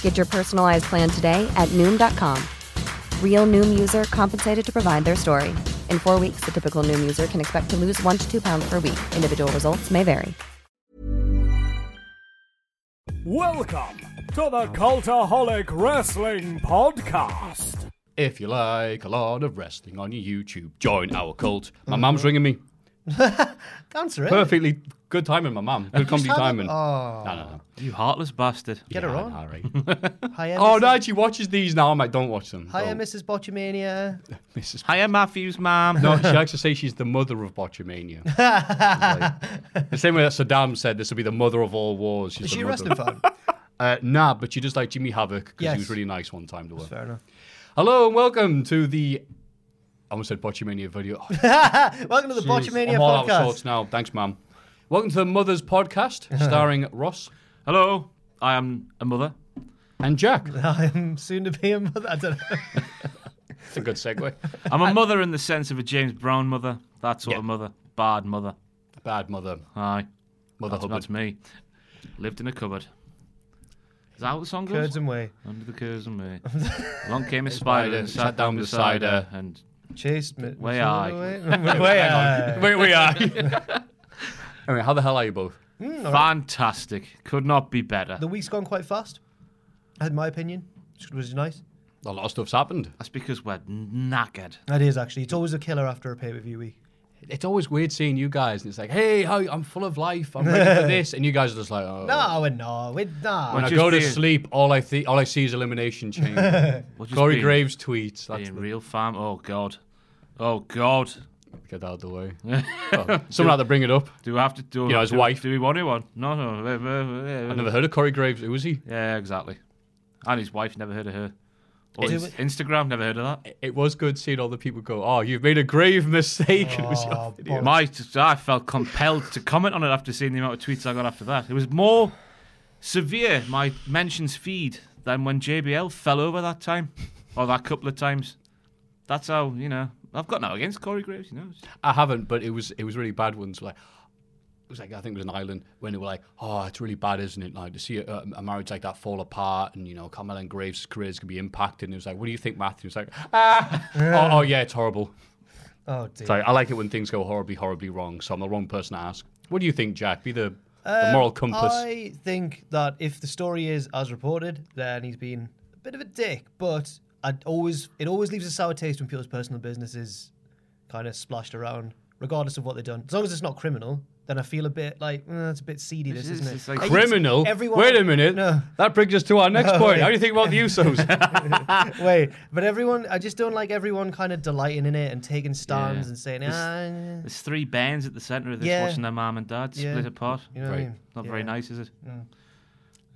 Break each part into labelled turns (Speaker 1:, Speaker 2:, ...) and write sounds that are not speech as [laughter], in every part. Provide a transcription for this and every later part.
Speaker 1: Get your personalized plan today at Noom.com. Real Noom user compensated to provide their story. In four weeks, the typical Noom user can expect to lose one to two pounds per week. Individual results may vary.
Speaker 2: Welcome to the Cultaholic Wrestling Podcast.
Speaker 3: If you like a lot of wrestling on your YouTube, join our cult. My mum's ringing me.
Speaker 4: Answer it.
Speaker 3: Perfectly good timing, my mum.
Speaker 4: [laughs]
Speaker 3: Good comedy
Speaker 4: had it.
Speaker 3: timing.
Speaker 4: Oh.
Speaker 3: No, no, no.
Speaker 5: You heartless bastard.
Speaker 4: Get her on.
Speaker 3: All right.
Speaker 4: Hiya,
Speaker 3: oh,
Speaker 4: Mrs.
Speaker 3: no, she watches these now. I'm like, don't watch them.
Speaker 4: Hiya,
Speaker 3: Don't.
Speaker 4: Mrs. Botchamania.
Speaker 3: Mrs.
Speaker 5: Hiya, Matthews, ma'am.
Speaker 3: [laughs] No, she likes to say she's the mother of
Speaker 4: [laughs]
Speaker 3: botchamania. Like, the same way that Saddam said this will be the mother of all wars. She's
Speaker 4: Is
Speaker 3: the
Speaker 4: she a
Speaker 3: mother
Speaker 4: wrestling
Speaker 3: of-
Speaker 4: fan?
Speaker 3: Uh, nah, but she just like Jimmy Havoc because
Speaker 4: Yes.
Speaker 3: he was really nice one time to her.
Speaker 4: [laughs] Fair enough.
Speaker 3: Hello and welcome to the. I almost said botchamania video. Oh,
Speaker 4: Welcome to the Botchamania
Speaker 3: I'm all out of sorts
Speaker 4: podcast.
Speaker 3: now. Thanks, ma'am. Welcome to the Mother's
Speaker 5: [laughs]
Speaker 3: Podcast, starring Ross
Speaker 5: Hello. I am a mother.
Speaker 3: and
Speaker 5: [laughs]
Speaker 3: Jack.
Speaker 4: [laughs] I'm soon to be a mother. I don't know.
Speaker 3: That's a good segue.
Speaker 5: I'm a mother in the sense of a James Brown mother. That sort
Speaker 3: Yeah.
Speaker 5: of mother. Bad mother.
Speaker 3: Bad mother,
Speaker 5: Aye.
Speaker 3: mother
Speaker 5: That's,
Speaker 3: hubbard.
Speaker 5: that's me. Lived in a cupboard. Is that what the song goes?
Speaker 4: Curds and whey.
Speaker 5: Under the curves and me. Along came a spider and sat down beside her. And
Speaker 4: Chased me.
Speaker 5: Way aye.
Speaker 4: Way [laughs] aye.
Speaker 3: Wait, we
Speaker 5: [laughs]
Speaker 3: are. [laughs] anyway, how the hell are you both?
Speaker 5: fantastic. Could not be better.
Speaker 4: The week's gone quite fast, in my opinion. which Was nice.
Speaker 3: A lot of stuff's happened.
Speaker 5: That's because we're knackered.
Speaker 4: It is actually. It's always a killer after a pay per view week.
Speaker 3: It's always weird seeing you guys, and it's like, hey, how, I'm full of life. I'm ready
Speaker 5: [laughs]
Speaker 3: for this, and you guys are just like, oh.
Speaker 4: No, we're not. We're
Speaker 3: [laughs]
Speaker 4: not.
Speaker 3: When I
Speaker 5: Just
Speaker 3: go to
Speaker 5: being-
Speaker 3: sleep, all I see, all I see is elimination
Speaker 5: [laughs]
Speaker 3: chamber.
Speaker 5: We're just
Speaker 3: Corey
Speaker 5: being-
Speaker 3: Graves tweets. That's
Speaker 5: Being
Speaker 3: the,
Speaker 5: real fam. Oh, God. Oh, God.
Speaker 3: get out of the
Speaker 5: [laughs]
Speaker 3: way. Oh, someone had to bring it up.
Speaker 5: Do we have to do
Speaker 3: You know, his
Speaker 5: do,
Speaker 3: wife.
Speaker 5: Do we want anyone? No, no.
Speaker 3: I never heard of Corey Graves. Who was he?
Speaker 5: Yeah, exactly. And his wife never heard of her. Or
Speaker 4: It-
Speaker 5: his Instagram never heard of that.
Speaker 3: It was good seeing all the people go, oh, you've made a grave mistake. [laughs] it was your
Speaker 4: Oh,
Speaker 3: video.
Speaker 4: bollocks.
Speaker 5: My, I felt compelled to comment on it after seeing the amount of tweets I got after that. It was more severe my mentions feed than when JBL fell over that time, or that couple of times. That's how you know I've got no against Corey Graves. You know,
Speaker 3: I haven't, but it was it was really bad ones. Like it was like I think it was an island when they were like, "Oh, it's really bad, isn't it?" Like to see a, a marriage like that fall apart, and you know, Carmel and Graves' careers can be impacted. And it was like, "What do you think, Matthew?" It's like, "Ah, oh, oh, yeah, it's horrible."
Speaker 4: Oh, dear.
Speaker 3: Sorry, I like it when things go horribly, horribly wrong. So I'm the wrong person to ask. What do you think, Jack? Be the, the moral compass.
Speaker 4: Um, I think that if the story is as reported, then he's been a bit of a dick. But I always, it always leaves a sour taste when people's personal business is kind of splashed around, regardless of what they've done. As long as it's not criminal, then I feel a bit like "Mm, it's a bit seedy. This,
Speaker 5: This is-
Speaker 4: isn't
Speaker 5: it's
Speaker 4: it?
Speaker 5: like-
Speaker 4: Like, it's-
Speaker 3: Criminal.
Speaker 4: everyone-
Speaker 3: Wait a minute.
Speaker 4: No.
Speaker 3: That brings us to our
Speaker 4: [laughs]
Speaker 3: next point. How do you think about the Usos?
Speaker 4: Wait, but everyone, I just don't like everyone kind of delighting in it and taking stands
Speaker 5: Yeah.
Speaker 4: and saying,
Speaker 5: This-
Speaker 4: ah, yeah,"
Speaker 5: there's three bands at the centre of this
Speaker 4: Yeah.
Speaker 5: watching their mum and dad
Speaker 4: Yeah.
Speaker 5: split apart.
Speaker 4: you know what
Speaker 3: Right.
Speaker 4: I mean?
Speaker 5: Not
Speaker 4: Yeah.
Speaker 5: very nice, is it?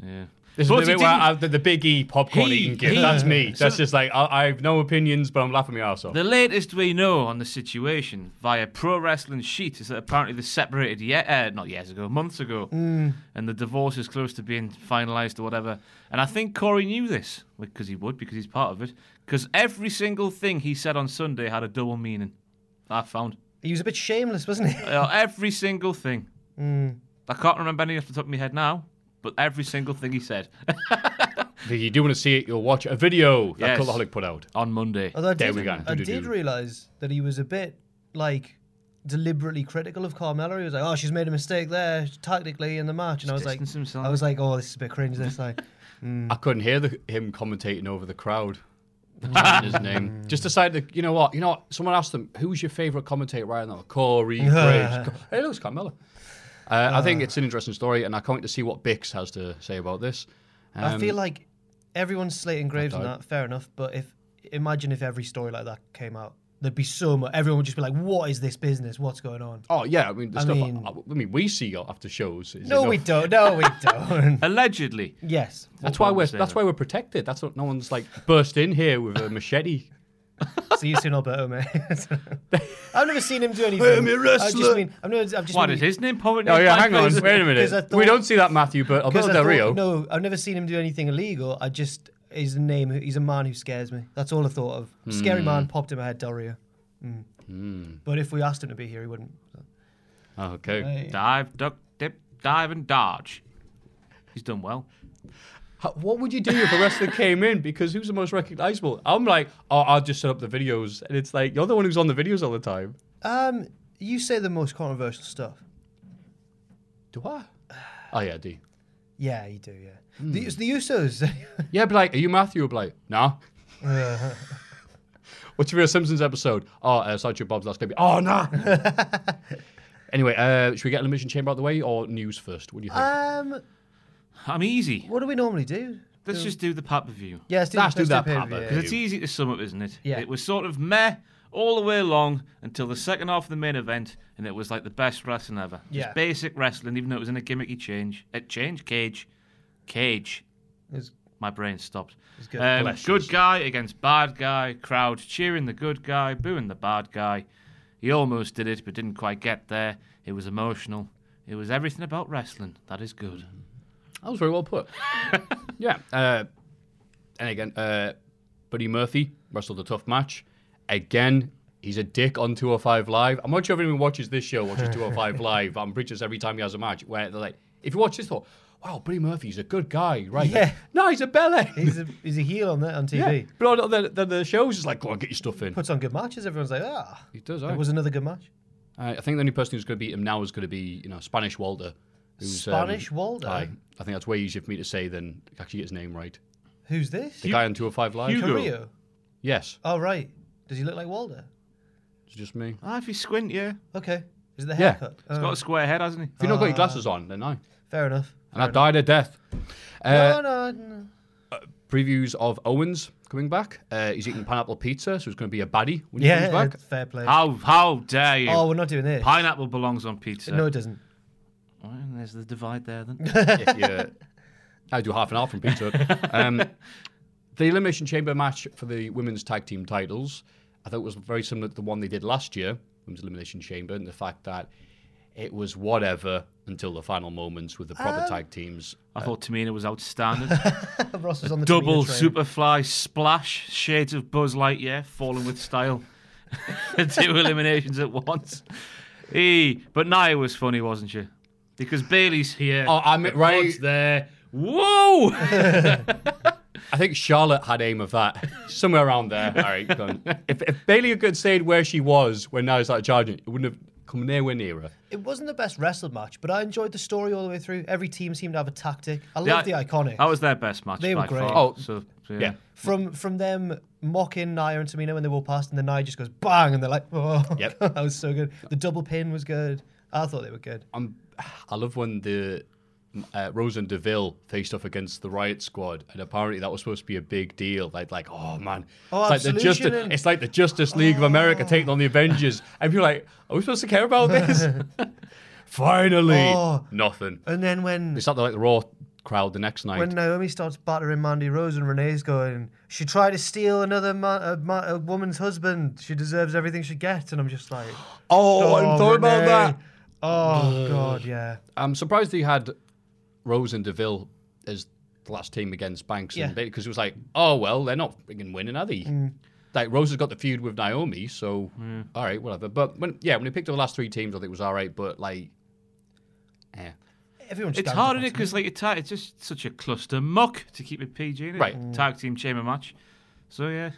Speaker 5: Yeah.
Speaker 3: This
Speaker 5: But
Speaker 3: is
Speaker 5: he
Speaker 3: the bit where
Speaker 5: didn't-
Speaker 3: I, the, the big E popcorn
Speaker 5: He-
Speaker 3: eating gif.
Speaker 5: he-
Speaker 3: That's me. That's just like I, I have no opinions, but I'm laughing my ass off.
Speaker 5: The latest we know on the situation via Pro Wrestling Sheet is that apparently they separated yet uh, not years ago, months ago,
Speaker 3: Hmm.
Speaker 5: and the divorce is close to being finalised or whatever. And I think Corey knew this because he would, because he's part of it. Because every single thing he said on Sunday had a double meaning. I found
Speaker 4: He was a bit shameless, wasn't he?
Speaker 5: Uh, every single thing.
Speaker 3: Hmm.
Speaker 5: I can't remember any off the top of my head now, but every single thing he said [laughs]
Speaker 3: If you do want to see it, you'll watch a video that
Speaker 5: Yes.
Speaker 3: Cultaholic put out.
Speaker 5: on Monday.
Speaker 4: Although I
Speaker 3: There
Speaker 4: did,
Speaker 3: we go.
Speaker 4: I
Speaker 3: Do-do-do.
Speaker 4: did realize that he was a bit like deliberately critical of Carmella. He was like, "Oh, she's made a mistake there tactically in the match," and I was like,
Speaker 5: distanced himself.
Speaker 4: "I was like, oh, this is a bit cringe." This like,
Speaker 3: I couldn't hear the, him commentating over the
Speaker 4: [laughs]
Speaker 3: crowd. chanting his name. Just decided, to, you know what? You know what? Someone asked them, "Who's your favorite commentator right now?"
Speaker 4: [laughs]
Speaker 3: Corey Graves. hey, looks Carmella. Uh, I think it's an interesting story, and I can't wait to see what Bix has to say about this.
Speaker 4: I
Speaker 3: Um,
Speaker 4: feel like everyone's slating Graves and
Speaker 3: doubt.
Speaker 4: that. Fair enough, but if imagine if every story like that came out, there'd be so much. Everyone would just be like, "What is this business? What's going on?"
Speaker 3: Oh yeah, I mean the
Speaker 4: I
Speaker 3: stuff.
Speaker 4: mean-
Speaker 3: I, I mean we see after shows. is
Speaker 4: No,
Speaker 3: enough.
Speaker 4: we don't. No, we don't. [laughs]
Speaker 5: Allegedly.
Speaker 4: yes.
Speaker 3: That's why
Speaker 5: What
Speaker 3: we're
Speaker 5: would you say
Speaker 3: that's
Speaker 5: then?
Speaker 3: why we're protected. That's what no one's like burst in here with a machete.
Speaker 4: See you soon, Alberto, mate. [laughs] I've never seen him
Speaker 3: [laughs]
Speaker 4: do anything. I just mean, I've never. I've just
Speaker 5: What
Speaker 4: mean,
Speaker 5: is his name?
Speaker 3: [laughs]
Speaker 5: Poverty.
Speaker 3: Oh yeah, hang on,
Speaker 5: Blackface?
Speaker 3: wait a
Speaker 4: 'Cause I
Speaker 3: minute.
Speaker 4: thought-
Speaker 3: we don't see that Matthew, but
Speaker 4: 'cause
Speaker 3: Alberto
Speaker 4: I
Speaker 3: Del
Speaker 4: thought-
Speaker 3: Rio.
Speaker 4: No, I've never seen him do anything illegal. I just his name. He's a man who scares me. That's all I thought of.
Speaker 3: Hmm.
Speaker 4: Scary man popped in my head, Del Rio. Mm. But if we asked him to be here, he wouldn't.
Speaker 3: Oh, Okay.
Speaker 5: Dive, duck, dip, dive, and dodge. He's done well.
Speaker 3: How- What would you do if a wrestler came in? Because who's the most recognizable? I'm like, oh, I'll just set up the videos, and it's like you're the one who's on the videos all the time.
Speaker 4: Um, you say the most controversial stuff.
Speaker 3: Do I? Oh yeah, I do.
Speaker 4: Yeah, you do. Yeah,
Speaker 3: Hmm.
Speaker 4: the, it's the Usos. [laughs]
Speaker 3: Yeah, but like, are you Matthew? I'll be like, nah. What's your favorite Simpsons episode? Oh, uh, Sideshow Bob's last baby. Oh,
Speaker 4: [laughs]
Speaker 3: nah. anyway, uh, should we get Elimination Chamber out of the way or news first? What do you think?
Speaker 4: um,
Speaker 5: I'm easy.
Speaker 4: what do we normally do?
Speaker 5: Let's just do the pop per view.
Speaker 4: Yeah, let's do,
Speaker 3: Let's
Speaker 4: the,
Speaker 3: do that,
Speaker 4: pay-per-view,
Speaker 3: Papa.
Speaker 4: yeah.
Speaker 5: Because it's easy to sum up, isn't it?
Speaker 4: Yeah.
Speaker 5: It was sort of meh all the way along until the second half of the main event, and it was like the best wrestling ever.
Speaker 4: Yeah.
Speaker 5: Just basic wrestling, even though it was in a gimmicky change. At change? Cage. Cage.
Speaker 4: It's-
Speaker 5: My brain stopped.
Speaker 4: good.
Speaker 5: Um,
Speaker 3: Bless you.
Speaker 5: good guy against bad guy. Crowd cheering the good guy, booing the bad guy. He almost did it, but didn't quite get there. It was emotional. It was everything about wrestling. That is good.
Speaker 3: That was very well put. [laughs] yeah. Uh, and again, uh, Buddy Murphy wrestled a tough match. Again, he's a dick on 205 Live. I'm not sure if anyone watches this show, watches [laughs] 205 Live. I'm pretty sure it's every time he has a match where they're like, if you watch this, thought, wow, Buddy Murphy's a good guy, right?
Speaker 4: Yeah.
Speaker 3: No, he's a belly.
Speaker 4: He's a he's a heel on that on TV.
Speaker 3: yeah. But on the, the, the show's just like, go on, get your stuff in.
Speaker 4: Puts on good matches. Everyone's like, ah,
Speaker 3: He does,
Speaker 4: it
Speaker 3: aye.
Speaker 4: was another good match.
Speaker 3: I, I think the only person who's going to beat him now is going to be, you know, Spanish Walder. Who's, um,
Speaker 4: Spanish Waldo?
Speaker 3: Aye. I think that's way easier for me to say than actually get his name right.
Speaker 4: Who's this?
Speaker 3: The guy on 205 Live.
Speaker 5: Hugo.
Speaker 4: Carrillo.
Speaker 3: Yes,
Speaker 4: Oh right. Does he look like Waldo?
Speaker 3: it's just me. If
Speaker 5: Ah, if you squint, yeah.
Speaker 4: Okay. Is it the
Speaker 3: Yeah.
Speaker 4: haircut?
Speaker 5: He's
Speaker 4: Oh,
Speaker 5: got a square head, hasn't he?
Speaker 3: you've not got your glasses on, then I.
Speaker 4: fair enough.
Speaker 3: And Uh, I died a death. Uh,
Speaker 4: no, no, no.
Speaker 3: Previews of Owens coming back. Uh, he's eating pineapple pizza, so it's going to be a baddie when he
Speaker 4: Yeah,
Speaker 3: comes back.
Speaker 4: fair play.
Speaker 5: How how dare you?
Speaker 4: oh, we're not doing this.
Speaker 5: Pineapple belongs on pizza.
Speaker 4: no, it doesn't.
Speaker 5: Well, there's the divide there then.
Speaker 3: [laughs] if you, I do half an hour from pizza. Hut. [laughs] Um, the Elimination Chamber match for the women's tag team titles, I thought was very similar to the one they did last year, Women's Elimination Chamber, and the fact that it was whatever until the final moments with the proper tag teams.
Speaker 5: I thought Tamina was outstanding.
Speaker 4: Ross was on the
Speaker 5: Double
Speaker 4: Tamina train.
Speaker 5: Superfly splash, shades of Buzz Lightyear, falling with style. [laughs] Two eliminations at once. Eee. But Nia was funny, wasn't she? Because Bailey's here.
Speaker 3: Oh, I mean,
Speaker 5: the
Speaker 3: right.
Speaker 5: pod's there.
Speaker 4: [laughs]
Speaker 5: Whoa!
Speaker 3: I think Charlotte had aim of that [laughs] somewhere around
Speaker 4: [laughs]
Speaker 3: there. All right, go on. if, if Bailey had stayed where she was when now started charging, it wouldn't have come nowhere near her.
Speaker 4: It wasn't the best wrestled match, but I enjoyed the story all the way through. Every team seemed to have a tactic. I love the iconic.
Speaker 5: That was their best match.
Speaker 4: They were
Speaker 5: by
Speaker 4: great.
Speaker 5: Far.
Speaker 3: Oh,
Speaker 5: so, yeah.
Speaker 3: Yeah.
Speaker 4: from from them mocking Nia and Tamina when they walk past, and then Nia just goes bang, and they're like, [laughs] "Oh,
Speaker 3: Yep.
Speaker 4: that was so good." The double pin was good. I thought they were good.
Speaker 3: i I love when the uh, Rose and Deville faced off against the Riot Squad, and apparently that was supposed to be a big deal. Like, like, oh man,
Speaker 4: Oh,
Speaker 3: it's, like the
Speaker 4: absolution
Speaker 3: Justi-
Speaker 4: and- Oh.
Speaker 3: it's like the Justice League of America taking on the
Speaker 4: [laughs]
Speaker 3: Avengers, and people are like, are we supposed to care about this? [laughs] Finally,
Speaker 4: Oh.
Speaker 3: nothing.
Speaker 4: And then when
Speaker 3: They sat there like the Raw crowd the next night.
Speaker 4: when Naomi starts battering Mandy Rose, and Renee's going, "She tried to steal another ma- a, ma- a woman's husband. She deserves everything she gets." And I'm just like,
Speaker 3: [gasps] oh, I hadn't thought about
Speaker 4: Renee.
Speaker 3: that.
Speaker 4: Oh god, yeah,
Speaker 3: I'm surprised they had Rose and Deville as the last team against Banks
Speaker 4: Yeah. Mm.
Speaker 3: and because it was like, oh well, they're not freaking winning, are they? Like Rose has got the feud with Naomi, so all right, whatever. But when yeah, when they picked up the last three teams, I think it was all right. But like, eh.
Speaker 4: everyone. Just
Speaker 5: It's
Speaker 4: gathers
Speaker 5: hard,
Speaker 4: up
Speaker 5: is
Speaker 4: on
Speaker 5: it? Because like, it's, it's just such a cluster muck to keep it PG. innit?
Speaker 3: Right.
Speaker 4: Mm.
Speaker 5: Tag team chamber match. So, yeah.
Speaker 4: Tamina.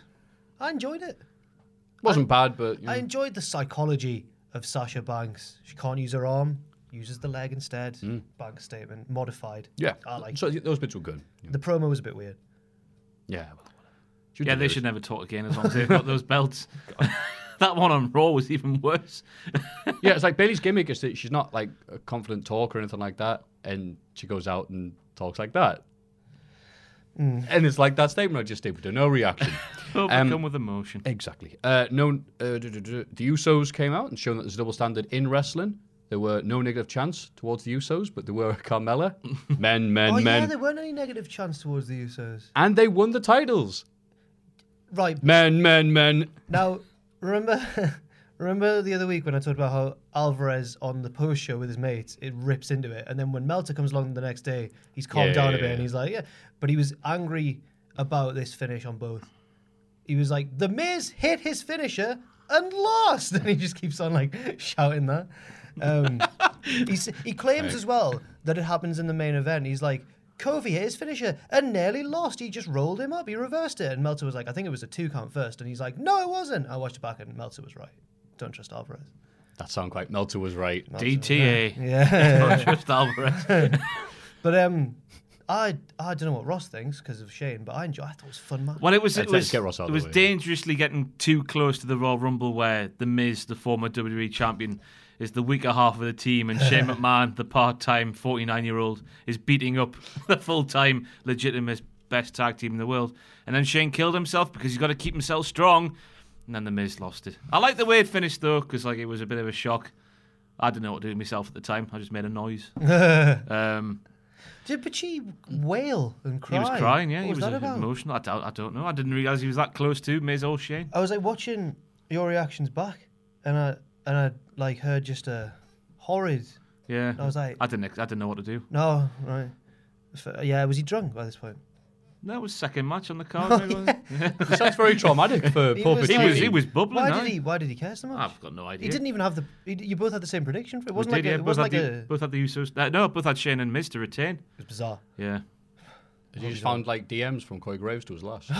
Speaker 4: I enjoyed it.
Speaker 3: wasn't bad, but you know.
Speaker 4: I enjoyed the psychology of Sasha Banks. She can't use her arm. uses the leg instead. Bank statement modified.
Speaker 3: Mm. Yeah.
Speaker 4: I like.
Speaker 3: so those bits were good.
Speaker 4: The promo was a bit weird.
Speaker 3: Yeah. well,
Speaker 5: Yeah, they
Speaker 3: do
Speaker 5: should
Speaker 3: those.
Speaker 5: never talk again as long as they've
Speaker 3: [laughs]
Speaker 5: got those belts. [laughs] that one on Raw was even worse.
Speaker 3: Yeah, it's like Bailey's gimmick is that she's not like a confident talker or anything like that, and she goes out and talks like that.
Speaker 4: Mm.
Speaker 3: And it's like that statement I just did with a no
Speaker 4: [laughs]
Speaker 3: reaction. Um,
Speaker 5: Overcome with emotion.
Speaker 3: Exactly. Uh, no, uh, duh, duh, duh, duh. the Usos came out and shown that there's a double standard in wrestling. There were no negative chants towards the Usos, but there were [laughs] Carmella, men, men,
Speaker 4: oh
Speaker 3: men,
Speaker 4: yeah, there weren't any negative chants towards the Usos.
Speaker 3: and they won the titles.
Speaker 4: Right
Speaker 3: Men, men, men.
Speaker 4: now, remember, [laughs] remember the other week when I talked about how Alvarez on the post show with his mates, it rips into it, and then when Melter comes along the next day, he's calmed
Speaker 3: Yeah,
Speaker 4: down a
Speaker 3: yeah,
Speaker 4: bit and
Speaker 3: yeah.
Speaker 4: he's like, yeah, but he was angry about this finish on both. He was like, the Miz hit his finisher and lost, [laughs] and he just keeps on like shouting that.
Speaker 3: [laughs]
Speaker 4: Um, he s- he claims as well that it happens in the main event. He's like, Kofi hit his finisher and nearly lost. He just rolled him up. He reversed it. And Meltzer was like, I think it was a two count first. And he's like, no, it wasn't. I watched it back and Meltzer was right. Don't trust Alvarez.
Speaker 3: That sound quite. Melter was right.
Speaker 5: DTA.
Speaker 4: Yeah.
Speaker 5: Not [laughs] just Alvarez.
Speaker 4: but um, I I don't know what Ross thinks because of Shane, but I enjoy. I thought it was a fun match.
Speaker 5: Well, it was
Speaker 3: Let's-
Speaker 5: it
Speaker 3: let's
Speaker 5: was,
Speaker 3: get Ross out of
Speaker 5: it
Speaker 3: the
Speaker 5: was
Speaker 3: way.
Speaker 5: dangerously getting too close to the Royal Rumble where the Miz, the former WWE champion, is the weaker half of the team,
Speaker 3: [laughs]
Speaker 5: and Shane McMahon, the part-time 49-year-old, is beating up [laughs] the full-time legitimate best tag team in the world. And then Shane killed himself because he's got to keep himself strong. And then the Miz lost it. I like the way it finished though, because like it was a bit of a shock. I didn't know what to do with myself at the time. I just made a noise. um,
Speaker 4: Did Pachi wail and cry?
Speaker 5: he was crying, yeah.
Speaker 4: What
Speaker 5: he was,
Speaker 4: that
Speaker 5: uh,
Speaker 4: about?
Speaker 5: emotional. I don't, I don't know. I didn't realize he was that close to Miz or Shane.
Speaker 4: I was like watching your reactions back, and I and I like heard just a horrid.
Speaker 5: Yeah.
Speaker 4: I was like-
Speaker 5: I didn't, ex- I didn't know what to do.
Speaker 4: No, right. F- Yeah, was he drunk by this point?
Speaker 5: That was second match on
Speaker 4: [laughs]
Speaker 5: the card. maybe, wasn't it?
Speaker 3: This sounds very traumatic for
Speaker 4: He
Speaker 3: poor
Speaker 4: was
Speaker 3: Batista.
Speaker 5: He was, he was bubbling.
Speaker 4: Why
Speaker 5: aye.
Speaker 4: did he? Why did he care so
Speaker 3: Ah,
Speaker 4: much?
Speaker 5: I've got no idea.
Speaker 4: He didn't even have the. He, you both had the same prediction. For, it
Speaker 5: We
Speaker 4: wasn't
Speaker 5: did,
Speaker 4: like
Speaker 5: yeah,
Speaker 4: a, it
Speaker 5: both
Speaker 4: wasn't
Speaker 5: had
Speaker 4: like
Speaker 5: the-
Speaker 4: a. It
Speaker 5: both had the Usos. Uh, no, both had Shane and Miz to retain.
Speaker 4: was bizarre.
Speaker 5: Yeah.
Speaker 3: You just found like DMs from Coy Graves to his
Speaker 5: [laughs]
Speaker 3: last.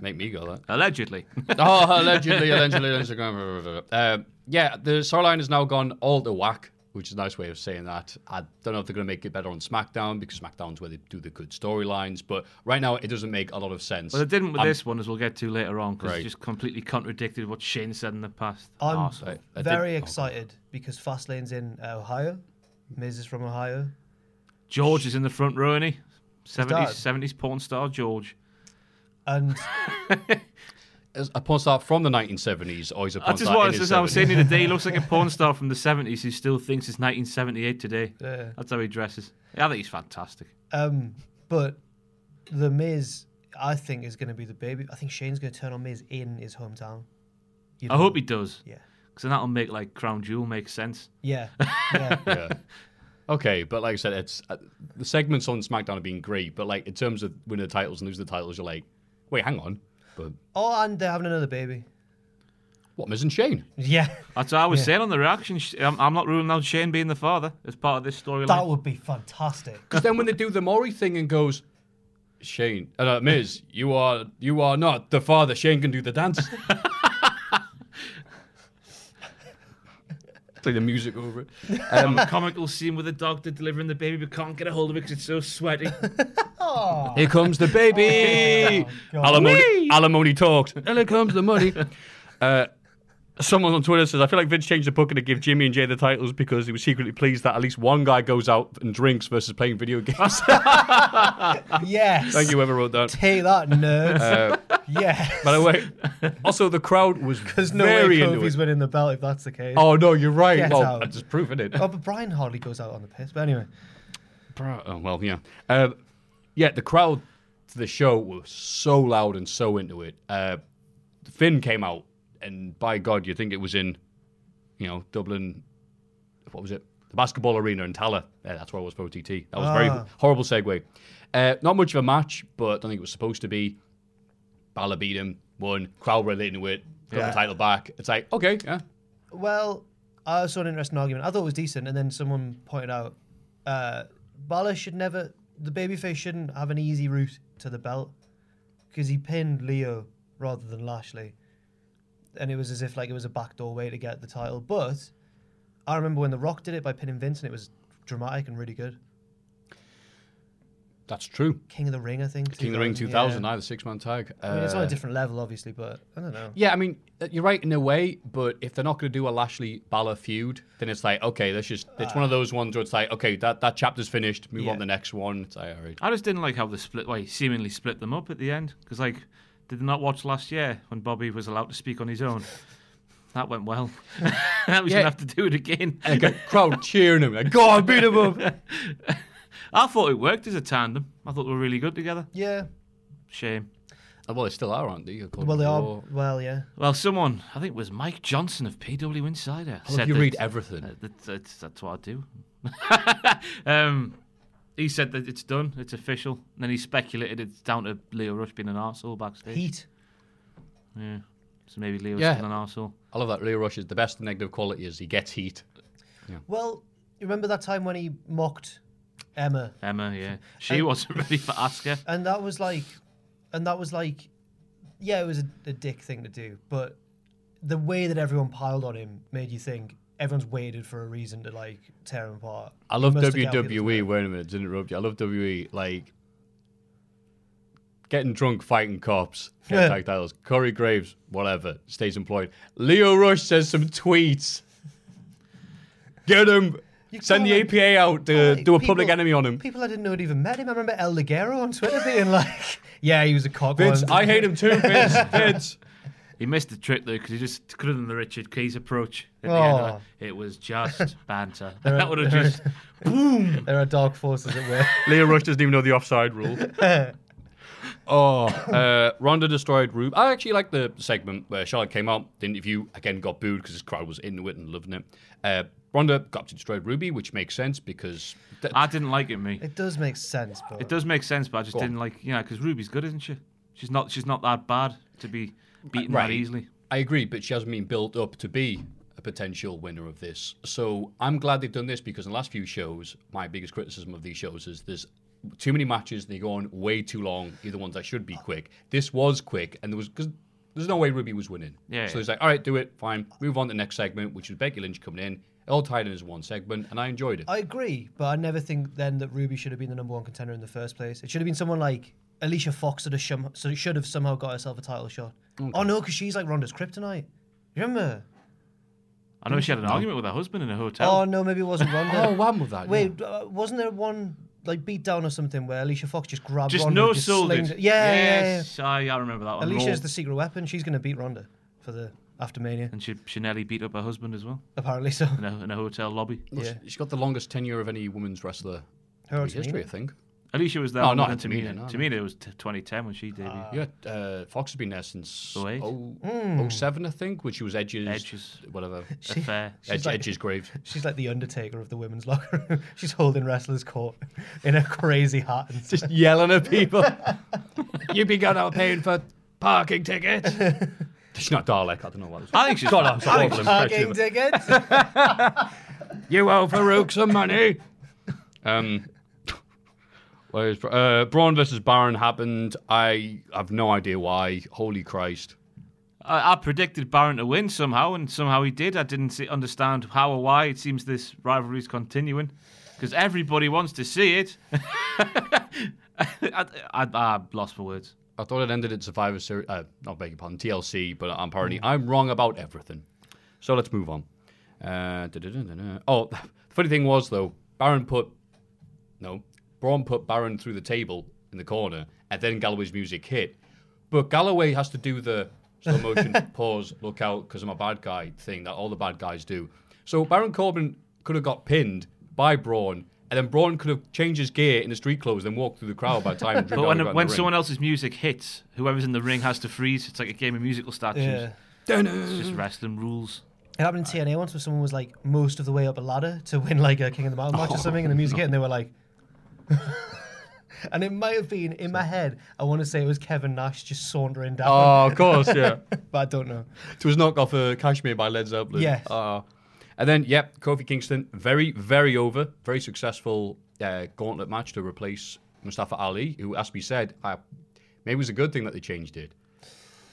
Speaker 3: Make me go that.
Speaker 5: Allegedly. [laughs]
Speaker 3: oh, allegedly, allegedly, allegedly. Uh, yeah, the storyline has now gone all to whack, which is a nice way of saying that. I don't know if they're going to make it better on SmackDown because SmackDown's where they do the good storylines, but right now it doesn't make a lot of sense.
Speaker 5: but it didn't with
Speaker 3: I'm-
Speaker 5: this one, as we'll get to later on, because
Speaker 3: Right.
Speaker 5: it just completely contradicted what Shane said in the past.
Speaker 4: I'm
Speaker 3: I
Speaker 5: Arsehole.
Speaker 3: did-
Speaker 4: very
Speaker 3: oh, God.
Speaker 4: excited because Fastlane's in uh, Ohio. Miz is from Ohio.
Speaker 5: George is in the front row, isn't he? 70s,
Speaker 4: dad.
Speaker 5: 70s porn star George.
Speaker 4: And
Speaker 3: As a porn star from the 1970s, or is a porn
Speaker 5: That's just
Speaker 3: star
Speaker 5: what
Speaker 3: in
Speaker 5: it's
Speaker 3: his
Speaker 5: just I was
Speaker 3: 70s.
Speaker 5: saying the other day. He looks like a porn star from the 70s who still thinks it's 1978 today.
Speaker 4: Yeah.
Speaker 5: That's how he dresses. Yeah, I think he's fantastic.
Speaker 4: um, but the Miz, I think, is going to be the baby. I think Shane's going to turn on Miz in his hometown. You'd
Speaker 5: I hope he does.
Speaker 4: Yeah.
Speaker 5: Because then that'll make like Crown Jewel make sense.
Speaker 3: [laughs]
Speaker 4: Yeah. yeah.
Speaker 3: Yeah. Okay, but like I said, it's uh, the segments on SmackDown have been great, but like in terms of winning the titles and losing the titles, you're like, wait, hang on, but
Speaker 4: oh, and they're having another baby.
Speaker 3: what, Miz and Shane?
Speaker 4: Yeah.
Speaker 5: That's what I was saying on the reaction. Sh- I'm, I'm not ruling out Shane being the father as part of this
Speaker 4: That
Speaker 5: storyline.
Speaker 4: would be fantastic.
Speaker 3: Because then when they do the Maury thing and goes, Shane, uh, no, Miz, you are you are not the father. Shane can do the [laughs] dance. Play the music over it.
Speaker 5: Um, a comical scene with the doctor delivering the baby, but can't get a hold of it because it's
Speaker 3: [laughs]
Speaker 5: so sweaty.
Speaker 3: Here comes the baby. alimony, alimony talked. And here comes the money. Uh, someone on Twitter says, I feel like Vince changed the booking to give Jimmy and Jay the titles because he was secretly pleased that at least one guy goes out and drinks versus playing video [laughs] games. [laughs]
Speaker 4: Yes.
Speaker 3: Thank you, Uh, whoever wrote that.
Speaker 4: Take that, nerds. yeah.
Speaker 3: By the way, also the crowd
Speaker 4: [laughs]
Speaker 3: was
Speaker 4: There's no
Speaker 3: very
Speaker 4: way
Speaker 3: into it.
Speaker 4: Kofi's winning the belt if that's the case.
Speaker 3: [laughs] Oh no, you're right.
Speaker 4: Get
Speaker 3: well,
Speaker 4: out.
Speaker 3: that's just proof, isn't it?
Speaker 4: Oh, but Brian hardly goes out on the piss. But anyway,
Speaker 3: Bro- oh, well, yeah. Uh, yeah, the crowd to the show were so loud and so into it. Uh, Finn came out, and by God, you think it was in, you know, Dublin. What was it? The basketball arena in Tala. Yeah, that's where it was for OTT. That was a very
Speaker 4: Ah.
Speaker 3: horrible segue. Uh, not much of a match, but I don't think it was supposed to be. Balor beat him, won. Crowd really into it. Got
Speaker 5: Yeah.
Speaker 3: the title back. It's like okay, yeah,
Speaker 4: well, I saw an interesting argument. I thought it was decent, and then someone pointed out uh, Balor should never, the babyface shouldn't have an easy route to the belt because he pinned Leo rather than Lashley, and it was as if like it was a backdoor way to get the title. But I remember when The Rock did it by pinning Vince, and it was dramatic and really good.
Speaker 3: That's true.
Speaker 4: King of the Ring, I think.
Speaker 3: King of the Ring 2000,
Speaker 4: yeah.
Speaker 3: I the six man tag.
Speaker 4: I mean, it's on a
Speaker 3: Uh,
Speaker 4: different level, obviously, but I don't know.
Speaker 3: Yeah, I mean, uh, you're right in a way, but if they're not going to do a Lashley Balor feud, then it's like, okay, that's just, it's one of those ones where it's like, okay, that, that chapter's finished, move on
Speaker 4: Yeah.
Speaker 3: to the next one. It's like, all right.
Speaker 5: I just didn't like how they split, why seemingly split them up at the end. Because like, did they not watch last year when Bobby was allowed to speak on his own? That went well. [laughs] now he's
Speaker 3: Yeah.
Speaker 5: gonna have to do it again.
Speaker 3: And the [laughs] crowd cheering him, like, God, Oh, beat him up.
Speaker 5: [laughs] I thought it worked as a tandem. I thought they were really good together.
Speaker 4: Yeah.
Speaker 5: Shame.
Speaker 3: Oh, [laughs] well, they still are, aren't they?
Speaker 4: Well, they
Speaker 3: Well,
Speaker 4: are. Well, yeah.
Speaker 5: Well, someone I think it was Mike Johnson of PW Insider. said
Speaker 3: you
Speaker 5: that-
Speaker 3: read everything.
Speaker 5: Uh, that, that's, that's what I do. [laughs] um, he said that it's done, it's official. And then he speculated it's down to Leo Rush being an arsehole backstage.
Speaker 4: Heat.
Speaker 5: Yeah. So maybe Leo's
Speaker 3: Yeah.
Speaker 5: still an arsehole.
Speaker 3: I love that Leo Rush is the best negative quality is he gets heat.
Speaker 4: Well, you remember that time when he mocked Emma,
Speaker 3: [laughs]
Speaker 5: Emma, yeah. She wasn't ready for Asuka.
Speaker 4: and that was like, and that was like, yeah, it was a, a dick thing to do, but the way that everyone piled on him made you think everyone's waited for a reason to like tear him apart.
Speaker 3: I
Speaker 4: He
Speaker 3: love E.
Speaker 4: must have dealt with it as
Speaker 3: WWE. Wait a minute, didn't interrupt you. I love WWE. Like getting drunk, fighting
Speaker 4: [laughs]
Speaker 3: cops, getting tag titles. Corey Graves, whatever, stays employed. Leo Rush says some tweets. Get him. Send the
Speaker 4: can't-
Speaker 3: APA out to
Speaker 4: Like,
Speaker 3: do a
Speaker 4: people-
Speaker 3: public enemy on him.
Speaker 4: People I didn't know had even met him. I remember El Ligero on Twitter being like, [laughs] "Yeah, he was a cock."
Speaker 3: Vince,
Speaker 4: once."
Speaker 3: I hate him too. Vince, Vince.
Speaker 5: He missed the trick, though, because he just could have done the Richard Keys approach. At the
Speaker 4: Oh.
Speaker 5: end. Like, It
Speaker 3: [laughs]
Speaker 5: was just banter. that would have just,
Speaker 4: [laughs]
Speaker 5: boom.
Speaker 4: There are dark forces at work.
Speaker 3: Leo Rush doesn't even know the offside rule. [laughs] oh, uh, Ronda destroyed Rube. I actually like the segment where Charlotte came out, the interview, again got booed because this crowd was into it and loving it. Uh, Ronda got to destroy Ruby, which makes sense because th-
Speaker 5: I didn't like it,
Speaker 3: [laughs]
Speaker 5: me.
Speaker 4: it does make sense, but
Speaker 5: It does make sense, but I just
Speaker 3: Go on.
Speaker 5: didn't like, you know, because Ruby's good, isn't she? She's not. She's not that bad to be beaten
Speaker 3: Right.
Speaker 5: that easily.
Speaker 3: I agree, but she hasn't been built up to be a potential winner of this. So I'm glad they've done this because in the last few shows, my biggest criticism of these shows is there's too many matches. They go on way too long. Either ones that should be quick. This was quick, and there was because there's no way Ruby was winning.
Speaker 5: Yeah,
Speaker 3: So
Speaker 5: yeah.
Speaker 3: he's like, all right, do it, fine. Move on to the next segment, which is Becky Lynch coming in. All tied in as one segment, and I enjoyed it.
Speaker 4: I agree, but I never think then that Ruby should have been the number one contender in the first place. It should have been someone like Alicia Fox that have shum- so it should have somehow got herself a title shot. Oh no, because she's like Ronda's kryptonite. You remember?
Speaker 5: I know she had an argument with her husband in a hotel.
Speaker 4: Oh no, maybe it wasn't Ronda.
Speaker 3: Oh, one with that.
Speaker 4: Wait, uh, wasn't there one like beatdown or something where Alicia Fox just grabbed
Speaker 5: just
Speaker 4: Ronda?
Speaker 5: no
Speaker 4: and
Speaker 5: sold
Speaker 4: slinged
Speaker 5: it.
Speaker 4: her- Yeah, yeah, yeah.
Speaker 5: yes, I, I remember that one.
Speaker 4: Alicia's
Speaker 5: Raw.
Speaker 4: the secret weapon. She's gonna beat Ronda for the after Mania,
Speaker 5: and she, she nearly beat up her husband as well
Speaker 4: apparently. So
Speaker 5: in a, in a hotel lobby.
Speaker 3: yeah.
Speaker 4: yeah.
Speaker 3: She's got the longest tenure of any women's wrestler
Speaker 4: Her
Speaker 3: in
Speaker 4: or
Speaker 3: history, I
Speaker 4: Tamina?
Speaker 3: think.
Speaker 5: Alicia was there.
Speaker 3: No,
Speaker 5: longer
Speaker 3: not
Speaker 5: than
Speaker 3: Tamina,
Speaker 5: Tamina.
Speaker 3: no, no.
Speaker 5: Tamina was t- 2010 when she debuted.
Speaker 3: Yeah, uh, Fox has been there since
Speaker 5: Oh, eight?
Speaker 3: oh- 07, I think, which she was Edge's,
Speaker 5: Edge's.
Speaker 3: [laughs] whatever.
Speaker 5: Affair.
Speaker 3: Edge,
Speaker 4: like-
Speaker 3: Edge's grave.
Speaker 4: She's like the Undertaker of the women's [laughs] locker room. She's holding wrestlers' court in a crazy hat. And
Speaker 3: [laughs] Just yelling at people. [laughs] You've been going out paying for parking [laughs] tickets. She's not Dalek. I don't know what it was.
Speaker 5: I think she's. [laughs]
Speaker 3: God, I'm
Speaker 5: I think
Speaker 3: horrible
Speaker 5: she's-
Speaker 3: impression
Speaker 4: parking
Speaker 3: of it.
Speaker 4: tickets.
Speaker 3: You owe Farouk some money. [laughs] Um, [laughs] where's Bra- uh, Braun versus Baron happened? I have no idea why. Holy Christ!
Speaker 5: I, I predicted Baron to win somehow, and somehow he did. I didn't see, understand how or why. It seems this rivalry's continuing because everybody wants to see it. [laughs] I, I, I lost for words.
Speaker 3: I thought it ended at Survivor Series. Uh, not beg your pardon, TLC. But I'm apparently
Speaker 5: Mm.
Speaker 3: I'm wrong about everything. So let's move on. Uh, da-da-da-da-da. oh, [laughs] the funny thing was though, Baron put no Braun put Baron through the table in the corner, and then Galloway's music hit. But Galloway has to do the slow motion
Speaker 5: [laughs]
Speaker 3: pause, look out, because I'm a bad guy thing that all the bad guys do. So Baron Corbin could have got pinned by Braun. And then Braun could have changed his gear in the street clothes, then walked through the crowd by the
Speaker 5: [laughs]
Speaker 3: time.
Speaker 5: But when, when
Speaker 3: someone
Speaker 5: someone else's music hits, whoever's in the ring has to freeze. It's like a game of musical statues.
Speaker 4: Yeah.
Speaker 5: It's just wrestling rules.
Speaker 4: It happened in TNA once where someone was like most of the way up a ladder to win like a King of the Mountain match or something, and the music hit, and they were like, [laughs] and it might have been in my head. I want to say it was Kevin Nash just sauntering down,
Speaker 3: Oh, of course, [laughs] yeah.
Speaker 4: but I don't know.
Speaker 3: It was knocked off uh, Kashmir by Led Zeppelin.
Speaker 4: Yes.
Speaker 3: Uh, and then, yep, Kofi Kingston, very, very over, very successful uh, gauntlet match to replace Mustafa Ali, who, as we said, I, maybe it was a good thing that they changed it.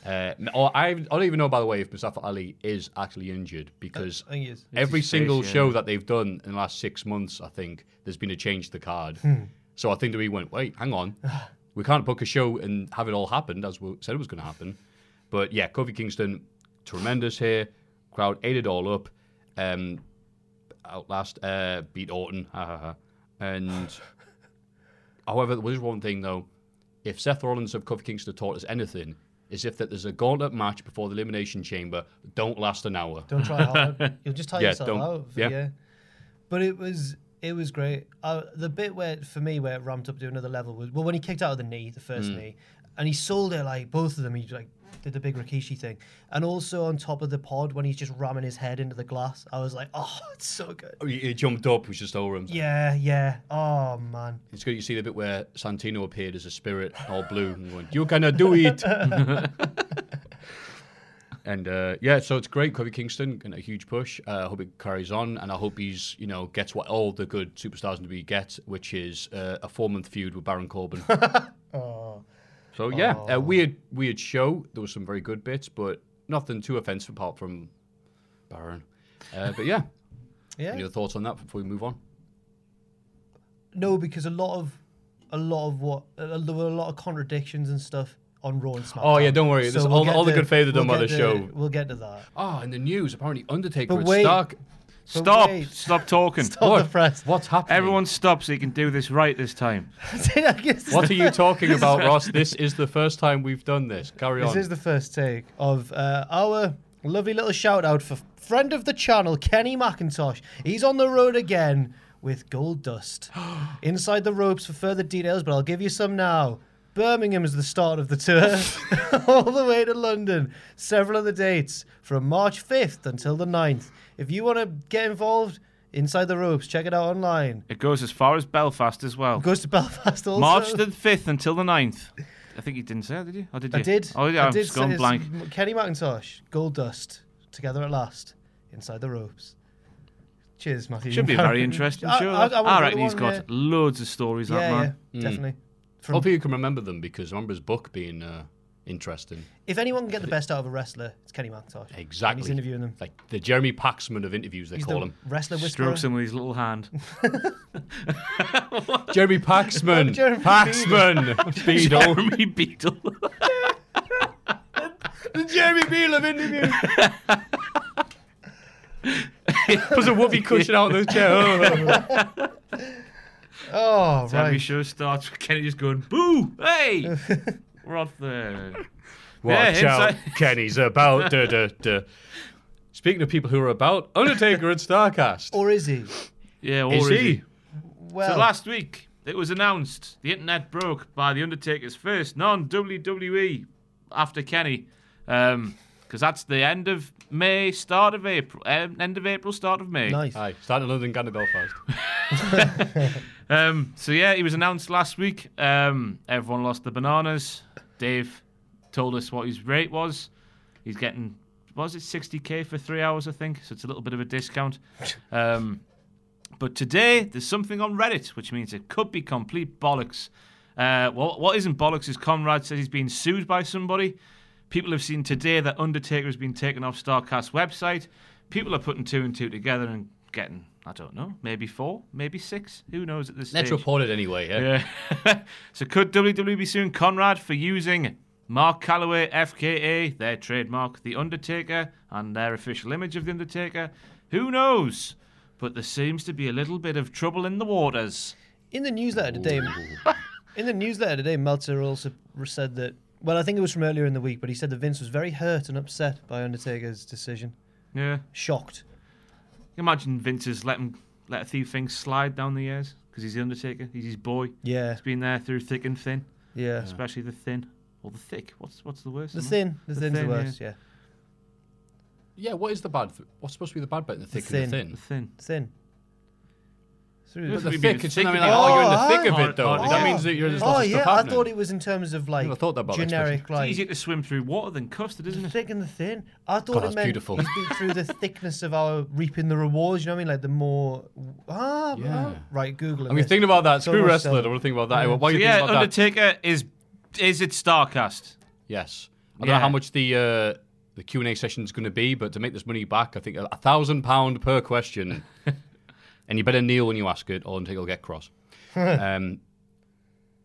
Speaker 3: Uh, n- or I, I don't even know, by the way, if Mustafa Ali is actually injured because
Speaker 4: I think he is. It's
Speaker 3: every
Speaker 5: his face,
Speaker 3: single
Speaker 5: yeah.
Speaker 3: show that they've done in the last six months, I think, there's been a change to the card. So I think that we went, wait, hang on. we can't book a show and have it all happen as we said it was going to happen. But yeah, Kofi Kingston, tremendous here. Crowd ate it all up. Um, outlast, uh, beat Orton. Ha, ha, ha. And however, there was one thing though. If Seth Rollins of Kofi Kingston taught us anything, is if that there's a gauntlet match before the elimination chamber, don't last an hour.
Speaker 4: Don't try
Speaker 3: [laughs]
Speaker 4: hard. You'll just tire
Speaker 3: Yeah,
Speaker 4: yourself
Speaker 3: don't-
Speaker 4: out.
Speaker 3: yeah.
Speaker 4: But it was it was great. Uh, the bit where for me where it ramped up to another level was well when he kicked out of the knee, the first
Speaker 3: Mm.
Speaker 4: knee, and he sold it like both of them. He like did the big Rikishi thing, and also on top of the pod when he's just ramming his head into the glass. I was like, [laughs] oh, it's so good.
Speaker 3: He, he jumped up, he was just over him.
Speaker 4: Yeah, yeah. Oh man.
Speaker 3: It's good you see the bit where Santino appeared as a spirit, all blue, and going, "You gonna do it?" [laughs] and uh, yeah, so it's great, Kofi Kingston, and a huge push. Uh, I hope it carries on, and I hope he's you know gets what all the good superstars in WWE get, which is uh, a four month feud with Baron
Speaker 4: [laughs]
Speaker 3: Corbin.
Speaker 4: Oh.
Speaker 3: So yeah, a weird weird show. There was some very good bits, but nothing too offensive apart from Baron. Uh, but yeah,
Speaker 4: [laughs] Yeah.
Speaker 3: any other thoughts on that before we move on?
Speaker 4: No, because a lot of a lot of what uh, there were a lot of contradictions and stuff on Raw and SmackDown.
Speaker 3: Oh, yeah, don't worry. There's all-
Speaker 4: get
Speaker 3: all the
Speaker 4: to-
Speaker 3: good faith of them
Speaker 4: we'll
Speaker 3: on
Speaker 4: get
Speaker 3: the
Speaker 4: to-
Speaker 3: show.
Speaker 4: We'll get to that.
Speaker 3: Oh, in the news, apparently Undertaker
Speaker 4: But
Speaker 3: and
Speaker 4: wait.
Speaker 3: Stark.
Speaker 5: Stop!
Speaker 4: wait.
Speaker 5: Stop talking.
Speaker 4: [laughs] Stop the press.
Speaker 3: What's happening?
Speaker 5: Everyone stop so you can do this right this time.
Speaker 4: I guess this
Speaker 3: What are you talking about, Ross? [laughs] This is the first time we've done this. Carry
Speaker 4: This
Speaker 3: on.
Speaker 4: is the first take of uh, our lovely little shout out for friend of the channel, Kenny McIntosh. He's on the road again with Gold Dust.
Speaker 3: [gasps]
Speaker 4: Inside the ropes for further details, but I'll give you some now. Birmingham is the start of the
Speaker 3: [laughs]
Speaker 4: tour, [laughs] all the way to London. Several of the dates from March 5th until the 9th. If you want to get involved, Inside the Ropes, check it out online.
Speaker 5: It goes as far as Belfast as well.
Speaker 4: Goes to Belfast also.
Speaker 5: March the 5th until the 9th. I think you didn't say that, did you? Or did you?
Speaker 4: I did.
Speaker 5: Oh, yeah,
Speaker 4: I
Speaker 5: I've
Speaker 4: did
Speaker 5: just gone
Speaker 4: say it's [laughs]
Speaker 5: blank.
Speaker 4: M- Kenny McIntosh, Gold Dust, together at last, inside the ropes. Cheers, Matthew.
Speaker 5: Should be a very interesting
Speaker 4: I-
Speaker 5: show.
Speaker 4: I- I
Speaker 5: that. I,
Speaker 4: would've
Speaker 5: reckon
Speaker 4: got
Speaker 5: he's
Speaker 4: one,
Speaker 5: got
Speaker 4: yeah.
Speaker 5: loads of stories,
Speaker 4: Yeah,
Speaker 5: that man.
Speaker 4: yeah,
Speaker 3: Mm.
Speaker 4: definitely. From,
Speaker 3: Hopefully you can remember them because I remember his book being uh, interesting.
Speaker 4: if anyone can get the best out of a wrestler, it's Kenny McIntosh. And
Speaker 3: Exactly.
Speaker 4: he's interviewing them.
Speaker 3: Like the Jeremy Paxman of interviews, they
Speaker 4: He's
Speaker 3: call
Speaker 4: the
Speaker 3: him.
Speaker 4: wrestler whisperer.
Speaker 5: Strokes him with his little hand.
Speaker 4: [laughs]
Speaker 3: Jeremy Paxman.
Speaker 4: [laughs] Jeremy
Speaker 3: Paxman. [laughs]
Speaker 5: [laughs]
Speaker 3: Beadle.
Speaker 5: Jeremy
Speaker 4: [laughs]
Speaker 5: Beadle.
Speaker 3: the Jeremy Beadle of interviews.
Speaker 5: [laughs]
Speaker 3: Puts a
Speaker 5: [laughs]
Speaker 3: whoopee cushion out of the chair. Oh.
Speaker 4: Oh,
Speaker 5: Every
Speaker 4: right.
Speaker 5: show starts with Kenny just going, boo!
Speaker 4: [laughs]
Speaker 5: Hey! We're off there.
Speaker 3: Watch
Speaker 5: Yeah,
Speaker 3: out, [laughs]
Speaker 5: inside-
Speaker 3: Kenny's about. Duh, duh, duh. Speaking of people who are about, Undertaker and Starcast.
Speaker 4: Or is he?
Speaker 5: Yeah, or
Speaker 3: Is
Speaker 5: is
Speaker 3: he?
Speaker 5: it?
Speaker 4: Well,
Speaker 5: So last week, it was announced the internet broke by The Undertaker's first non WWE after Kenny. Because that's the end of May, start of April. Um, end of April, start of May.
Speaker 4: nice.
Speaker 3: Aye, starting London, going to Belfast.
Speaker 5: Um, so yeah, he was announced last week. Um, everyone lost the bananas. Dave told us what his rate was. He's getting what was it 60k for three hours, I think. So it's a little bit of a discount. Um, but today there's something on Reddit, which means it could be complete bollocks. Uh, what what isn't bollocks is Conrad says he's been sued by somebody. People have seen today that Undertaker has been taken off Starcast's website. People are putting two and two together and getting, I don't know, maybe four, maybe six. Who knows at this stage?
Speaker 3: Let's report it anyway. Yeah.
Speaker 5: Yeah. [laughs] so could WWE be suing Conrad for using Mark Calloway, FKA, their trademark, The Undertaker, and their official image of The Undertaker? Who knows? But there seems to be a little bit of trouble in the waters.
Speaker 4: In the newsletter today, [laughs] in the newsletter today, Meltzer also said that. Well, I think it was from earlier in the week, but he said that Vince was very hurt and upset by Undertaker's decision.
Speaker 5: Yeah.
Speaker 4: Shocked.
Speaker 5: Imagine Vince has let him let a few things slide down the years because he's The Undertaker. He's his boy.
Speaker 4: Yeah.
Speaker 5: He's been there through thick and thin,
Speaker 4: Yeah.
Speaker 5: especially the thin. Or the thick. What's what's the worst?
Speaker 4: The
Speaker 5: one?
Speaker 4: thin. The thin's the
Speaker 5: thin,
Speaker 4: worst, yeah.
Speaker 3: Yeah, what is the bad? Th- what's supposed to be the bad bit? The thick
Speaker 4: thin.
Speaker 3: and the thin.
Speaker 5: The thin.
Speaker 4: Thin. Through
Speaker 5: Yes,
Speaker 3: The
Speaker 5: we mean
Speaker 3: thick.
Speaker 5: the
Speaker 3: It's I mean,
Speaker 5: thick
Speaker 3: like,
Speaker 5: and-
Speaker 3: oh, you're in
Speaker 4: Oh,
Speaker 3: the thick of
Speaker 5: oh,
Speaker 3: it, though.
Speaker 5: oh,
Speaker 3: that
Speaker 5: oh.
Speaker 3: means that you're just
Speaker 4: Oh
Speaker 3: lots of
Speaker 4: yeah,
Speaker 3: stuff
Speaker 4: I
Speaker 3: happening.
Speaker 4: thought it was in terms of like
Speaker 3: Never thought about that
Speaker 4: generic
Speaker 3: expression.
Speaker 4: like
Speaker 5: It's easier to swim through water than custard, isn't
Speaker 4: the
Speaker 5: it?
Speaker 4: thick and the thin. I thought
Speaker 3: that's
Speaker 4: it meant
Speaker 3: beautiful.
Speaker 4: he's been through the thickness of our reaping the rewards. You know what I mean? Like the more ah
Speaker 3: Yeah.
Speaker 4: right. Google.
Speaker 3: I mean, thinking about that,
Speaker 4: So
Speaker 3: screw
Speaker 4: much
Speaker 3: wrestling.
Speaker 4: stuff.
Speaker 3: I want to think about that. Why are you
Speaker 5: yeah,
Speaker 3: thinking about that?
Speaker 5: Undertaker is is it Starcast?
Speaker 3: Yes. I don't know
Speaker 5: Yeah.
Speaker 3: how much the uh, the Q and A session is going to be, but to make this money back, I think a thousand pound per
Speaker 5: [laughs]
Speaker 3: question, and you better kneel when you ask it, or until you'll get
Speaker 5: [laughs]
Speaker 3: cross. um,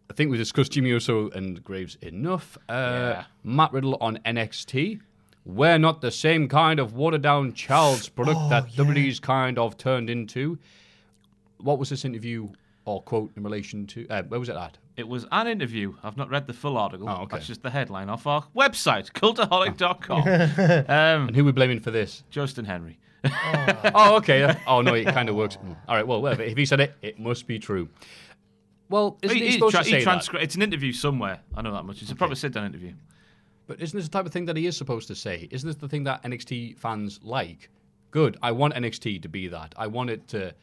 Speaker 3: I think we discussed Jimmy Uso and Graves enough. Uh,
Speaker 5: Yeah.
Speaker 3: Matt Riddle on NXT. We're not the same kind of watered down
Speaker 5: Oh,
Speaker 3: child's product that WWE's kind of turned into. What was this interview or quote in relation to? Uh, where was it at?
Speaker 5: It was an interview. I've not read the full article.
Speaker 3: Oh, okay.
Speaker 5: That's just the headline off our
Speaker 3: [laughs]
Speaker 5: website, cultaholic.com. um,
Speaker 3: And who are we blaming for this?
Speaker 5: [laughs] Justin Henry.
Speaker 3: oh, okay. Oh no,
Speaker 5: [laughs]
Speaker 3: it kind of works. Mm. All right. Well, whatever. If he said it, it must be true. Well, isn't
Speaker 5: He-
Speaker 3: he,
Speaker 5: he
Speaker 3: supposed
Speaker 5: tra-
Speaker 3: to
Speaker 5: he
Speaker 3: say that?
Speaker 5: transcri- It's an interview somewhere. I know that much. It's a proper sit down interview.
Speaker 3: But isn't this the type of thing that he is supposed to say? Isn't this the thing that NXT fans like? Good. I want NXT to be that. I want it to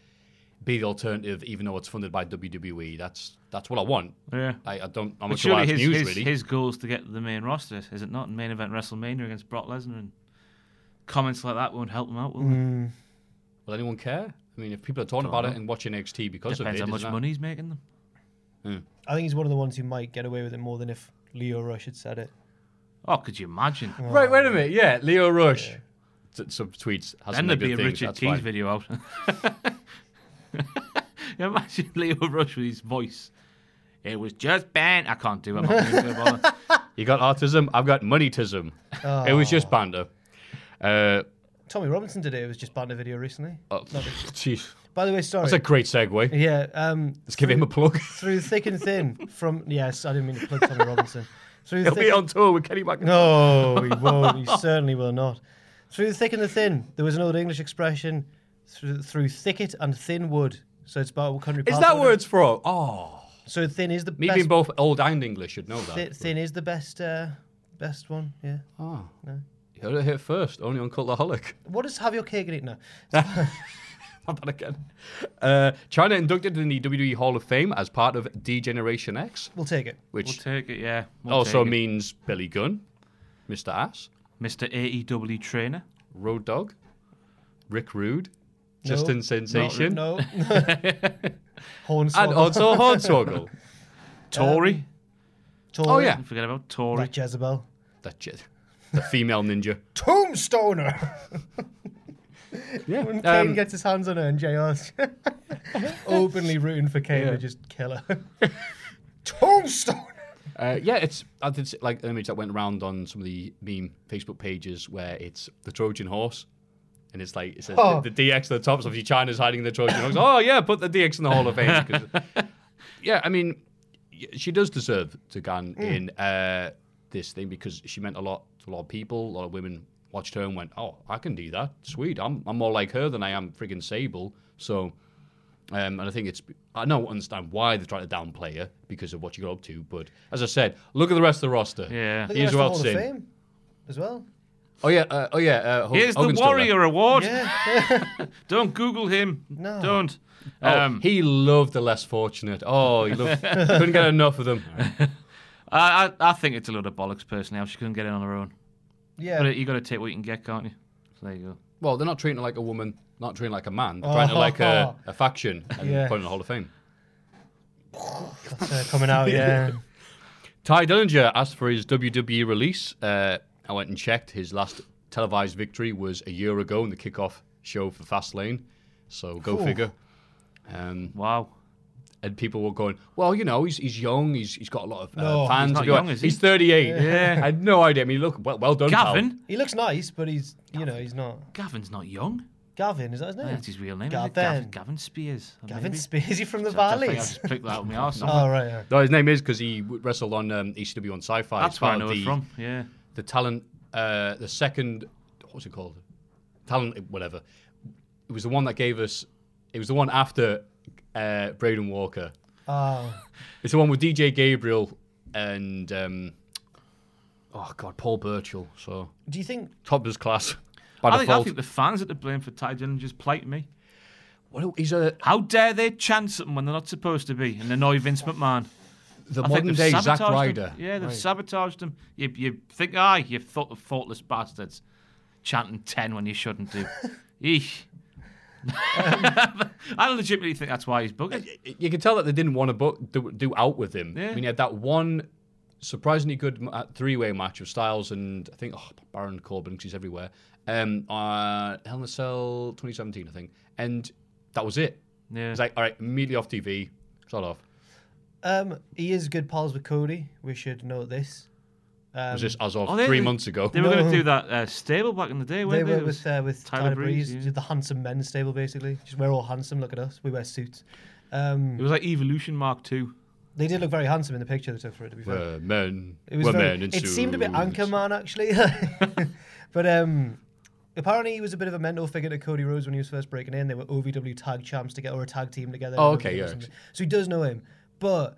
Speaker 3: be the alternative, even though it's funded by WWE. That's that's what I want.
Speaker 5: Yeah.
Speaker 3: I, I don't. I'm
Speaker 5: But
Speaker 3: not sure why
Speaker 5: surely
Speaker 3: it's
Speaker 5: his,
Speaker 3: news
Speaker 5: his,
Speaker 3: really.
Speaker 5: his goal is to get to the main roster, is it not? And Main event WrestleMania against Brock Lesnar and comments like that won't help him out, will
Speaker 3: Mm.
Speaker 5: they?
Speaker 3: Will anyone care? I mean, if people are talking about it and watching NXT because
Speaker 5: Depends how
Speaker 3: of it,
Speaker 5: much
Speaker 3: isn't that-
Speaker 5: money he's making them.
Speaker 4: I think he's one of the ones who might get away with it more than if Leo Rush had said it.
Speaker 5: Oh, could you imagine?
Speaker 3: Right. Wait a minute. Yeah, Leo Rush. S- Some tweets. has some
Speaker 5: Then there'd
Speaker 3: good
Speaker 5: be a
Speaker 3: things,
Speaker 5: Richard
Speaker 3: that's
Speaker 5: Keys
Speaker 3: fine.
Speaker 5: video out. [laughs] Imagine Leo Rush with his voice. It was just banned. I can't do it. I'm not even gonna bother.
Speaker 3: [laughs] You got autism. I've got moneytism. It was
Speaker 5: Oh.
Speaker 3: just banter. Uh,
Speaker 4: Tommy Robinson today was just banned a video recently.
Speaker 3: oh, jeez,
Speaker 4: By the way, sorry.
Speaker 3: that's a great segue.
Speaker 4: [laughs] yeah, um,
Speaker 3: Let's give him a
Speaker 5: [laughs]
Speaker 3: plug.
Speaker 4: through thick and thin. From yes, I didn't mean to plug
Speaker 3: [laughs]
Speaker 4: Tommy Robinson. Through
Speaker 3: He'll
Speaker 4: thick
Speaker 3: be
Speaker 4: and-
Speaker 3: on tour with Kenny Mac. [laughs]
Speaker 4: No, he won't. He certainly will not. Through the thick and the thin, there was an old English expression, through, through thicket and thin wood. So it's about what country.
Speaker 3: Is
Speaker 4: part
Speaker 3: that
Speaker 4: we're
Speaker 3: where
Speaker 4: in.
Speaker 3: it's from? Oh,
Speaker 4: So thin is the
Speaker 3: me
Speaker 4: best.
Speaker 3: being both old and English should know that.
Speaker 4: thi- thin is the best. Uh, best one. Yeah.
Speaker 3: Oh. You heard it here first, only on Cultaholic. [laughs]
Speaker 4: What does have your cake and eat now?
Speaker 3: Not that again. Uh, China inducted in the WWE Hall of Fame as part of D Generation X,
Speaker 4: We'll take it.
Speaker 5: We'll
Speaker 3: which
Speaker 5: take it, yeah. We'll
Speaker 3: also
Speaker 5: take it.
Speaker 3: means Billy Gunn, Mr. Ass,
Speaker 5: Mr. AEW E trainer.
Speaker 3: Road Dog, Rick Rude, Justin Sensation, [laughs]
Speaker 4: No. no. Hornswoggle.
Speaker 3: and also Hornswoggle. Uh,
Speaker 5: Tory.
Speaker 3: [laughs]
Speaker 4: Tall,
Speaker 3: Oh yeah,
Speaker 5: Don't forget about Tory.
Speaker 4: Like Jezebel.
Speaker 3: that j- the female ninja.
Speaker 4: Tombstoner.
Speaker 3: Yeah,
Speaker 4: When Kane gets his hands on her and
Speaker 3: [laughs]
Speaker 4: JR's [laughs] openly rooting for Kane to just kill her.
Speaker 3: [laughs]
Speaker 4: Tombstoner.
Speaker 3: uh, yeah. It's I did see, like an image that went around on some of the meme Facebook pages where it's the Trojan horse, and it's like it says
Speaker 4: Oh.
Speaker 3: the, the DX at the top. So obviously, China's hiding the Trojan horse. Oh yeah, put the DX in the Hall of [laughs] Fame. 'cause- yeah, I mean, y- she does deserve to go
Speaker 4: Hmm.
Speaker 3: on in uh, this thing because she meant a lot to a lot of people. A lot of women watched her and went, "Oh, I can do that. Sweet. I'm I'm more like her than I am friggin' Sable." So. Um, and I think it's, I don't understand why they're trying to downplay her because of what you got up to. But as I said, look at the rest of the roster.
Speaker 5: Yeah.
Speaker 4: Look at
Speaker 3: Here's
Speaker 4: the
Speaker 3: who
Speaker 4: rest
Speaker 3: else
Speaker 4: of Hall of
Speaker 3: in.
Speaker 4: Fame as well.
Speaker 3: Oh, yeah. Uh, oh, yeah. Uh, Ho-
Speaker 5: Here's the
Speaker 3: Hogan's still there.
Speaker 5: Warrior Award.
Speaker 4: Yeah.
Speaker 5: [laughs]
Speaker 3: [laughs]
Speaker 5: Don't Google him.
Speaker 4: No.
Speaker 5: Don't.
Speaker 3: Oh,
Speaker 5: Um,
Speaker 3: he loved the less fortunate. Oh, he
Speaker 5: [laughs]
Speaker 3: loved, couldn't get enough of them.
Speaker 5: I, I, I think it's a load of bollocks, personally. How she couldn't get in on her own.
Speaker 4: yeah.
Speaker 5: But you got to take what you can get, can't you? So there you go.
Speaker 3: Well, they're not treating her like a woman, not treating her like a man. They're treating her like
Speaker 5: Oh.
Speaker 3: a, a faction and
Speaker 4: Yeah.
Speaker 3: putting her in the Hall of Fame.
Speaker 4: Uh, coming
Speaker 5: [laughs]
Speaker 4: out, yeah.
Speaker 3: Ty Dillinger asked for his WWE release. Uh, I went and checked. His last televised victory was a year ago in the kickoff show for Fastlane. So go figure. Um,
Speaker 5: Wow.
Speaker 3: and people were going, well, you know, he's he's young, he's he's got a lot of uh,
Speaker 4: No.
Speaker 3: fans.
Speaker 5: He's not
Speaker 3: They go,
Speaker 5: young, is he?
Speaker 3: He's 38.
Speaker 5: Yeah.
Speaker 3: [laughs] I had no idea. I mean, look, well, well done, pal.
Speaker 5: Gavin?
Speaker 4: He looks nice, but he's, you know, he's not.
Speaker 5: Gavin's not young.
Speaker 4: Gavin, is that his name?
Speaker 5: That's his real name.
Speaker 4: Oh,
Speaker 5: Gavin.
Speaker 4: Gavin.
Speaker 5: It? Gavin, Gavin Spears. or
Speaker 4: Gavin
Speaker 5: maybe.
Speaker 4: Spears. Is he from the
Speaker 5: I think I
Speaker 4: Valleys?
Speaker 5: just picked that out of my arse.
Speaker 4: [laughs] Oh, right. Yeah.
Speaker 3: No, his name is because he w- wrestled on um, ECW on Sci-Fi.
Speaker 5: That's
Speaker 3: It's
Speaker 5: where I
Speaker 3: part
Speaker 5: know
Speaker 3: of
Speaker 5: it
Speaker 3: the,
Speaker 5: from. Yeah.
Speaker 3: The talent, uh, the second, what's it called? Talent, whatever. It was the one that gave us. It was the one after uh, Braden Walker.
Speaker 4: Oh,
Speaker 3: It's the one with DJ Gabriel and um, oh god, Paul Burchill. So
Speaker 4: do you think.
Speaker 3: top of his class. By
Speaker 5: I think, I
Speaker 3: default,
Speaker 5: think the fans are to blame for Ty Dillinger's plight, me.
Speaker 3: Well, he's a
Speaker 5: How dare they chance at them when they're not supposed to be and annoy Vince McMahon?
Speaker 3: the
Speaker 5: I think
Speaker 3: modern
Speaker 5: they've
Speaker 3: day Zack
Speaker 5: sabotaged him.
Speaker 3: Ryder.
Speaker 5: Yeah, they've sabotaged him. You, you think, ah, you thought thoughtless bastards chanting 10 when you
Speaker 4: [laughs]
Speaker 5: shouldn't do. Eesh. [laughs] I legitimately think that's why he's buggered.
Speaker 3: You can tell that they didn't want to book, do, do out with him.
Speaker 5: Yeah.
Speaker 3: I mean, he had that one surprisingly good three way match of Styles and I think oh, Baron Corbin because he's everywhere. Um, uh, Hell in a Cell 2017, I think, and that was it.
Speaker 5: Yeah.
Speaker 3: It's like all right, immediately off TV, sort off.
Speaker 4: Um, he is good pals with Cody. We should note this. Um,
Speaker 3: was this as of
Speaker 5: Oh,
Speaker 3: three months ago?
Speaker 5: They were going to do that uh, stable back in the day,
Speaker 4: they
Speaker 5: weren't they?
Speaker 4: were
Speaker 5: It was
Speaker 4: with uh, with
Speaker 5: Tyler
Speaker 4: Tyler,
Speaker 5: Breeze,
Speaker 4: Breeze,
Speaker 5: yeah.
Speaker 4: the handsome men's stable, basically. Just we're all handsome. Look at us. We wear suits. Um,
Speaker 5: It was like Evolution Mark II.
Speaker 4: they did look very handsome in the picture they took for it. To be fair,
Speaker 3: We're men.
Speaker 4: It was
Speaker 3: we're
Speaker 4: very,
Speaker 3: men. in
Speaker 4: It seemed a bit
Speaker 3: suits.
Speaker 4: Anchorman actually, [laughs] but um, apparently he was a bit of a mentor figure to Cody Rhodes when he was first breaking in. They were OVW tag champs together or a tag team together.
Speaker 3: Oh,
Speaker 4: in
Speaker 3: okay,
Speaker 4: OVW or
Speaker 3: yeah.
Speaker 4: something. So he does know him, but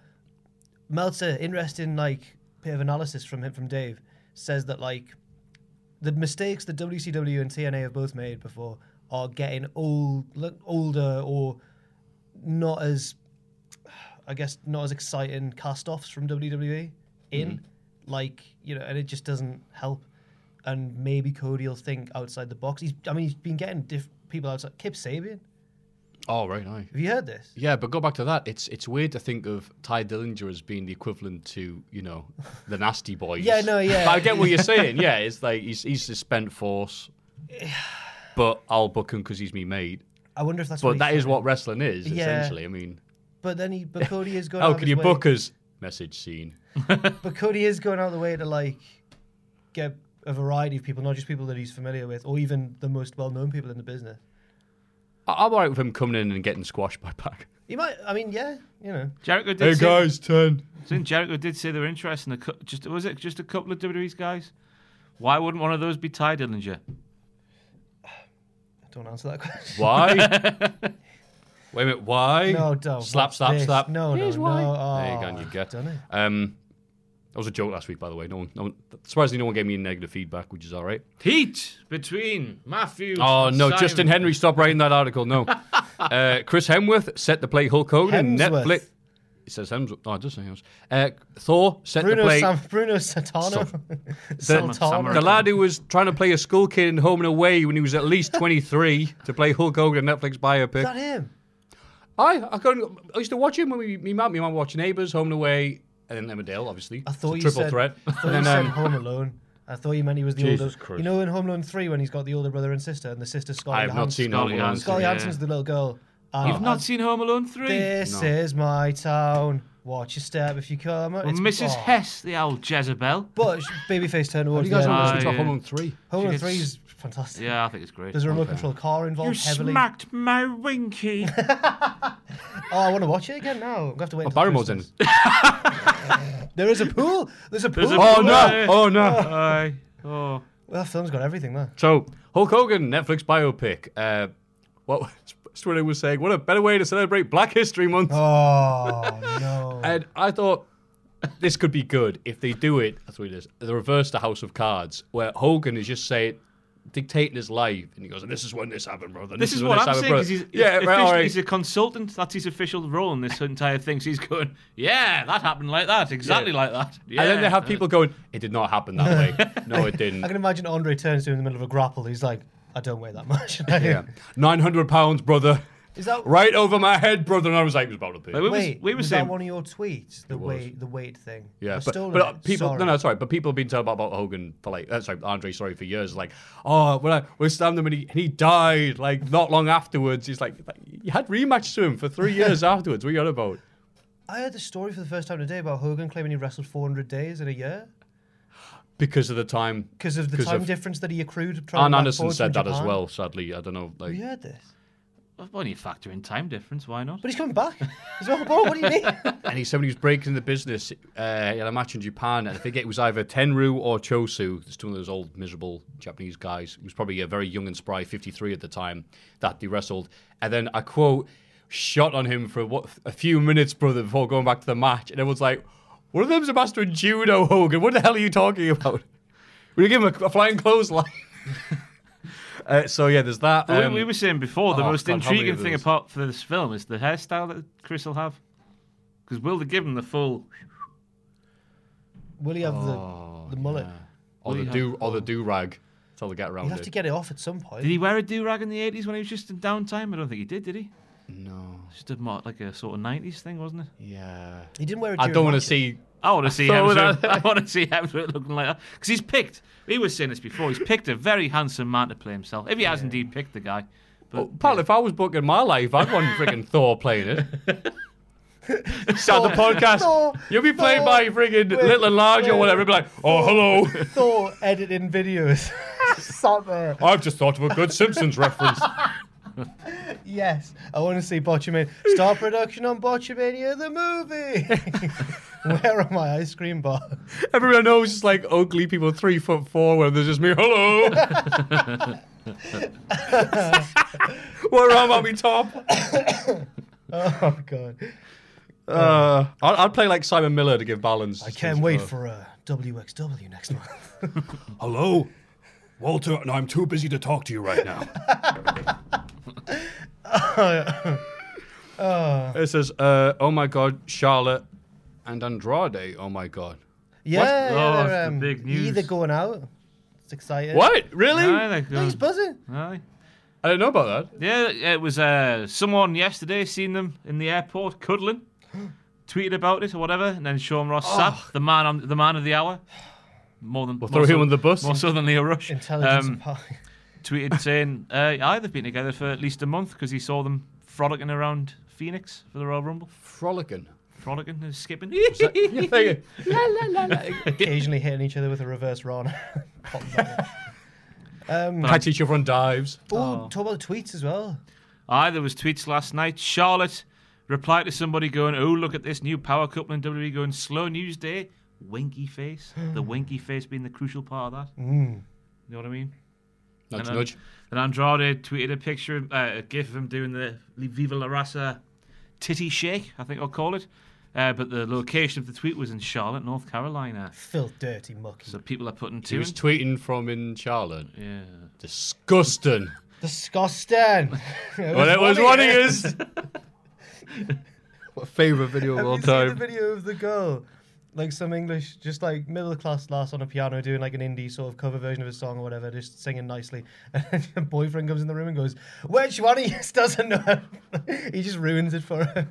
Speaker 4: Meltzer, interesting like bit of analysis from him from Dave says that like the mistakes that WCW and TNA have both made before are getting old, look, older or not as I guess not as exciting cast-offs from WWE in
Speaker 3: Mm-hmm.
Speaker 4: like you know, and it just doesn't help. And maybe Cody will think outside the box. He's, I mean, he's been getting diff- people outside. Kip Sabian,
Speaker 3: Oh right, aye.
Speaker 4: have you heard this?
Speaker 3: Yeah, but go back to that. It's it's weird to think of Ty Dillinger as being the equivalent to you know the Nasty Boys.
Speaker 4: Yeah, no, yeah.
Speaker 3: But I get what you're saying. Yeah, it's like he's he's the spent force, but I'll book him because he's me mate.
Speaker 4: I wonder if that's.
Speaker 3: But
Speaker 4: what
Speaker 3: that
Speaker 4: he's
Speaker 3: is
Speaker 4: thinking.
Speaker 3: what wrestling is
Speaker 4: Yeah.
Speaker 3: essentially. I mean,
Speaker 4: But then
Speaker 3: [laughs]
Speaker 4: he, but Cody is going.
Speaker 3: how
Speaker 4: out of
Speaker 3: can
Speaker 4: his
Speaker 3: you
Speaker 4: way-
Speaker 3: book us? Message scene.
Speaker 4: But Cody is going out of the way to like get a variety of people, not just people that he's familiar with, or even the most well-known people in the business.
Speaker 3: I- I'm alright with him coming in and getting squashed by Pac.
Speaker 4: He might. I mean, yeah, you know.
Speaker 5: Jericho did
Speaker 3: Hey
Speaker 5: say,
Speaker 3: guys, ten.
Speaker 5: Didn't Jericho did say they were interested in a cou- just was it just a couple of WWE's guys? Why wouldn't one of those be Ty Dillinger?
Speaker 4: Don't answer that [laughs]
Speaker 3: [laughs]
Speaker 4: question.
Speaker 3: Why? Wait a minute. Why?
Speaker 4: No, don't.
Speaker 3: Slap,
Speaker 4: What's
Speaker 3: slap,
Speaker 4: this?
Speaker 3: slap.
Speaker 4: No,
Speaker 3: Here's
Speaker 4: no,
Speaker 3: why.
Speaker 4: no.
Speaker 3: There you go.
Speaker 4: Oh,
Speaker 3: And you get.
Speaker 4: done it.
Speaker 3: Um, that was a joke last week, by the way. No one, no one, surprisingly, no one gave me any negative feedback, which is all right.
Speaker 5: Heat between Matthews.
Speaker 3: Oh
Speaker 5: and
Speaker 3: no,
Speaker 5: Simon.
Speaker 3: Justin Henry, stop writing that article. No, uh, Chris Hemsworth set to play Hulk Hogan.
Speaker 4: Hemsworth.
Speaker 3: Netflix. It says Hemsworth. Oh, it does say Hemsworth. Uh, Thor set to
Speaker 4: Bruno
Speaker 3: play.
Speaker 4: Sam, Bruno [laughs] Satano.
Speaker 3: Sam-
Speaker 4: Sultano.
Speaker 3: the lad who was trying to play a school kid in Home and Away when he was at least 23 to play Hulk Hogan in Netflix biopic.
Speaker 4: Is that him?
Speaker 3: I I, couldn't, I used to watch him when we me mum me mum watched Neighbours, Home and Away, and then Emmerdale, obviously.
Speaker 4: I thought
Speaker 3: It's
Speaker 4: you
Speaker 3: a triple
Speaker 4: said,
Speaker 3: threat.
Speaker 4: I thought
Speaker 3: [laughs]
Speaker 4: you
Speaker 3: And then,
Speaker 4: said
Speaker 3: um,
Speaker 4: Home Alone. I thought you meant he was the
Speaker 3: Jesus
Speaker 4: older.
Speaker 3: Christ.
Speaker 4: You know, in Home Alone three, when he's got the older brother and sister, and the sister Scarlett
Speaker 3: I have not
Speaker 4: Johansson-
Speaker 3: seen Home
Speaker 5: Scarlett
Speaker 3: Alone.
Speaker 5: Johansson.
Speaker 4: Scarlett
Speaker 5: Yeah.
Speaker 4: Johansson's the little girl. And
Speaker 5: You've not seen Home Alone three.
Speaker 4: This is my town. Watch your step if you come. It's
Speaker 5: Mrs.
Speaker 4: oh.
Speaker 5: Hess, the old Jezebel.
Speaker 4: But she- babyface turned
Speaker 3: Have
Speaker 4: towards
Speaker 3: you
Speaker 4: the
Speaker 3: guys
Speaker 4: end.
Speaker 3: not
Speaker 5: Ah,
Speaker 3: listened to
Speaker 5: yeah.
Speaker 3: Home Alone 3?
Speaker 4: Home Alone
Speaker 5: She
Speaker 4: three
Speaker 5: gets-
Speaker 4: is fantastic.
Speaker 5: Yeah, I think it's great. Oh,
Speaker 4: There's a remote control car involved
Speaker 5: you
Speaker 4: heavily.
Speaker 5: smacked
Speaker 4: [laughs]
Speaker 5: my winky.
Speaker 4: Oh, I want to watch it again now. I'm gonna have to wait.
Speaker 3: Oh,
Speaker 4: until
Speaker 3: Barrymore's in it.
Speaker 5: [laughs]
Speaker 4: Christmas. There is a pool. There's a pool.
Speaker 5: There's a
Speaker 3: Oh,
Speaker 5: pool.
Speaker 3: no! Oh, no!
Speaker 5: Aye. Oh.
Speaker 4: Well, that film's got everything there.
Speaker 3: So, Hulk Hogan, Netflix biopic. Uh, what [laughs] Twitter was saying, what a better way to celebrate Black History Month.
Speaker 4: Oh no.
Speaker 3: And I thought this could be good if they do it. That's what it is. The reverse to House of Cards, where Hogan is just saying, dictating his life, and he goes, "And this is when this happened, brother. and
Speaker 5: This is
Speaker 3: when
Speaker 5: what
Speaker 3: this
Speaker 5: I'm
Speaker 3: happened,
Speaker 5: saying because he's,
Speaker 3: brother." yeah,
Speaker 5: offici-
Speaker 3: right, all right.
Speaker 5: he's a consultant. That's his official role in this entire thing. So he's going, yeah, that happened like that, exactly
Speaker 3: Yeah.
Speaker 5: like that. Yeah.
Speaker 3: And then they have people going, "It did not happen that
Speaker 4: [laughs]
Speaker 3: way. No, it didn't."
Speaker 4: I can imagine Andre turns to him in the middle of a grapple. He's like, I don't weigh that much.
Speaker 3: [laughs] yeah, nine hundred pounds, brother.
Speaker 4: Is that
Speaker 3: Right over my head, brother. And I was like, "It was about to be."
Speaker 5: Like, we,
Speaker 4: Wait,
Speaker 5: was, we were
Speaker 4: was
Speaker 5: saying,
Speaker 4: that one of your tweets? The
Speaker 3: was.
Speaker 4: weight, the weight thing.
Speaker 3: Yeah,
Speaker 4: I've
Speaker 3: but,
Speaker 4: stolen
Speaker 3: but uh,
Speaker 4: it,
Speaker 3: people,
Speaker 4: sorry.
Speaker 3: no, no, sorry, but people have been told about, about Hogan for like, uh, sorry, Andre, sorry, for years. Like, oh, when I we slammed him and he, and he died, like, not long afterwards. He's like, like, you had rematch to him for
Speaker 4: [laughs]
Speaker 3: three years afterwards. What are you on about?
Speaker 4: I heard the story for the first time today about Hogan claiming he wrestled 400 days in a year
Speaker 3: Because of the time.
Speaker 4: because of the
Speaker 3: 'Cause
Speaker 4: time
Speaker 3: of-
Speaker 4: difference that he accrued. traveling
Speaker 3: Arn
Speaker 4: back
Speaker 3: Anderson
Speaker 4: forwards from
Speaker 3: said that as
Speaker 4: Japan.
Speaker 3: well, sadly. I don't know. Like,
Speaker 4: Have you heard this?
Speaker 5: when you factor in time difference, why not?
Speaker 4: But he's coming back. He's like, bro, what do you mean?
Speaker 3: [laughs] And he's somebody who's breaking the business. Uh, he had a match in Japan, and I think it was either Tenru or Chosu. It's one of those old, miserable Japanese guys. He was probably a very young and spry 53 at the time that he wrestled. And then I quote, shot on him for what a few minutes, brother, before going back to the match. And everyone's like, one of them's a master in judo, Hogan. What the hell are you talking about? [laughs] We're going to give him a, a flying clothesline. [laughs] uh, so, yeah, there's that.
Speaker 5: But we-
Speaker 3: Um,
Speaker 5: we, were saying before the
Speaker 3: oh,
Speaker 5: most
Speaker 3: God, how many
Speaker 5: intriguing
Speaker 3: of
Speaker 5: thing
Speaker 3: those?
Speaker 5: apart for this film is the hairstyle that Chris will have. Because will they give him the full?
Speaker 4: Will he have
Speaker 3: Oh,
Speaker 4: the, the mullet?
Speaker 3: or, the do, or the do rag. That's how they get around
Speaker 4: He'll have
Speaker 3: it.
Speaker 4: to get it off at some point.
Speaker 5: Did he wear a do rag in the eighties when he was just in downtime? I don't think he did. Did he?
Speaker 3: no.
Speaker 5: Just a, mo- like a sort of nineties thing, wasn't it?
Speaker 3: Yeah.
Speaker 4: He didn't wear it
Speaker 3: I
Speaker 4: during
Speaker 3: don't want to
Speaker 4: matches.
Speaker 3: see
Speaker 5: [laughs] I want to see
Speaker 3: thought
Speaker 5: Hemsworth.
Speaker 3: that-
Speaker 5: I want to see Hemsworth [laughs] looking like that because he's picked. He was saying this before. He's picked a very handsome man to play himself. If he has indeed picked the guy, but
Speaker 3: Well, Pal, if I was booking my life, I'd want
Speaker 4: [laughs]
Speaker 3: friggin' Thor playing it. Start the podcast.
Speaker 4: Thor,
Speaker 3: You'll be played
Speaker 4: Thor,
Speaker 3: by friggin'
Speaker 4: with
Speaker 3: Little and Large or
Speaker 4: Thor.
Speaker 3: whatever. Be like, oh, hello.
Speaker 4: [laughs] Thor editing videos. Sat there.
Speaker 3: I've just thought of a good Simpsons
Speaker 4: [laughs]
Speaker 3: reference.
Speaker 4: Yes, I want to see Botchamania. Start production on Botchamania the movie. [laughs] Where are my ice cream bars? [laughs]
Speaker 3: Everyone knows it's like ugly people three foot four where there's just me,
Speaker 4: [laughs]
Speaker 3: hello. [laughs] Where am I, me
Speaker 4: [laughs]
Speaker 3: top?
Speaker 4: Oh God!
Speaker 3: Uh, I'd, I'd play like Simon Miller to give balance.
Speaker 4: I can't wait for uh, a WXW next month.
Speaker 3: Hello, Walter, and I'm too busy to talk to you right now. [laughs] It says, uh, "Oh my God, Charlotte and Andrade. Oh my God,
Speaker 4: Yeah, yeah
Speaker 5: Oh,
Speaker 4: they're,
Speaker 5: it's the
Speaker 4: um,
Speaker 5: big
Speaker 4: Either
Speaker 5: news.
Speaker 4: going out. It's exciting.
Speaker 3: what? Really?
Speaker 5: Aye, like,
Speaker 4: No,
Speaker 5: uh,
Speaker 4: he's buzzing.
Speaker 5: aye.
Speaker 3: I didn't know about that.
Speaker 5: Yeah, it was uh, someone yesterday seen them in the airport cuddling, tweeted about it or whatever, and then Sean Ross Sapp, the man on the man of the hour, more than
Speaker 3: We'll
Speaker 5: more
Speaker 3: throw him
Speaker 5: so-
Speaker 3: on the bus.
Speaker 5: more so than Leo Rush,
Speaker 4: Intelligence.
Speaker 5: um,
Speaker 4: pie.
Speaker 5: tweeted saying, uh, "Aye, they've been together for at least a month because he saw them frolicking around Phoenix for the Royal Rumble,
Speaker 3: Frolicking.
Speaker 5: frolicking and skipping."
Speaker 4: [laughs] Occasionally hitting each other with a reverse Ron.
Speaker 3: Catch each other on dives.
Speaker 4: [laughs] oh, talk about the tweets as well.
Speaker 5: Aye, there was tweets last night. Charlotte replied to somebody going, "Oh, look at this new power couple in WWE going slow news day."
Speaker 3: [gasps]
Speaker 5: Winky face. the winky face being the crucial part of that. Mm. You know what I mean?
Speaker 3: Nudge,
Speaker 5: And, um,
Speaker 3: nudge.
Speaker 5: Then Andrade tweeted a picture, of- uh, a gif of him doing the Viva La Raza titty shake, I think I'll call it. Uh, but the location of the tweet was in Charlotte, North Carolina.
Speaker 4: Filth, dirty, mucky.
Speaker 5: So people are putting
Speaker 3: He
Speaker 5: two.
Speaker 3: was
Speaker 5: and-
Speaker 3: tweeting from in Charlotte.
Speaker 5: yeah.
Speaker 3: Disgusting.
Speaker 4: Disgusting. it
Speaker 3: Well, it was
Speaker 4: one
Speaker 3: one of
Speaker 4: ear. [laughs]
Speaker 3: his. My favorite video of
Speaker 4: Have
Speaker 3: all
Speaker 4: you seen
Speaker 3: time.
Speaker 4: the video of the girl, like some English, just like middle class lass on a piano doing like an indie sort of cover version of a song or whatever, just singing nicely. [laughs] And then her boyfriend comes in the room and goes, "Which one of you [laughs] doesn't know?" how to-" [laughs] he just ruins it for her.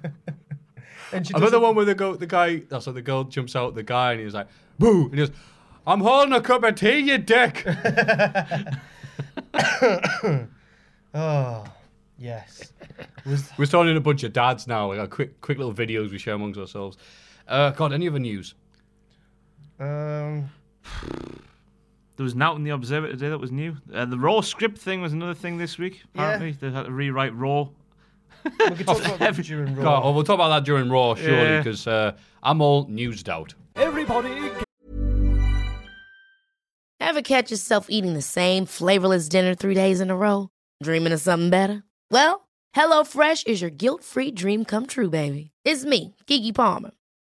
Speaker 4: [laughs] and she
Speaker 3: I bet the
Speaker 4: doesn't-
Speaker 3: one where the go the guy that's like the girl jumps out the guy and he's like, boo, and he goes, I'm holding a cup of tea, you [laughs] dick.
Speaker 4: Oh, yes. Was
Speaker 3: We're starting a bunch of dads now, like our quick quick little videos we share amongst ourselves. Uh, God, any other news?
Speaker 4: um.
Speaker 5: There was Nout in the Observer today that was new. Uh, the Raw script thing was another thing this week, apparently. They had to rewrite Raw
Speaker 4: We
Speaker 3: [laughs] Oh,
Speaker 4: could talk about that during
Speaker 3: God,
Speaker 4: Raw.
Speaker 3: oh, we'll talk about that during Raw, surely,
Speaker 5: Yeah.
Speaker 3: because uh, I'm all newsed out.
Speaker 2: Everybody
Speaker 6: Ever catch yourself eating the same flavorless dinner three days in a row? Dreaming of something better? Well, HelloFresh is your guilt free dream come true, baby. It's me, Gigi Palmer.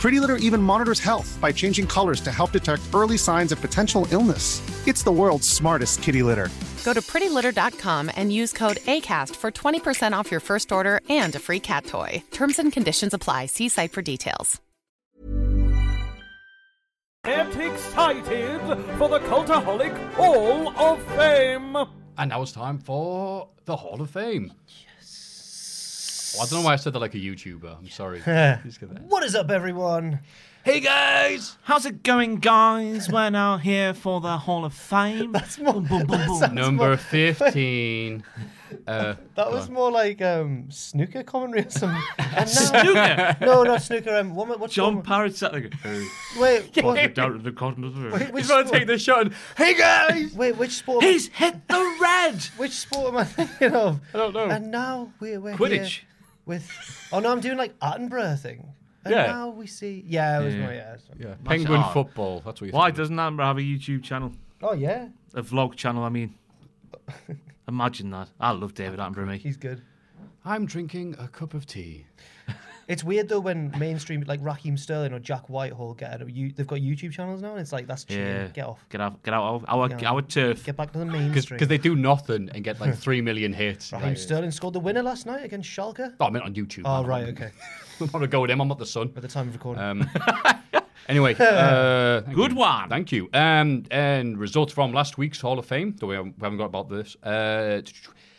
Speaker 7: Pretty Litter even monitors health by changing colors to help detect early signs of potential illness. It's the world's smartest kitty litter.
Speaker 8: Go to prettylitter.com and use code ACAST for 20% off your first order and a free cat toy. Terms and conditions apply. See site for details.
Speaker 2: get excited for the Cultaholic Hall of Fame.
Speaker 3: And now it's time for the Hall of Fame. Yes. I don't know why I said that like a YouTuber. I'm [laughs] sorry. Just get that.
Speaker 4: What is up, everyone?
Speaker 3: hey guys!
Speaker 5: How's it going, guys? We're now here for the Hall of Fame. That's more, boom, boom, boom, boom.
Speaker 3: Number [laughs] 15. Uh,
Speaker 4: That was more like um, snooker commentary
Speaker 3: [laughs]
Speaker 4: or something. And now-
Speaker 5: [laughs] Snooker.
Speaker 4: no, not snooker. Um, what, what's
Speaker 5: John
Speaker 4: the-
Speaker 5: Parrott sat there. going,
Speaker 3: [laughs]
Speaker 4: Wait, what-
Speaker 5: "Hey, down to the cotton of the room."
Speaker 4: which
Speaker 3: He's going to
Speaker 4: sport-
Speaker 3: take the shot and, hey guys!
Speaker 4: Wait, which sport?
Speaker 5: He's hit the red.
Speaker 4: Which sport am I thinking of? I
Speaker 3: don't know.
Speaker 4: And now we're, we're
Speaker 5: [laughs] Quidditch.
Speaker 4: Here. with. Oh no, I'm doing like Attenborough thing. And
Speaker 3: Yeah.
Speaker 4: now we see. Yeah, it was
Speaker 5: Yeah.
Speaker 4: my yeah. it's-
Speaker 3: Yeah, penguin
Speaker 5: Oh.
Speaker 3: football. That's what you.
Speaker 5: Why doesn't Amber have a YouTube channel?
Speaker 4: Oh yeah,
Speaker 5: A vlog channel,
Speaker 4: [laughs]
Speaker 5: I mean. Imagine that. I love David Attenborough, mate.
Speaker 4: he's good.
Speaker 3: I'm drinking a cup of tea.
Speaker 4: It's weird though when mainstream like Raheem Sterling or Jack Whitehall get out of you. They've got YouTube channels now, and it's like that's cheating.
Speaker 5: Yeah.
Speaker 4: Get off.
Speaker 5: Get out, get out of our,
Speaker 4: Yeah.
Speaker 5: our turf.
Speaker 4: Get back to the mainstream.
Speaker 3: Because they do nothing and get like three million
Speaker 4: [laughs]
Speaker 3: hits.
Speaker 4: Raheem
Speaker 3: Like,
Speaker 4: Sterling scored the winner last night against Schalke.
Speaker 3: Oh, I meant on YouTube.
Speaker 4: Oh
Speaker 3: man.
Speaker 4: right, okay.
Speaker 3: I'm [laughs] not a go with him. I'm not the
Speaker 4: [laughs]
Speaker 3: son.
Speaker 4: At the time of recording.
Speaker 3: Um,
Speaker 4: [laughs]
Speaker 3: anyway, uh, thank
Speaker 5: Good
Speaker 3: you.
Speaker 5: one.
Speaker 3: Thank you. Um, and results from last week's Hall of Fame. Though we haven't, we haven't got about this. Uh,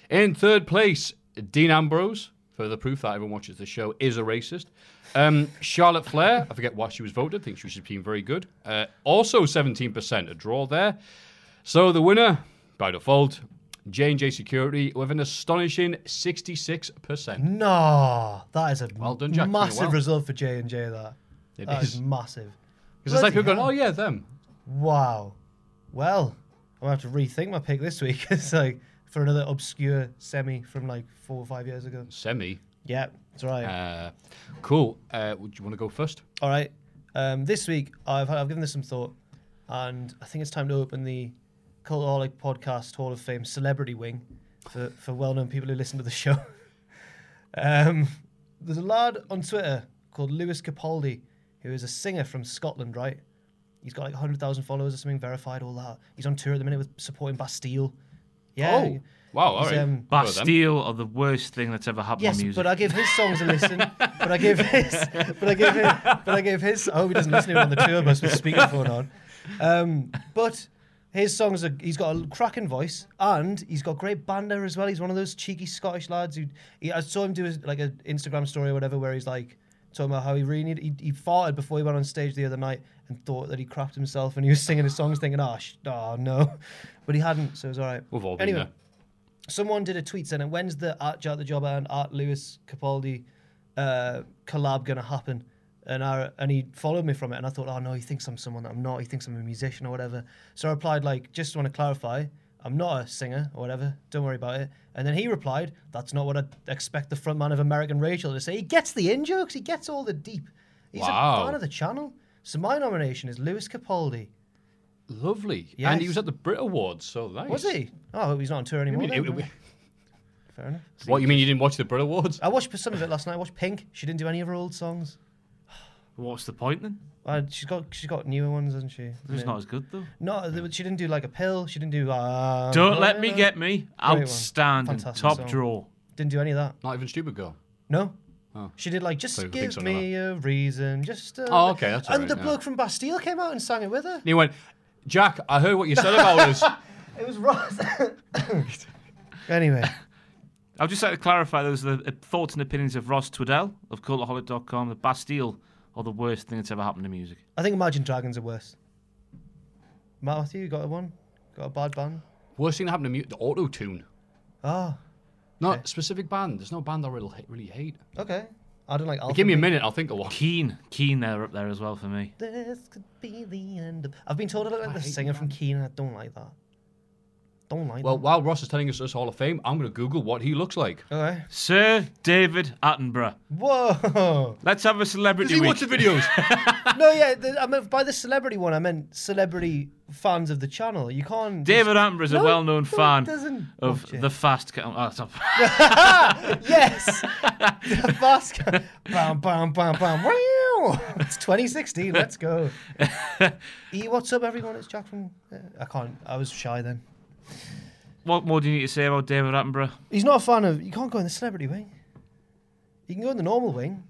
Speaker 3: in third place, Dean Ambrose. Further proof that everyone watches the show is a racist. Um, Charlotte Flair. I forget why she was voted. I think she was just being very good. Uh, also, 17% a draw there. So the winner by default. J&J Security with an astonishing
Speaker 4: Mm-hmm.
Speaker 3: 66%.
Speaker 4: no, that is a
Speaker 3: Well done, Jack, doing
Speaker 4: massive
Speaker 3: well.
Speaker 4: result for J and J. That
Speaker 3: It
Speaker 4: that is
Speaker 3: is.
Speaker 4: massive.
Speaker 3: Because it's like people
Speaker 4: Bloody
Speaker 3: going, oh, yeah, them.
Speaker 4: Wow. Well, I'm gonna have to rethink my pick this week. [laughs] it's like for another obscure semi from like four or five years ago.
Speaker 3: Semi.
Speaker 4: Yeah, that's right.
Speaker 3: Uh, cool. Uh, would you want to go first?
Speaker 4: All right. Um, this week, I've, I've given this some thought, and I think it's time to open the Cultaholic Podcast Hall of Fame Celebrity Wing for, for well known people who listen to the [laughs] show. um, there's a lad on Twitter called Lewis Capaldi, who is a singer from Scotland, right? He's got like 100,000 followers or something, verified, all that. He's on tour at the minute with supporting Bastille. Yeah.
Speaker 3: Oh, wow. All
Speaker 4: He's,
Speaker 3: right.
Speaker 4: um,
Speaker 3: Well then.
Speaker 5: Bastille are the worst thing that's ever happened
Speaker 4: Yes,
Speaker 5: to music.
Speaker 4: but I give his songs a listen. but I give his, but I give his, but I give his. I hope he doesn't listen to it on the tour bus with speakerphone on. Um, but his songs are. He's got a cracking voice, and he's got great banter as well. He's one of those cheeky Scottish lads who. He, I saw him do his, like an Instagram story or whatever, where he's like talking about how he really need, he, he farted before he went on stage the other night and thought that he crapped himself, and he was singing his songs thinking, "Oh, sh- oh no," but he hadn't, so it was all right.
Speaker 3: We've all been
Speaker 4: anyway,
Speaker 3: there.
Speaker 4: someone did a tweet saying, "When's the Art Jack the Jobber and Art Lewis Capaldi uh, collab gonna happen?" And I and he followed me from it, and I thought, "Oh no, he thinks I'm someone that I'm not. He thinks I'm a musician or whatever." So I replied, "Like, just want to clarify, I'm not a singer or whatever. Don't worry about it." And then he replied, "That's not what I expect the frontman of American Rachel to say. He gets the in jokes. He gets all the deep. He's
Speaker 3: Wow.
Speaker 4: a fan of the channel." So my nomination is Lewis Capaldi.
Speaker 3: Lovely.
Speaker 4: Yes.
Speaker 3: And he was at the Brit Awards, so nice.
Speaker 4: Was he? Oh, I hope he's not on tour
Speaker 3: I
Speaker 4: anymore.
Speaker 3: mean, it-
Speaker 4: then.
Speaker 3: it-
Speaker 4: Fair enough.
Speaker 3: what, you mean you didn't watch the Brit Awards?
Speaker 4: I watched some of it last night. I watched Pink. She didn't do any of her old songs.
Speaker 5: What's the point then?
Speaker 4: Uh, she's got she's got newer ones, hasn't she?
Speaker 5: It's
Speaker 4: Yeah.
Speaker 5: not as good though.
Speaker 4: No, th- she didn't do like a pill. She didn't do. Uh,
Speaker 5: Don't let me get me.
Speaker 4: one.
Speaker 5: Outstanding.
Speaker 4: Fantastic
Speaker 5: Top
Speaker 4: song.
Speaker 5: draw.
Speaker 4: Didn't do any of that.
Speaker 3: Not even Stupid Girl.
Speaker 4: No.
Speaker 3: Oh.
Speaker 4: She did like just
Speaker 3: So you think
Speaker 4: give
Speaker 3: so,
Speaker 4: me a reason, just. Uh,
Speaker 3: Oh, okay, that's all
Speaker 4: And
Speaker 3: right,
Speaker 4: the
Speaker 3: yeah.
Speaker 4: bloke from Bastille came out and sang it with her.
Speaker 3: And he went, Jack, I heard what you said about [laughs] us.
Speaker 4: It
Speaker 3: [laughs]
Speaker 4: was Ross. anyway,
Speaker 5: I'd just like to clarify those are the uh, thoughts and opinions of Ross Tweddell of Cultaholic.com. The Bastille are the worst thing that's ever happened to music.
Speaker 4: I think Imagine Dragons are worse. Matthew, you got a one? Got a bad band?
Speaker 3: Worst thing that happened to me, the auto tune.
Speaker 4: Oh,
Speaker 3: Not a specific band. There's no band I really, hate- really hate.
Speaker 4: okay. I don't like. Alpha
Speaker 3: Give me a
Speaker 4: Male.
Speaker 3: minute, I'll think of [laughs] one.
Speaker 5: Keen. Keen they're up there as well for me.
Speaker 4: This could be the end of. I've been told I look like the singer from Keen, and I don't like that. Don't like
Speaker 3: Well, while Ross is telling us this Hall of Fame, I'm going to Google what he looks [laughs] like.
Speaker 4: that. Okay.
Speaker 5: Sir David Attenborough.
Speaker 4: Whoa!
Speaker 5: Let's have a
Speaker 3: Does
Speaker 5: celebrity
Speaker 3: he
Speaker 5: week.
Speaker 3: watch the videos?
Speaker 4: no, yeah, the, I meant by the celebrity one, I meant celebrity fans of the channel. You can't. just-
Speaker 5: [laughs] David Attenborough's a
Speaker 4: No,
Speaker 5: well-known
Speaker 4: no, he
Speaker 5: fan
Speaker 4: doesn't
Speaker 5: of
Speaker 4: watch it.
Speaker 5: the fast. Ca- oh, it's not- [laughs]
Speaker 4: Yes! the Vasco. Bam, bam, bam, bam. Wow! It's 2016, let's go. e, what's up, everyone? It's Jack from. uh, I can't. I was shy then.
Speaker 5: what more do you need to say about David Attenborough?
Speaker 4: He's not a fan of. You can't go in the celebrity wing. You can go in the normal wing.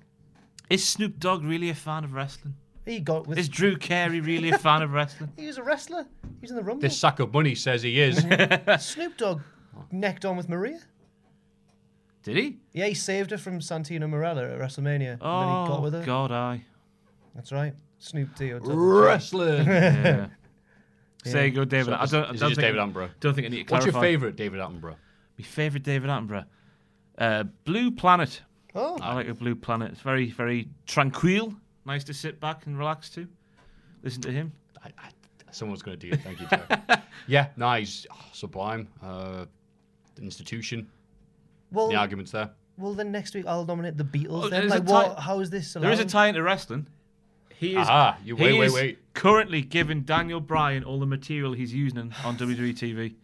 Speaker 5: Is Snoop Dogg really a fan of wrestling?
Speaker 4: He got with.
Speaker 5: Is Drew Carey really a fan of wrestling?
Speaker 4: He was a wrestler. He was in the Rumble.
Speaker 3: this sack of money says he [laughs] is.
Speaker 4: [laughs] Snoop Dogg necked on with Maria.
Speaker 5: Did he?
Speaker 4: Yeah, he saved her from Santino Morella at WrestleMania.
Speaker 5: Oh,
Speaker 4: and then he got with her.
Speaker 5: God, I.
Speaker 4: That's right. Snoop D. or double G.
Speaker 3: Wrestling.
Speaker 5: Yeah. Say go, David. I don't. I
Speaker 3: Is it
Speaker 5: don't
Speaker 3: just
Speaker 5: think
Speaker 3: David Attenborough?
Speaker 5: Don't think I need to
Speaker 3: What's
Speaker 5: clarify.
Speaker 3: your favourite David Attenborough?
Speaker 5: My favorite David Attenborough. Uh, Blue Planet.
Speaker 4: Oh,
Speaker 5: I like the Blue Planet. It's very, very tranquil. Nice to sit back and relax to. Listen to him.
Speaker 3: I, I, someone's going to do it. Thank you,
Speaker 5: [laughs]
Speaker 3: Joe. yeah, nice. sublime. Uh, institution.
Speaker 4: well,
Speaker 3: The arguments there.
Speaker 4: Well, then next week I'll nominate the Beatles.
Speaker 5: Oh,
Speaker 4: then,
Speaker 5: there's
Speaker 4: like,
Speaker 5: a
Speaker 4: what?
Speaker 5: ti-
Speaker 4: How is this?
Speaker 5: There is a
Speaker 4: allowed?
Speaker 5: tie into wrestling. He is.
Speaker 3: Ah, you- wait,
Speaker 5: he
Speaker 3: wait,
Speaker 5: is
Speaker 3: wait.
Speaker 5: Currently giving Daniel Bryan all the material he's using on- on WWE TV.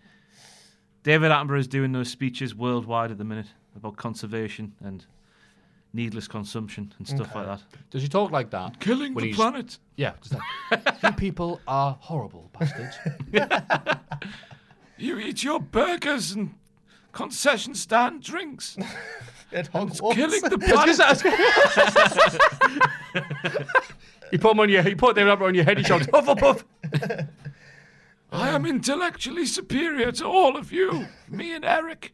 Speaker 5: David Attenborough is doing those speeches worldwide at the minute about conservation and needless consumption and stuff like that.
Speaker 3: Does he talk like that?
Speaker 5: Killing
Speaker 3: when
Speaker 5: the
Speaker 3: he's-
Speaker 5: planet.
Speaker 3: Yeah. Does that,
Speaker 5: [laughs]
Speaker 3: you people are horrible [laughs] bastards.
Speaker 5: You eat your burgers and concession stand [laughs] drinks.
Speaker 4: At Hogwarts.
Speaker 5: the planet.
Speaker 3: [laughs] you put him on your. You put David Attenborough on your head. He shouts, "Huff,
Speaker 5: [laughs]
Speaker 3: huff, huff."
Speaker 5: I am intellectually superior to all of you, me and Eric.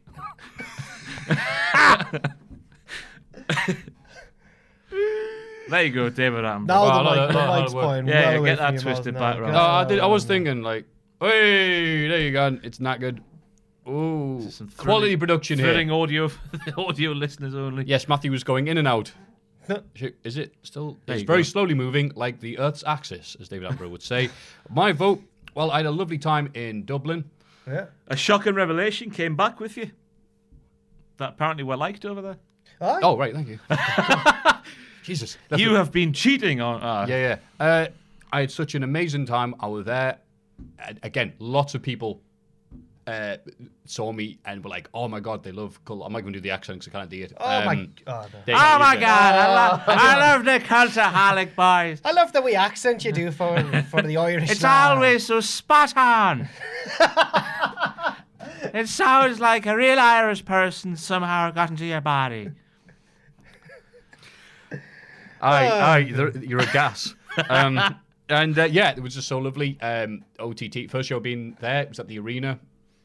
Speaker 5: there you go, David Attenborough.
Speaker 4: Now
Speaker 3: Well,
Speaker 4: the,
Speaker 3: no,
Speaker 4: mic,
Speaker 3: no,
Speaker 4: the
Speaker 3: no, no,
Speaker 4: mic's
Speaker 3: no,
Speaker 4: going
Speaker 5: yeah,
Speaker 4: well
Speaker 5: yeah,
Speaker 4: away
Speaker 5: get
Speaker 4: from
Speaker 5: that
Speaker 4: your mouth
Speaker 5: twisted
Speaker 4: now.
Speaker 5: back round.
Speaker 3: No, I, did, I was thinking like, hey, there you go. It's not good. Ooh,
Speaker 5: Some thrilling-
Speaker 3: quality production here.
Speaker 5: thrilling audio, [laughs] for the audio listeners only.
Speaker 3: Yes, Matthew was going in and
Speaker 5: [laughs]
Speaker 3: out. Is it still?
Speaker 5: There
Speaker 3: it's
Speaker 5: you
Speaker 3: very
Speaker 5: go.
Speaker 3: slowly moving, like the Earth's axis, as David Attenborough would say. My vote. Well, I had a lovely time in Dublin.
Speaker 4: Yeah.
Speaker 5: A shocking revelation came back with you. That apparently we're liked over there.
Speaker 3: Oh, right,
Speaker 5: [laughs]
Speaker 3: thank you. Jesus, that's
Speaker 5: you have been cheating on. Uh,
Speaker 3: Yeah, yeah. Uh, I had such an amazing time. I was there. And again, lots of people uh, saw me and were like, "Oh my god, they love." Col-. I'm not going to do the accent because I can't do it.
Speaker 4: Oh my
Speaker 3: Um,
Speaker 4: god.
Speaker 3: they-
Speaker 5: Oh my God! I [laughs] love, I love the cultaholic boys.
Speaker 4: I love the way accent you do for for the Irish.
Speaker 5: It's
Speaker 4: lad.
Speaker 5: always so spot [laughs] on. it sounds like a real Irish person somehow got into your body.
Speaker 3: I, I, there- you're a gas. um, [laughs] and uh, yeah, it was just so lovely. Um, OTT first show being there it was at the arena,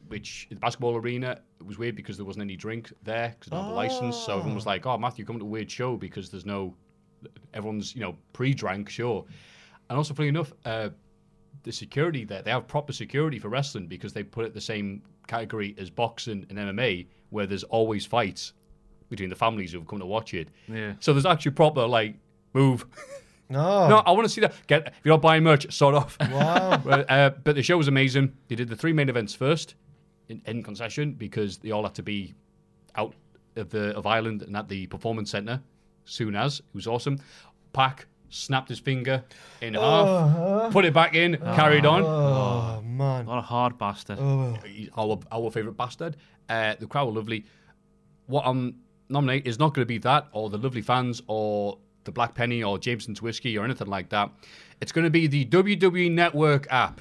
Speaker 3: which the basketball arena. It was weird because there wasn't any drink there because they don't have a license. So everyone was like, "Oh, Matthew, come to a weird show because there's no." Everyone's you know pre-drank, sure. And also, funny enough, uh, the security there they have proper security for wrestling because they put it the same category as boxing and MMA, where there's always fights between the families who've come to watch it.
Speaker 5: Yeah.
Speaker 3: So there's actually proper like move. [laughs]
Speaker 4: No.
Speaker 3: No, I want to see that. Get if you're not buying merch, sort off.
Speaker 4: Wow.
Speaker 3: [laughs] Well, uh, but the show was amazing. They did the three main events first in, in concession because they all had to be out of the of Ireland and at the performance centre soon as. It was awesome. Pack snapped his finger in half, put it back in, carried on.
Speaker 4: Oh man.
Speaker 5: What a hard bastard.
Speaker 3: He's our our favourite bastard. Uh, the crowd were lovely. What I'm nominating is not going to be that or the lovely fans or the Black Penny or Jameson's Whiskey or anything like that. It's going to be the WWE Network app.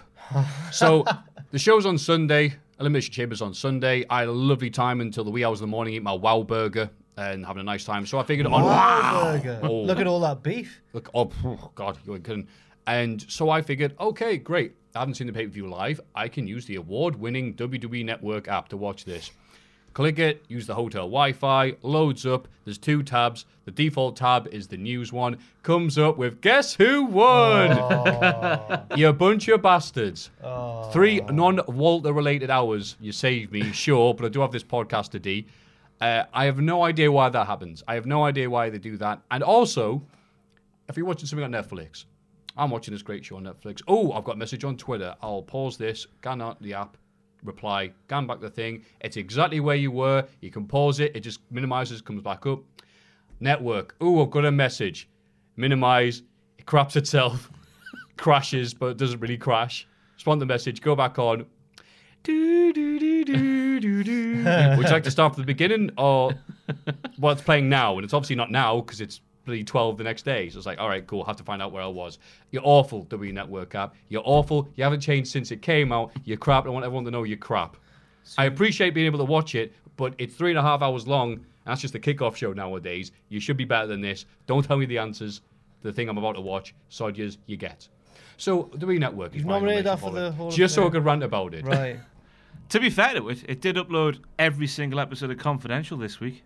Speaker 3: so the show's on Sunday. Elimination Chamber's on Sunday. I had a lovely time until the wee hours of the morning, eating my Wow Burger and having a nice time. So I figured on
Speaker 4: Burger.
Speaker 3: Oh.
Speaker 4: Look at all that beef.
Speaker 3: Look, oh, phew, God, you ain't kidding. And so I figured, okay, great. I haven't seen the pay per view live. I can use the award winning WWE E Network app to watch this. Click it, use the hotel Wi Fi, loads up. There's two tabs. The default tab is the news one. Comes up with guess who won? [laughs] you bunch of bastards. Three non Walter related hours. You saved me, sure, but I do have this podcast to D. Uh, I have no idea why that happens. I have no idea why they do that. And also, if you're watching something on Netflix, I'm watching this great show on Netflix. Oh, I've got a message on Twitter. I'll pause this, scan out the app, reply, scan back the thing. It's exactly where you were. You can pause it. It just minimizes, comes back up. Network. Oh, I've got a message. Minimize. It craps itself. [laughs] crashes, but it doesn't really crash. Respond to the message. Go back on. Do, do, do, do, do, do. [laughs] Would you like to start from the beginning or well, it's playing now, and it's obviously not now because it's bloody 12 the next day. So it's like, all right, cool, have to find out where I was. You're awful, W Network app. You're awful. You haven't changed since it came out. You're crap. I want everyone to know you're crap. I appreciate being able to watch it, but it's three and a half hours long. And that's just the kickoff show nowadays. You should be better than this. Don't tell me the answers. to The thing I'm about to watch, Sodgers, you get. So, W Network is
Speaker 4: You've
Speaker 3: my
Speaker 4: nominated
Speaker 3: nomination
Speaker 4: that for
Speaker 3: it.
Speaker 4: the Hall of
Speaker 3: Just so I
Speaker 4: Fame.
Speaker 3: could rant about it.
Speaker 5: [laughs]
Speaker 4: Right.
Speaker 5: To be fair to it, it did upload every single episode of Confidential this week.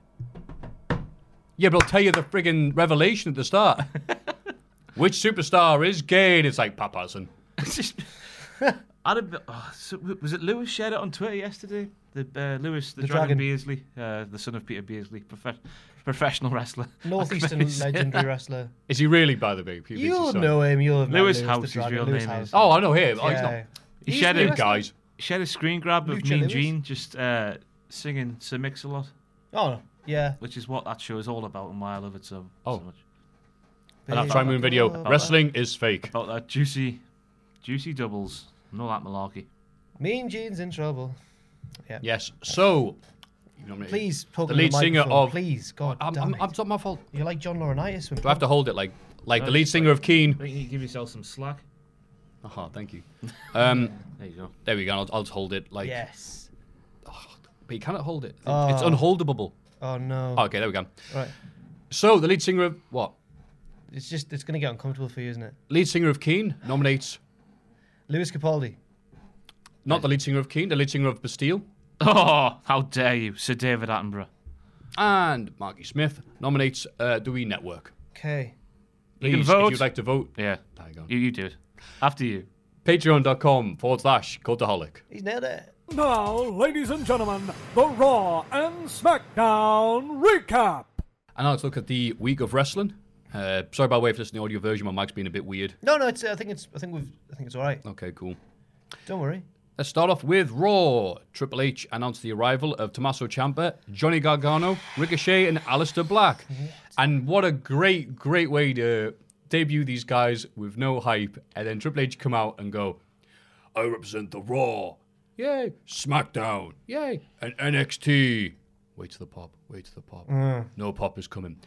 Speaker 5: [laughs]
Speaker 3: Yeah, but I'll tell you the friggin' revelation at the start. [laughs] Which superstar is gay? And it's like Pat Patterson.
Speaker 4: [laughs]
Speaker 5: It's just. I'd have been, oh, so, w- was it Lewis shared it on Twitter yesterday? The uh, Lewis, the,
Speaker 4: The Dragon.
Speaker 5: Dragon, Beasley, uh, the son of Peter Beasley, profe- professional
Speaker 4: [laughs]
Speaker 5: wrestler.
Speaker 4: Northeastern
Speaker 5: Like,
Speaker 4: legendary wrestler.
Speaker 3: Is he really, by the way? Peter
Speaker 4: You'll
Speaker 3: Beasley's son?
Speaker 4: know him. You'll have met
Speaker 5: Lewis
Speaker 4: the
Speaker 5: House, his
Speaker 4: Dragon,
Speaker 5: real
Speaker 4: Lewis
Speaker 5: name
Speaker 4: House.
Speaker 5: is.
Speaker 3: Oh, I know him. Oh, he's
Speaker 4: Yeah.
Speaker 3: not.
Speaker 5: He
Speaker 4: He's
Speaker 5: shared
Speaker 4: the
Speaker 5: it,
Speaker 4: wrestler.
Speaker 3: Guys,
Speaker 5: shared a screen grab of
Speaker 4: Lucha
Speaker 5: Mean
Speaker 4: Lewis.
Speaker 5: Gene just uh, singing Sir Mix a lot.
Speaker 4: Oh, no. Yeah.
Speaker 5: which is what that show is all about and why I love it so,
Speaker 3: Oh.
Speaker 5: so much.
Speaker 3: And after I moon video,
Speaker 4: Oh.
Speaker 3: wrestling is fake.
Speaker 5: About that juicy, juicy doubles and all that malarkey.
Speaker 4: Mean Gene's in trouble.
Speaker 3: Yes. So, you nominated-
Speaker 4: Please poke
Speaker 3: the
Speaker 4: him in
Speaker 3: lead
Speaker 4: the
Speaker 3: singer
Speaker 4: microphone,
Speaker 3: of.
Speaker 4: Please, God
Speaker 3: I'm,
Speaker 4: damn
Speaker 3: I'm,
Speaker 4: it.
Speaker 3: I'm- it's not my fault.
Speaker 4: You're like John Laurinaitis. when-
Speaker 3: Do I have to hold it like like the
Speaker 5: No,
Speaker 3: lead
Speaker 5: it's
Speaker 3: singer of
Speaker 5: [laughs]
Speaker 3: Keen?
Speaker 5: think you give yourself some slack.
Speaker 3: Oh, thank you. Um,
Speaker 5: There you go. [laughs]
Speaker 3: there we go. I'll, I'll just hold it like.
Speaker 4: Yes.
Speaker 3: But you cannot hold it. It- It's
Speaker 4: Oh.
Speaker 3: unholdable.
Speaker 4: Oh no.
Speaker 3: Okay, there we go.
Speaker 4: Right.
Speaker 3: So the lead singer of what?
Speaker 4: It's just it's gonna get uncomfortable for you, isn't it?
Speaker 3: Lead singer of Keen nominates
Speaker 4: Lewis Capaldi.
Speaker 3: not the lead singer of Keen, the lead singer of Bastille,
Speaker 5: Oh, how dare you, Sir David Attenborough.
Speaker 3: and Marky Smith nominates uh, Do We Network.
Speaker 4: Okay.
Speaker 3: Please,
Speaker 5: can vote.
Speaker 3: if you'd like to vote,
Speaker 5: Yeah,
Speaker 3: there you go.
Speaker 5: you, you do it. After you.
Speaker 3: Patreon.com forward slash cultaholic.
Speaker 4: He's nailed it.
Speaker 2: Now, ladies and gentlemen, the Raw and SmackDown recap.
Speaker 3: And now let's look at the week of wrestling. Uh, sorry, by the way, if this is the audio version, my mic's been a bit weird.
Speaker 4: No, no. It's. I think it's. I think we've. I think it's all right.
Speaker 3: Okay, cool.
Speaker 4: Don't worry.
Speaker 3: Let's start off with Raw. Triple H announced the arrival of Tommaso Ciampa, Johnny Gargano, Ricochet, and Aleister Black. And what a great, great way to debut these guys with no hype, and then Triple H come out and go, "I represent the Raw, yay! SmackDown, yay! And NXT." Wait to the pop. Wait to the pop. No pop is coming.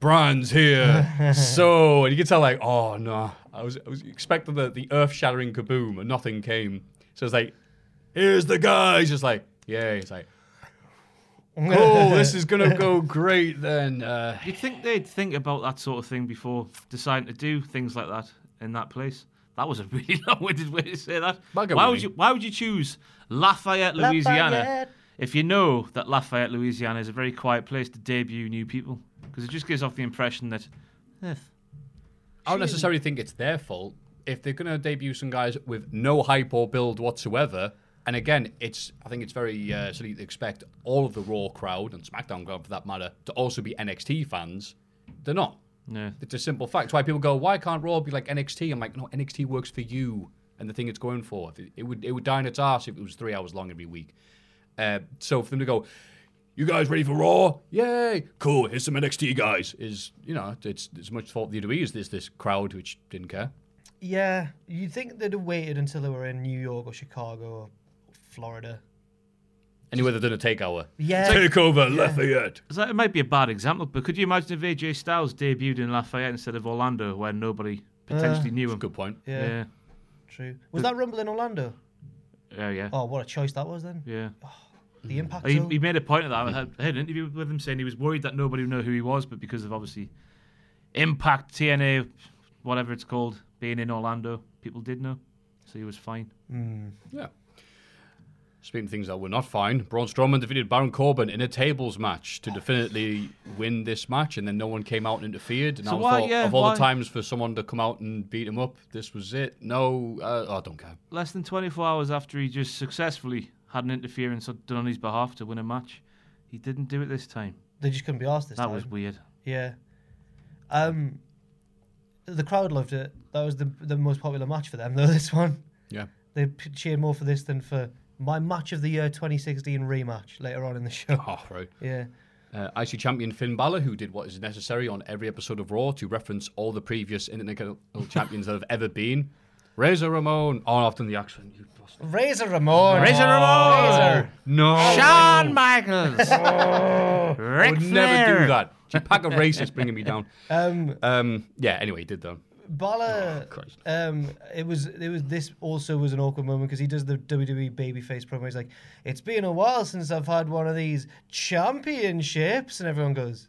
Speaker 3: Brian's here. so and you can tell like, oh no, I was I was expecting the, the earth shattering kaboom and nothing came. So it's like, here's the guy. He's just like, yeah. He's like, oh, this is gonna go great then. Uh,
Speaker 5: You'd think they'd think about that sort of thing before deciding to do things like that in that place. That was a [laughs] really long-winded way to say that.
Speaker 3: Bugger
Speaker 5: why
Speaker 3: me.
Speaker 5: would you? Why would you choose Lafayette, Louisiana,
Speaker 4: Lafayette.
Speaker 5: if you know that Lafayette, Louisiana, is a very quiet place to debut new people? Because it just gives off the impression that, eh,
Speaker 3: I don't necessarily think it's their fault if they're gonna debut some guys with no hype or build whatsoever. And again, it's I think it's very uh, silly to expect all of the Raw crowd and SmackDown crowd for that matter to also be NXT fans. They're not.
Speaker 5: no,
Speaker 3: It's a simple fact. It's why people go, why can't Raw be like NXT? I'm like, no, NXT works for you and the thing it's going for. It, it would it would die in its ass if it was three hours long every week. Uh, so for them to go, you guys ready for Raw? Yay! Cool. Here's some NXT guys. Is you know it's it's as much fault the WWE as this this crowd which didn't care.
Speaker 4: Yeah. You'd think they'd have waited until they were in New York or Chicago or Florida.
Speaker 3: Anyway, they've done a takeover.
Speaker 4: Yeah.
Speaker 3: Takeover Lafayette.
Speaker 5: So it might be a bad example, but could you imagine if AJ Styles debuted in Lafayette instead of Orlando, where nobody potentially knew him?
Speaker 3: Eh, Good point.
Speaker 4: Yeah.
Speaker 5: Yeah,
Speaker 4: True. Was that Rumble in Orlando?
Speaker 5: yeah, yeah.
Speaker 4: Oh, what a choice that was then.
Speaker 5: yeah.
Speaker 4: The
Speaker 3: Mm.
Speaker 4: impact.
Speaker 5: He,
Speaker 4: Zone.
Speaker 5: he made a point of that. I had, I had an interview with him saying he was worried that nobody would know who he was, but because of obviously Impact, TNA, whatever it's called, being in Orlando, people did know, so he was fine.
Speaker 3: Yeah. Speaking of things that were not fine, Braun Strowman defeated Baron Corbin in a tables match to definitely win this match, and then no one came out and interfered. And
Speaker 5: So
Speaker 3: I
Speaker 5: why-
Speaker 3: thought,
Speaker 5: yeah,
Speaker 3: of all
Speaker 5: why-
Speaker 3: the times for someone to come out and beat him up, this was it. No, uh, oh, I don't care.
Speaker 5: Less than 24 hours after he just successfully had an interference done on his behalf to win a match, he didn't do it this time.
Speaker 4: They just couldn't be asked this
Speaker 5: That
Speaker 4: time.
Speaker 5: was weird.
Speaker 4: Yeah. Um, the crowd loved it. That was the the most popular match for them though. [laughs] This one,
Speaker 3: Yeah.
Speaker 4: they p- cheered more for this than for my match of the year 2016 rematch later on in
Speaker 3: [laughs]
Speaker 4: the show.
Speaker 3: Oh, right.
Speaker 4: Yeah.
Speaker 3: Uh, IC champion Finn Balor, who did what is necessary on every episode of Raw to reference all the previous
Speaker 5: [laughs]
Speaker 3: Intercontinental champions that have ever been. Razor Ramon. Oh, I've done the accent. You bastard.
Speaker 4: Razor Ramon.
Speaker 5: Razor Ramon!
Speaker 3: No.
Speaker 5: Shawn [laughs] Michaels!
Speaker 3: I
Speaker 5: Ric
Speaker 3: would never
Speaker 5: Oh. Flair!
Speaker 3: do that. It's a pack of racists bringing me
Speaker 5: [laughs]
Speaker 3: down.
Speaker 4: Um,
Speaker 3: Um, yeah, anyway, he did though.
Speaker 4: Bala.
Speaker 3: Christ.
Speaker 4: um, it was it was this also was an awkward moment because he does the WWE babyface promo. He's like, "It's been a while since I've had one of these championships," and everyone goes,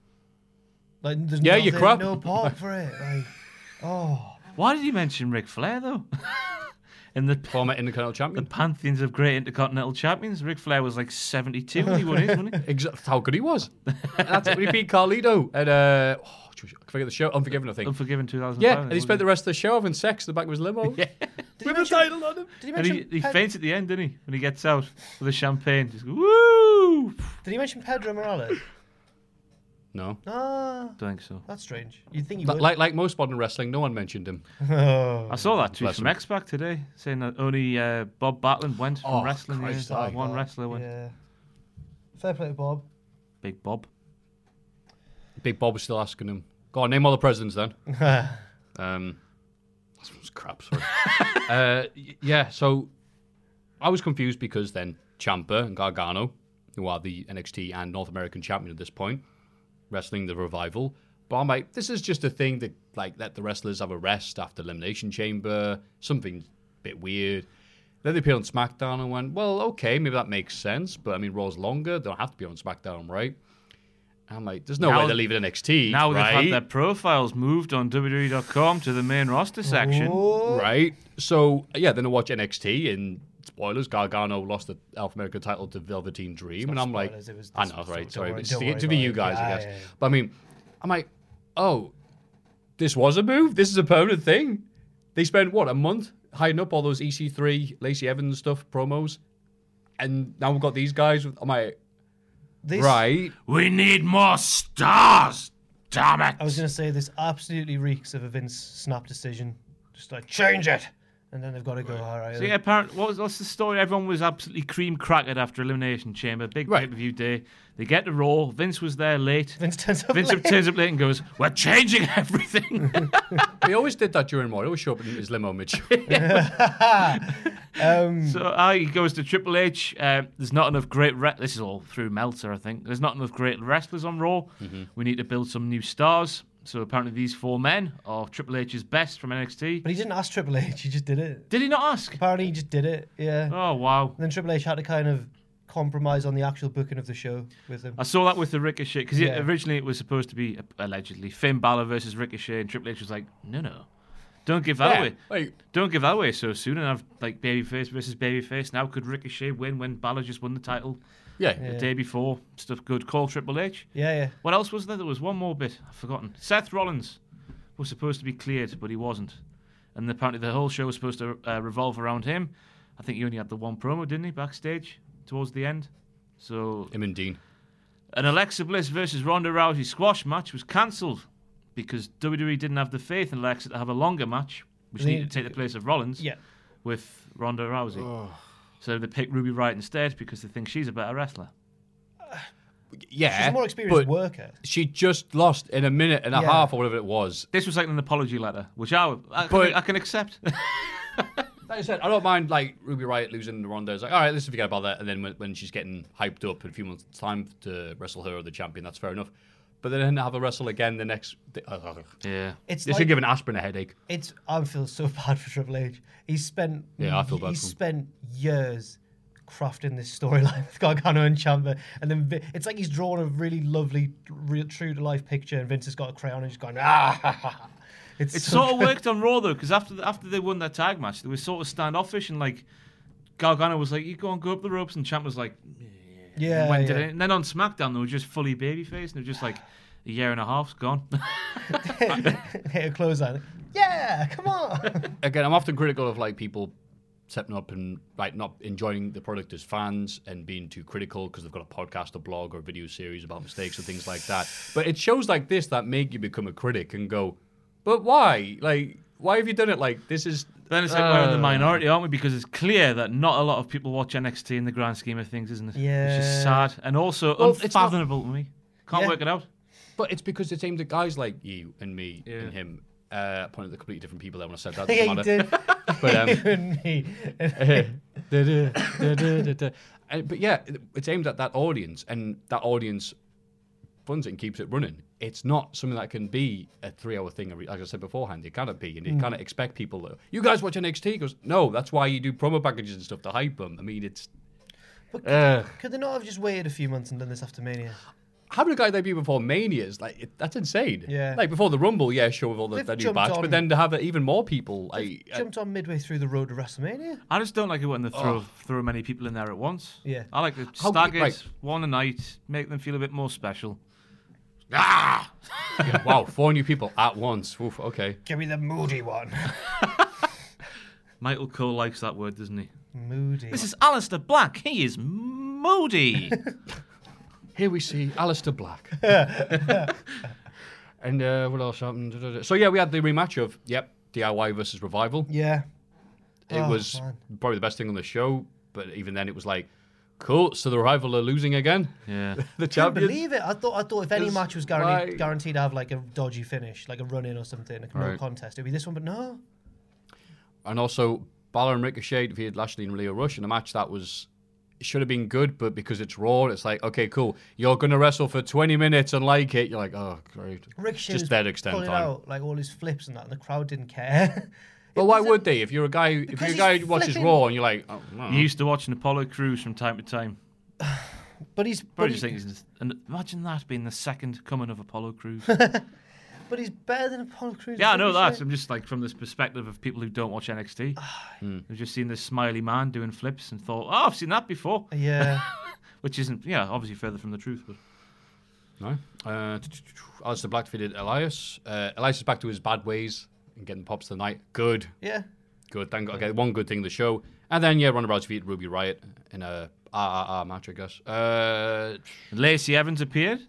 Speaker 4: "Like, there's
Speaker 3: Yeah,
Speaker 4: no,
Speaker 3: you
Speaker 4: there's
Speaker 3: crap.
Speaker 4: no pop for it." Like, oh.
Speaker 5: Why did you mention Ric Flair, though? [laughs] in the
Speaker 3: Former Intercontinental
Speaker 5: the
Speaker 3: champion.
Speaker 5: pantheons of great intercontinental champions. Ric Flair was like 72 when he won his, wasn't he?
Speaker 3: Exa- that's how good he was. That's it. He beat Carlito at uh, oh, geez, I forget the show, Unforgiven, I think.
Speaker 5: Unforgiven 2005.
Speaker 3: Yeah, and he spent the
Speaker 5: wasn't
Speaker 3: rest of the show having sex in the back of his
Speaker 5: [laughs]
Speaker 3: limo. Yeah.
Speaker 4: Did he mention-
Speaker 3: title on him.
Speaker 4: Did he
Speaker 5: And
Speaker 4: mention?
Speaker 5: he, he
Speaker 4: Pe-
Speaker 5: faints at the end, didn't he? When he gets out with the champagne. Just go, woo!
Speaker 4: did he mention Pedro Morales?
Speaker 3: No.
Speaker 4: Ah,
Speaker 5: Don't think so.
Speaker 4: that's strange. You'd think he
Speaker 3: But
Speaker 4: would.
Speaker 3: like like most modern wrestling, no one mentioned him.
Speaker 5: I saw that tweet
Speaker 3: Oh, Bless
Speaker 5: from
Speaker 3: him.
Speaker 5: X Pac today saying that only uh, Bob Backlund went from
Speaker 3: Oh,
Speaker 5: wrestling.
Speaker 3: Christ,
Speaker 5: yeah.
Speaker 3: aye.
Speaker 5: one wrestler went.
Speaker 4: yeah. Fair play to Bob.
Speaker 5: Big Bob.
Speaker 3: Big Bob was still asking him, "Go on, name all the presidents
Speaker 5: [laughs]
Speaker 3: then." um, that was crap. Sorry. [laughs] uh, y- yeah, so I was confused because then Champa and Gargano, who are the NXT and North American champion at this point, wrestling the revival. But I'm like, this is just a thing that like let the wrestlers have a rest after Elimination Chamber. Something a bit weird. Then they appeared on SmackDown and went, well, okay, maybe that makes sense. But I mean, Raw's longer; they don't have to be on SmackDown, right? And I'm like, there's no way
Speaker 5: Now-
Speaker 3: they're leaving NXT.
Speaker 5: Now
Speaker 3: right?
Speaker 5: they've had their profiles moved on WWE.com to the main roster section.
Speaker 3: Oh. Right. So yeah, then I watch NXT and spoilers, Gargano lost the Alpha America title to Velveteen Dream, and I'm
Speaker 4: spoilers,
Speaker 3: like,
Speaker 4: it was-
Speaker 3: I know,
Speaker 4: don't
Speaker 3: right? Sorry,
Speaker 4: worry-
Speaker 3: but it's
Speaker 4: don't
Speaker 3: to,
Speaker 4: worry
Speaker 3: to be
Speaker 4: about
Speaker 3: you
Speaker 4: it.
Speaker 3: guys, I
Speaker 4: Yeah,
Speaker 3: guess.
Speaker 4: yeah, yeah.
Speaker 3: But I mean, I'm like, oh, this was a move. This is a permanent thing. They spent what a month hiding up all those EC3, Lacey Evans stuff promos, and now we've got these guys. With, I'm like,
Speaker 4: This,
Speaker 3: right?
Speaker 5: We need more stars. Damn it.
Speaker 4: I was going to say this absolutely reeks of a Vince snap decision. Just like change it, and then they've got to go. All right.
Speaker 5: So yeah, apparently, what was, what's the story? Everyone was absolutely cream crackered after Elimination Chamber, big
Speaker 3: Right.
Speaker 5: pay-per-view day. They get to Raw. Vince was there late.
Speaker 4: Vince turns
Speaker 5: [laughs]
Speaker 4: up.
Speaker 5: Vince
Speaker 4: late.
Speaker 5: turns up late and goes, "We're changing [laughs] everything."
Speaker 3: They always did that during Raw. They always show up in his limo,
Speaker 4: [laughs]
Speaker 3: Mitch.
Speaker 5: so uh, he goes to Triple H. Uh, there's not enough great. Re- this is all through Meltzer, I think. There's not enough great wrestlers on Raw. We need to build some new stars. So apparently, these four men are Triple H's best from NXT.
Speaker 4: But he didn't ask Triple H. He just did it.
Speaker 5: Did he not
Speaker 4: [laughs]
Speaker 5: ask?
Speaker 4: Apparently, he just did it. Yeah.
Speaker 5: Oh wow.
Speaker 4: And then Triple H had to kind of compromise on the actual booking of the show with him.
Speaker 5: I saw that with the Ricochet because
Speaker 4: Yeah.
Speaker 5: originally it was supposed to be a- allegedly Finn Balor versus Ricochet, and Triple H was like, "No, no, don't give that
Speaker 3: Yeah,
Speaker 5: away.
Speaker 3: like-
Speaker 5: don't give that away so soon." And have like babyface versus babyface. Now could Ricochet win when Balor just won the title
Speaker 3: yeah.
Speaker 5: the day before? Stuff good. Call Triple H.
Speaker 4: Yeah, yeah.
Speaker 5: What else was there? There was one more bit I've forgotten. Seth Rollins was supposed to be cleared, but he wasn't, and apparently the whole show was supposed to uh, revolve around him. I think he only had the one promo, didn't he, backstage towards the end? So
Speaker 3: Him and Dean.
Speaker 5: an Alexa Bliss versus Ronda Rousey squash match was cancelled because WWE didn't have the faith in Alexa to have a longer match, which
Speaker 4: They-
Speaker 5: needed to take the place of Rollins
Speaker 4: Yeah.
Speaker 5: with Ronda Rousey. So they picked Ruby Wright instead because they think she's a better wrestler.
Speaker 3: Yeah.
Speaker 4: She's a more experienced
Speaker 3: but-
Speaker 4: worker.
Speaker 3: she just lost in a minute and a
Speaker 4: Yeah.
Speaker 3: half or whatever it was.
Speaker 5: This was like an apology letter, which I, I,
Speaker 3: But-
Speaker 5: can, I can accept. [laughs]
Speaker 3: Like I said, I don't mind like Ruby Riot losing the Ronda. It's like, all right, let's forget about that. And then when, when she's getting hyped up in a few months' time to wrestle her or the champion, that's fair enough. But then have her wrestle again the next. Day. Ugh.
Speaker 5: yeah.
Speaker 4: It's
Speaker 3: This
Speaker 4: like,
Speaker 3: should give an aspirin a headache.
Speaker 4: it's. I feel so [laughs] bad for Triple H. He's spent.
Speaker 3: Yeah, I feel bad
Speaker 4: He's
Speaker 3: for him.
Speaker 4: spent years crafting this storyline with Gargano and Chamber, and then Vi- it's like he's drawn a really lovely, real true to life picture, and Vince has got a crayon and just going ah. ha, ha, ha." It's,
Speaker 5: It
Speaker 4: so
Speaker 5: sort of
Speaker 4: good.
Speaker 5: worked on Raw though, because after the, after they won their tag match, they were sort of standoffish and like Gargano was like, "You go and go up the ropes," and Champ was like,
Speaker 4: Yeah.
Speaker 5: "When did
Speaker 4: yeah.
Speaker 5: it?" And then on SmackDown, they were just fully babyface, and they were just like, "A year and a half's gone." [laughs]
Speaker 4: [laughs] Hit a clothesline. Yeah, come on.
Speaker 3: Again, I'm often critical of like people setting up and like not enjoying the product as fans and being too critical because they've got a podcast, a blog, or a video series about mistakes and things like that. But it shows like this that make you become a critic and go, but why? Like, why have you done it? Like, this is
Speaker 5: Then it's like we're
Speaker 4: Uh.
Speaker 5: in the minority, aren't we? Because it's clear that not a lot of people watch NXT in the grand scheme of things, isn't it? It's just
Speaker 4: Yeah.
Speaker 5: sad and also
Speaker 3: Well, it's not-
Speaker 5: unfathomable to me. Can't
Speaker 4: Yeah.
Speaker 5: work it out.
Speaker 3: But it's because it's aimed at guys like you and me
Speaker 5: Yeah.
Speaker 3: and him. Uh, I pointed at completely different people there when I
Speaker 4: [laughs]
Speaker 3: said that.
Speaker 4: yeah,
Speaker 3: doesn't
Speaker 4: you
Speaker 3: matter.
Speaker 4: did.
Speaker 3: But, um,
Speaker 4: You and me.
Speaker 3: [laughs] Da-da, da-da, da-da. Uh, but Eh, yeah, it- it's aimed at that audience, and that audience funds it and keeps it running. It's not something that can be a three-hour thing. every- Like I said beforehand, it cannot be, and
Speaker 4: Mm.
Speaker 3: you cannot expect people. To, you guys watch NXT? He goes, no, that's why you do promo packages and stuff to hype them. I mean, it's
Speaker 4: Could they not have just waited a few months and done this after Mania?
Speaker 3: having a guy debut before Mania is like it, that's insane.
Speaker 4: Yeah.
Speaker 3: like before the Rumble, yeah, sure with all the,
Speaker 4: They've
Speaker 3: the new
Speaker 4: jumped
Speaker 3: batch,
Speaker 4: on-
Speaker 3: but then to have even more people, like uh,
Speaker 4: Jumped on midway through the road to WrestleMania.
Speaker 5: I just don't like it when they throw throw many people in there at once.
Speaker 4: Yeah.
Speaker 5: I like to
Speaker 3: How-
Speaker 5: stagger it
Speaker 3: right.
Speaker 5: one a night, make them feel a bit more special.
Speaker 3: Yeah, [laughs] wow, four new people at once. Oof, okay.
Speaker 4: Give me the moody one.
Speaker 5: Michael Cole likes that word, doesn't he?
Speaker 4: moody.
Speaker 5: This is Alistair Black. He is moody.
Speaker 3: Here we see Alistair
Speaker 4: [laughs]
Speaker 3: Black. [laughs] and uh, what else happened? Da, da, da. So yeah, we had the rematch of yep DIY versus Revival.
Speaker 4: yeah.
Speaker 3: It
Speaker 4: Oh,
Speaker 3: was
Speaker 4: man.
Speaker 3: probably the best thing on the show, but even then, it was like Cool. So the rival are losing again.
Speaker 5: [laughs]
Speaker 3: [laughs]
Speaker 5: Yeah.
Speaker 3: The
Speaker 4: Can't
Speaker 3: champions.
Speaker 4: believe it. I thought I thought if any
Speaker 3: It's
Speaker 4: match was guaranteed,
Speaker 3: like-
Speaker 4: guaranteed to have like a dodgy finish, like a run in or something, like a no
Speaker 3: Right.
Speaker 4: contest, it'd be this one. But no,
Speaker 3: and also Balor and Ricochet defeated Lashley and Leo Rush in a match that was should have been good, but because it's Raw, it's like okay, cool. You're gonna wrestle for 20 minutes and like it. You're like, oh great,
Speaker 4: Ricochet
Speaker 3: just
Speaker 4: was
Speaker 3: dead extend
Speaker 4: pulling
Speaker 3: time.
Speaker 4: out like all his flips and that, and the crowd didn't care. [laughs]
Speaker 3: But why would they? If you're a guy, if
Speaker 4: Because
Speaker 3: you're a
Speaker 4: he's
Speaker 3: guy who watches
Speaker 4: flipping-
Speaker 3: Raw and you're like, oh, no.
Speaker 5: You used to watch an Apollo cruise from time to time.
Speaker 4: but he's but,
Speaker 5: Probably just
Speaker 4: he-
Speaker 5: think he's- and imagine that being the second coming of Apollo [laughs] Crews.
Speaker 4: but he's better than Apollo Crews.
Speaker 5: yeah, I know
Speaker 4: Ricochet.
Speaker 5: [laughs] that. I'm just like from this perspective of people who don't watch [sighs] NXT. They've Hmm. just seen this smiley man doing flips and thought, "Oh, I've seen that before,"
Speaker 4: [laughs]
Speaker 5: [laughs]
Speaker 4: Yeah,
Speaker 5: which isn't, yeah, obviously further from the truth. But
Speaker 3: No. Uh, t- t- t- Alistair Black defeated Elias. Uh, Elias is back to his bad ways and getting pops tonight. Good.
Speaker 4: yeah.
Speaker 3: Good. Thank God. Okay, one good thing in the show. And then, yeah, Ronda Rousey defeated Ruby Riot in a RRR match, I guess. Uh,
Speaker 5: Lacey Evans appeared.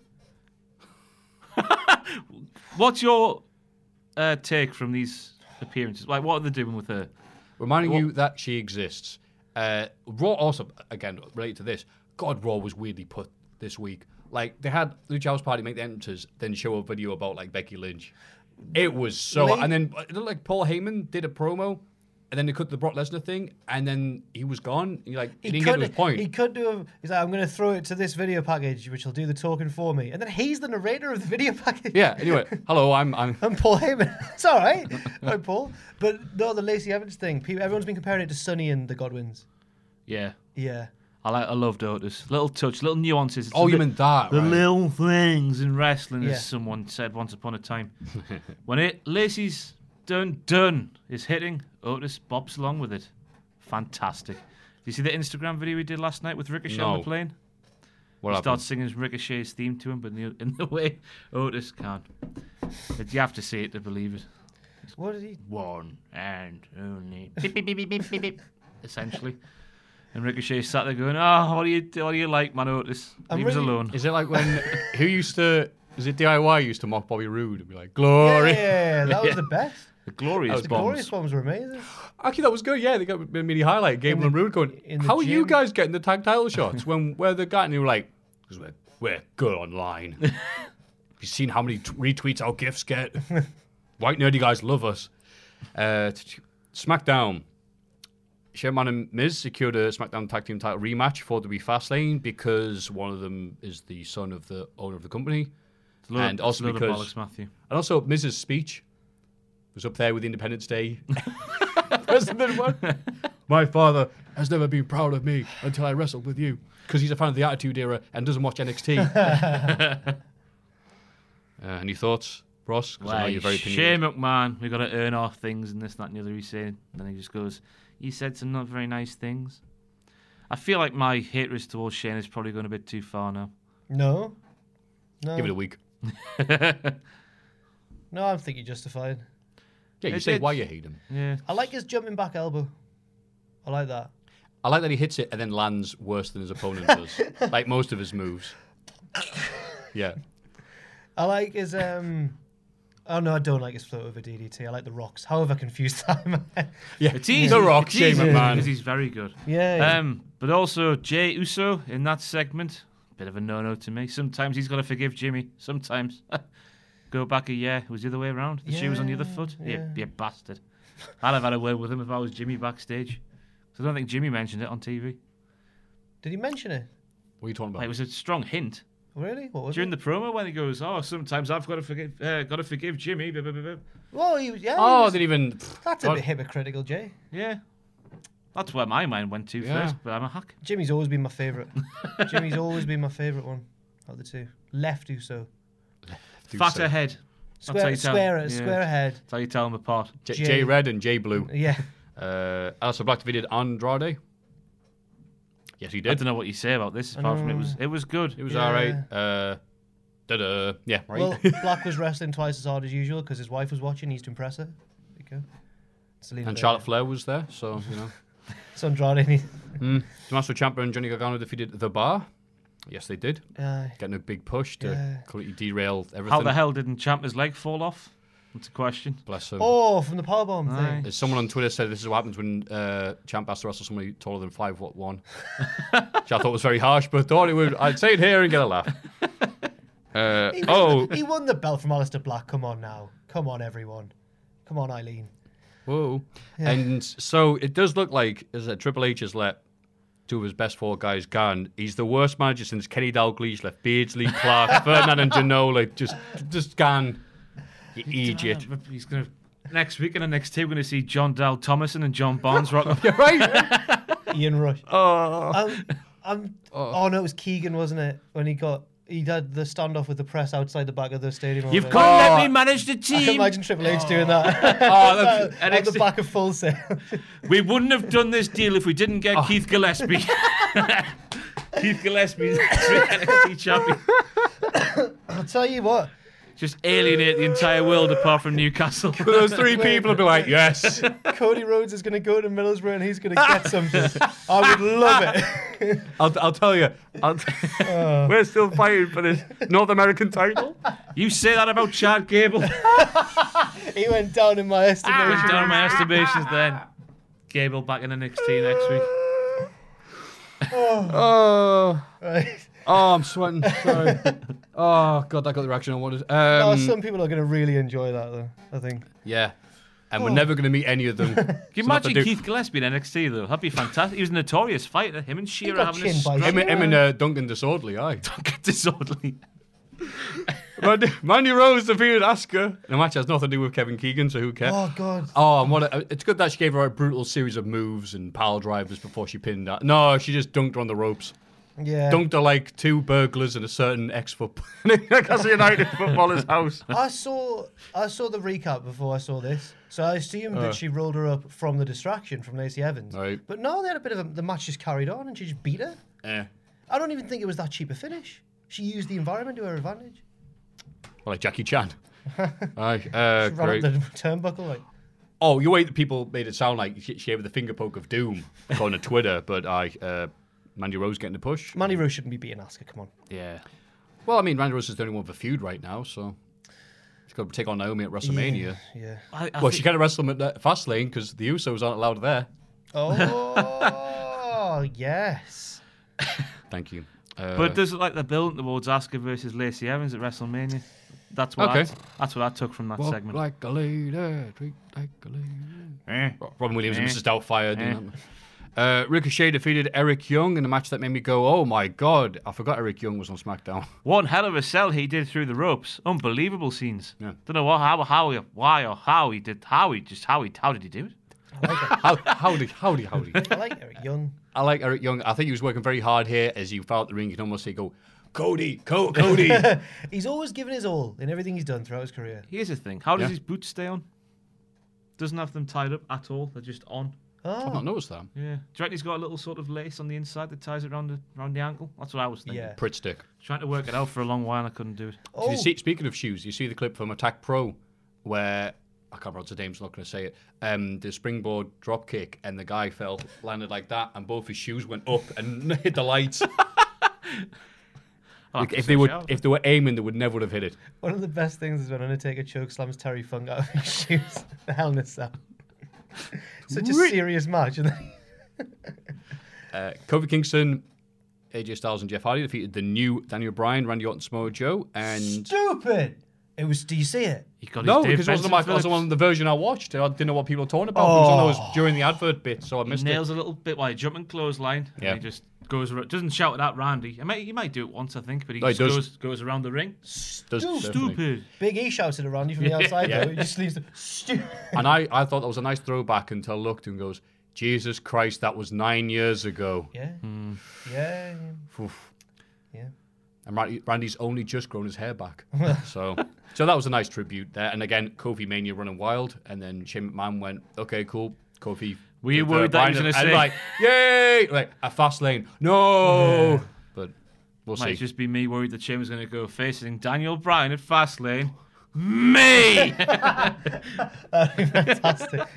Speaker 5: [laughs] What's your uh, take from these appearances? Like, what are they doing with her?
Speaker 3: reminding you that she exists. Uh, Raw also, again, related to this, God, Raw was weirdly put this week. Like, they had Lucha House Party make the entrances, then show a video about, like, Becky Lynch. It was so...
Speaker 4: Late-
Speaker 3: And then, it looked like Paul Heyman did a promo, and then they cut the Brock Lesnar thing, and then he was gone. He, like, he, didn't get to his point.
Speaker 4: He could do. A, he's like, I'm going to throw it to this video package, which will do the talking for me, and then he's the narrator of the video [laughs] package.
Speaker 3: Yeah, anyway, hello, I'm... I'm
Speaker 4: And Paul Heyman. [laughs] it's all right. Hi, Paul. But no, the Lacey Evans thing. People, everyone's been comparing it to Sonny and the Godwins.
Speaker 5: Yeah,
Speaker 4: Yeah.
Speaker 5: I like, I loved Otis. Little touch, little nuances. It's
Speaker 3: oh,
Speaker 5: the-
Speaker 3: you meant that,
Speaker 5: The
Speaker 3: right.
Speaker 5: little things in wrestling,
Speaker 4: Yeah.
Speaker 5: as someone said once upon a
Speaker 3: [laughs]
Speaker 5: time. when it Lacey's done done is hitting, Otis bops along with it. Fantastic. Do you see the Instagram video we did last night with Ricochet on
Speaker 3: No.
Speaker 5: the plane?
Speaker 3: What
Speaker 5: he
Speaker 3: happened?
Speaker 5: starts singing Ricochet's theme to him, but in the, in the [laughs] way Otis can't. But you have to see it to believe it.
Speaker 4: What did he?
Speaker 5: One and only. Beep, beep, beep, beep, beep, beep, beep, essentially. And Ricochet sat there going, Oh, what do you, what do you like, man, Otis?
Speaker 4: I'm
Speaker 5: Leave us
Speaker 4: really-
Speaker 5: alone.
Speaker 3: Is it like when who used to? Is it DIY used to mock Bobby Roode and be like, "Glory"?
Speaker 4: Yeah, that was the best.
Speaker 5: The glorious
Speaker 4: The
Speaker 5: bombs.
Speaker 4: glorious bombs were amazing.
Speaker 3: Actually, that was good. Yeah, they got a mini highlight. Gable and Roode going,
Speaker 4: in the
Speaker 3: "How are you
Speaker 4: gym."
Speaker 3: guys getting the tag title shots when where they got?" And they were like, "Because we're we're good
Speaker 4: [laughs]
Speaker 3: online. Have you seen how many t- retweets our gifs
Speaker 4: [laughs]
Speaker 3: get? White nerdy guys love us." Uh, t- t- SmackDown. Sherman and Miz secured a SmackDown Tag Team title rematch for WWE Fastlane because one of them is the son of the owner of the company.
Speaker 5: Load-
Speaker 3: and also
Speaker 5: load of
Speaker 3: because-
Speaker 5: bollocks, Matthew.
Speaker 3: And also, Mrs. Speech was up there with Independence Day.
Speaker 5: [laughs]
Speaker 3: President one. My father has never been proud of me until I wrestled with you because he's a fan of the Attitude Era and doesn't watch
Speaker 5: [laughs]
Speaker 3: NXT. uh, any thoughts, Ross? 'Cause I know
Speaker 5: Well,
Speaker 3: you're very
Speaker 5: shame
Speaker 3: opinionated.
Speaker 5: McMahon. We got to earn our things and this, that, and the other. He's saying. Then he just goes, "You said some not very nice things." I feel like my hatred towards Shane is probably going a bit too far now.
Speaker 4: No. No.
Speaker 3: Give it a week.
Speaker 4: No, I think you're justified.
Speaker 3: Yeah, you
Speaker 5: It-
Speaker 3: say
Speaker 5: it's-
Speaker 3: why you hate him.
Speaker 5: Yeah,
Speaker 4: I like his jumping back elbow. I like that.
Speaker 3: I like that he hits it and then lands worse than his opponent does,
Speaker 5: [laughs]
Speaker 3: like most of his moves. Yeah.
Speaker 4: I like his um. Oh no, I don't like his float over DDT. I like the rocks. However confused [laughs] I am.
Speaker 3: yeah.
Speaker 5: it's easy.
Speaker 3: The Rock,
Speaker 5: it's
Speaker 3: Shane
Speaker 5: easy because
Speaker 3: McMahon.
Speaker 5: he's very good.
Speaker 4: Yeah, yeah.
Speaker 5: Um, but also Jay Uso in that segment, bit of a no-no to me. Sometimes he's got to forgive Jimmy. Sometimes [laughs] go back a year. It was the other way around. The shoe was on the other foot. Yeah, you, you bastard. I'd have had a word with him if I was Jimmy backstage. 'Cause I don't think Jimmy mentioned it on TV.
Speaker 4: Did he mention it?
Speaker 3: What are you talking
Speaker 5: Like, it
Speaker 3: about?
Speaker 5: was a strong hint
Speaker 4: Really? What was
Speaker 5: during
Speaker 4: it?
Speaker 5: the promo when he goes, "Oh, sometimes I've got to forgive, uh, got to forgive Jimmy." blah, blah, blah, blah."
Speaker 4: Well, he was, yeah. he
Speaker 3: Oh,
Speaker 4: was-
Speaker 3: didn't even.
Speaker 4: that's a
Speaker 5: Oh.
Speaker 3: God.
Speaker 4: bit hypocritical, Jay.
Speaker 5: Yeah, that's where my mind went to
Speaker 3: Yeah.
Speaker 5: first. But I'm a hack.
Speaker 4: Jimmy's always been my
Speaker 5: [laughs]
Speaker 4: favourite. Jimmy's always been my favourite one of the two. Left Uso.
Speaker 5: Fat
Speaker 3: so.
Speaker 5: ahead. That's how
Speaker 4: Square,
Speaker 5: you tell-
Speaker 4: square,
Speaker 5: yeah.
Speaker 4: square ahead.
Speaker 5: That's how you tell them apart.
Speaker 3: J-
Speaker 4: Jay.
Speaker 3: J Red and J Blue.
Speaker 4: Yeah.
Speaker 3: Uh, Alistair Black defeated Andrade. Yes, he
Speaker 5: I
Speaker 3: did.
Speaker 5: don't know what you say about this. Apart from it was, it was good.
Speaker 3: It was all right. Uh, da-da. Yeah, right.
Speaker 4: Well, Black was wrestling twice as hard as usual because his wife was watching. He's to impress her. There you go. So leave it
Speaker 3: [laughs] and
Speaker 4: there.
Speaker 3: Charlotte Flair was there, so you know. [laughs]
Speaker 4: It's Andrade. and
Speaker 3: Tommaso Ciampa and Johnny Gargano defeated The Bar. Yes, they did.
Speaker 4: he- Uh,
Speaker 3: Getting a big push to
Speaker 4: Yeah.
Speaker 3: completely derail everything.
Speaker 5: How the hell didn't Champa's leg fall off? What's the question?
Speaker 3: Bless him.
Speaker 4: Oh, from the powerbomb thing.
Speaker 5: Aye.
Speaker 3: As someone on Twitter said, this is what happens when uh, Champ has to wrestle somebody taller than five foot one, which I thought was very harsh, but thought it would. I'd say it here and get a
Speaker 4: [laughs]
Speaker 3: laugh. Uh,
Speaker 4: He won
Speaker 3: oh,
Speaker 4: the, he won the belt from Alistair Black. Come on now, come on everyone, come on Eileen.
Speaker 3: whoa! And so it does look like as a Triple H has let two of his best four guys gone. He's the worst manager since Kenny Dalglish left Beardsley, Clark, Ferdinand, and Janola. Just, just gone. You idiot.
Speaker 5: Ah, He's gonna next week and the next two we're gonna see John Dal Thomason and John Barnes rock
Speaker 3: [laughs]
Speaker 5: up.
Speaker 3: Right.
Speaker 4: Ian Rush. [laughs] Oh, I'm, I'm- oh. no, it was Keegan, wasn't it? When he got he had the standoff with the press outside the back of the stadium.
Speaker 5: You've
Speaker 4: over.
Speaker 5: got to
Speaker 3: Oh.
Speaker 5: let me
Speaker 3: [laughs]
Speaker 5: manage the
Speaker 4: I can
Speaker 5: team.
Speaker 4: imagine Triple H doing that [laughs]
Speaker 5: Oh,
Speaker 4: at
Speaker 5: look,
Speaker 4: the
Speaker 5: NXT
Speaker 4: back of Full Sail.
Speaker 5: We wouldn't have done this deal if we didn't get
Speaker 3: Oh. [laughs]
Speaker 5: Keith Gillespie. [laughs] Keith [laughs] Gillespie, NXT champion.
Speaker 4: I'll tell you what.
Speaker 5: Just alienate the entire world apart from Newcastle.
Speaker 3: Those three people will be
Speaker 5: [laughs]
Speaker 3: like, yes.
Speaker 4: Cody Rhodes is going to go to Middlesbrough and he's going to get something. I would love it.
Speaker 3: I'll, I'll tell you. I'll t- we're still fighting for this North American title.
Speaker 5: You say that about Chad Gable?
Speaker 4: [laughs] He went down in my
Speaker 5: I was
Speaker 4: estimation.
Speaker 5: down my estimations then. [laughs] Gable back in NXT next week.
Speaker 3: [laughs] Oh,
Speaker 4: [laughs] Right.
Speaker 3: oh, I'm sweating. Sorry. Oh god, that got the reaction I wanted.
Speaker 4: Oh,
Speaker 3: Um,
Speaker 4: some people are going to really enjoy that, though. I think.
Speaker 3: Yeah, and we're never going to meet any of them.
Speaker 5: Can you imagine Keith Gillespie in NXT though? That'd be fantastic. He was a notorious fighter. Him and Shearer
Speaker 4: got
Speaker 5: having a
Speaker 4: chinned by
Speaker 5: scrap. [laughs]
Speaker 3: Him, him and uh, Duncan Disorderly, aye.
Speaker 5: disorderly.
Speaker 3: Mandy, Mandy Rose defeated Asuka. The match has nothing to do with Kevin Keegan, so who cares?
Speaker 4: Oh God.
Speaker 3: Oh, and what a, it's good that she gave her a brutal series of moves and pile drivers before she pinned her. No, she just dunked her on the ropes.
Speaker 4: Yeah.
Speaker 3: Dunked her like two burglars in a certain ex football [laughs] Newcastle United footballer's house.
Speaker 4: I saw I saw the recap before I saw this, so I assumed that she rolled her up from the distraction from Lacey Evans.
Speaker 3: Uh. Right.
Speaker 4: But no, they had a bit of a, the match just carried on, and she just beat her.
Speaker 3: Eh.
Speaker 4: I don't even think it was that cheap a finish. She used the environment to her advantage.
Speaker 3: Well, like Jackie
Speaker 4: [laughs]
Speaker 3: Chan. Aye, uh,
Speaker 4: She ran
Speaker 3: great.
Speaker 4: up the [laughs] turnbuckle like.
Speaker 3: Oh, you way that people made it sound like she, she gave her the finger poke of doom on Twitter, but I, uh, Mandy Rose getting the push.
Speaker 4: Manny Rose shouldn't be beating Asuka. Come on.
Speaker 5: Yeah.
Speaker 3: Well, I mean, Mandy Rose is the only one for feud right now, so she's got to take on Naomi at WrestleMania.
Speaker 4: Yeah.
Speaker 5: I, I
Speaker 3: Well,
Speaker 5: think-
Speaker 3: she can't wrestle at that fast lane because the Usos aren't allowed there.
Speaker 4: Oh yes.
Speaker 3: Thank you. Uh,
Speaker 5: But does it like the build towards Asuka versus Lacey Evans at WrestleMania? That's what
Speaker 3: Okay.
Speaker 5: I, that's what I took from that
Speaker 3: Walk
Speaker 5: segment.
Speaker 3: like a lady, treat like a lady.
Speaker 5: Eh.
Speaker 3: Robin Williams and
Speaker 5: Eh.
Speaker 3: Mrs. Doubtfire. doing that. Uh, Ricochet defeated Eric Young in a match that made me go, "Oh my god!" I forgot Eric Young was on SmackDown. [laughs]
Speaker 5: One hell of a sell he did through the ropes. Unbelievable scenes.
Speaker 3: Yeah.
Speaker 5: Don't know what, how, how, why, or how he did. How he just how he how did he do it?
Speaker 3: How, howdy, howdy, howdy.
Speaker 4: I like Eric Young.
Speaker 3: [laughs] I like Eric Young. I think he was working very hard here. As you felt the ring, you can almost say, "Go, Cody, Co- [laughs] Cody."
Speaker 4: He's always given his all in everything he's done throughout his career.
Speaker 5: Here's the thing. How does
Speaker 3: Yeah.
Speaker 5: his boots stay on? Doesn't have them tied up at all. They're just on.
Speaker 3: I've not noticed that.
Speaker 5: Yeah. Do you reckon he's got a little sort of lace on the inside that ties it around the around the ankle? That's what I was thinking.
Speaker 4: Yeah.
Speaker 3: Prit stick.
Speaker 5: Trying to work it out for a long while, I couldn't do it.
Speaker 3: Do you see, speaking of shoes, you see the clip from Attack Pro where I can't remember the name's not going to say it. Um, the springboard drop kick and the guy fell, landed like that, and both his shoes went up and [laughs] hit the lights.
Speaker 5: I'll have to
Speaker 3: if they
Speaker 5: search
Speaker 3: would,
Speaker 5: it out.
Speaker 3: if they were aiming, they would never would have hit it.
Speaker 4: One of the best things is when Undertaker choke slams Terry Funk out of his [laughs] shoes. the Hell in a Cell. Such a serious match. And then
Speaker 3: Uh, Kofi Kingston, AJ Styles, and Jeff Hardy defeated the new Daniel Bryan, Randy Orton, Samoa Joe, and
Speaker 4: Stupid. It was. Do you see it?
Speaker 5: he got
Speaker 3: no,
Speaker 5: his Dave
Speaker 3: because it wasn't,
Speaker 5: Benson
Speaker 3: my, it wasn't
Speaker 5: Phillips.
Speaker 3: one the version I watched. I didn't know what people were talking about. It was on those during the advert bit, so I
Speaker 5: He
Speaker 3: missed it.
Speaker 5: nails a little bit like a jumping clothesline.
Speaker 3: Yeah.
Speaker 5: And he just goes ar- doesn't shout it out Randy. He might he might do it once, I think, but he
Speaker 3: No, he
Speaker 5: just
Speaker 3: does.
Speaker 5: goes goes around the ring.
Speaker 3: Does- definitely.
Speaker 5: Stupid.
Speaker 4: Big E shouted around you from the outside. though. It just leaves the stupid.
Speaker 3: And I, I thought that was a nice throwback until I looked and goes, Jesus Christ, that was nine years ago.
Speaker 4: [laughs] Yeah. Yeah.
Speaker 3: Oof.
Speaker 4: Yeah.
Speaker 3: And Randy, Randy's only just grown his hair
Speaker 5: [laughs]
Speaker 3: back. so so that was a nice tribute there. And again, Kofi Mania running wild. And then Shane McMahon went, okay, cool. Kofi.
Speaker 5: Were you
Speaker 3: did the
Speaker 5: worried that he was
Speaker 3: lineup,"
Speaker 5: gonna
Speaker 3: and
Speaker 5: say-
Speaker 3: Like, yay! Like, a fast lane. No! But we'll
Speaker 5: Might
Speaker 3: see.
Speaker 5: just be me worried that Shane was going to go facing Daniel Bryan at Fastlane.
Speaker 3: [laughs]
Speaker 5: Me.
Speaker 4: Fantastic.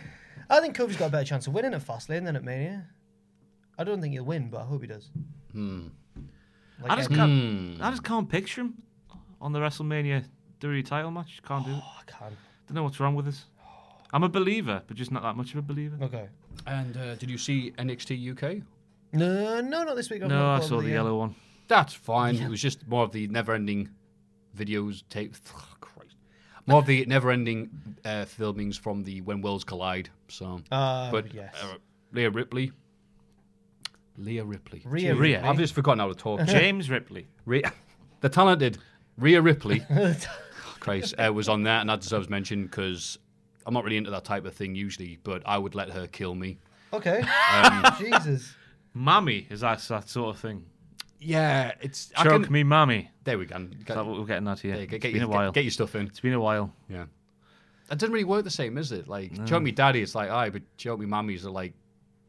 Speaker 4: I think Kofi's got a better chance of winning at Fastlane than at Mania. I don't think he'll win, but I hope he does. Hmm.
Speaker 5: I just can't. I just can't picture him on the WrestleMania WWE title match. Can't do it.
Speaker 4: Oh, I can.
Speaker 5: don't know what's wrong with us. I'm a believer, but just not that much of a believer.
Speaker 4: Okay.
Speaker 3: And uh, did you see NXT UK?
Speaker 4: No, no, not this week. I've
Speaker 5: No,
Speaker 4: not
Speaker 5: I
Speaker 4: got
Speaker 5: saw
Speaker 4: uh,
Speaker 5: the yellow one.
Speaker 3: That's fine. It was just more of the never-ending videos tape. [sighs] Christ. More of the never-ending uh, filmings from the When Worlds Collide. So,
Speaker 4: Ah,
Speaker 3: but
Speaker 4: yes.
Speaker 3: uh, Leah Ripley. Leah Ripley.
Speaker 4: Rhea
Speaker 3: Jeez,
Speaker 5: Ripley.
Speaker 3: I've just forgotten how to talk. [laughs]
Speaker 5: James Ripley.
Speaker 3: Rhea, the talented Rhea Ripley. [laughs] Christ, uh, was on that, and that deserves mention because I'm not really into that type of thing usually, but I would let her kill me.
Speaker 4: [laughs] Okay.
Speaker 3: um,
Speaker 4: Jesus.
Speaker 5: Mammy is that, that sort of thing.
Speaker 3: Yeah, it's. I
Speaker 5: Choke
Speaker 3: can-
Speaker 5: me, Mammy.
Speaker 3: There we go. Get,
Speaker 5: Is that what we're getting at here?
Speaker 3: there you go.
Speaker 5: It's
Speaker 3: Get
Speaker 5: been
Speaker 3: your,
Speaker 5: a while.
Speaker 3: Get, get your stuff in.
Speaker 5: It's been a while.
Speaker 3: Yeah. That doesn't really work the same, is it? Like, choke me daddy, it's like, aye, but choke me mammies are like,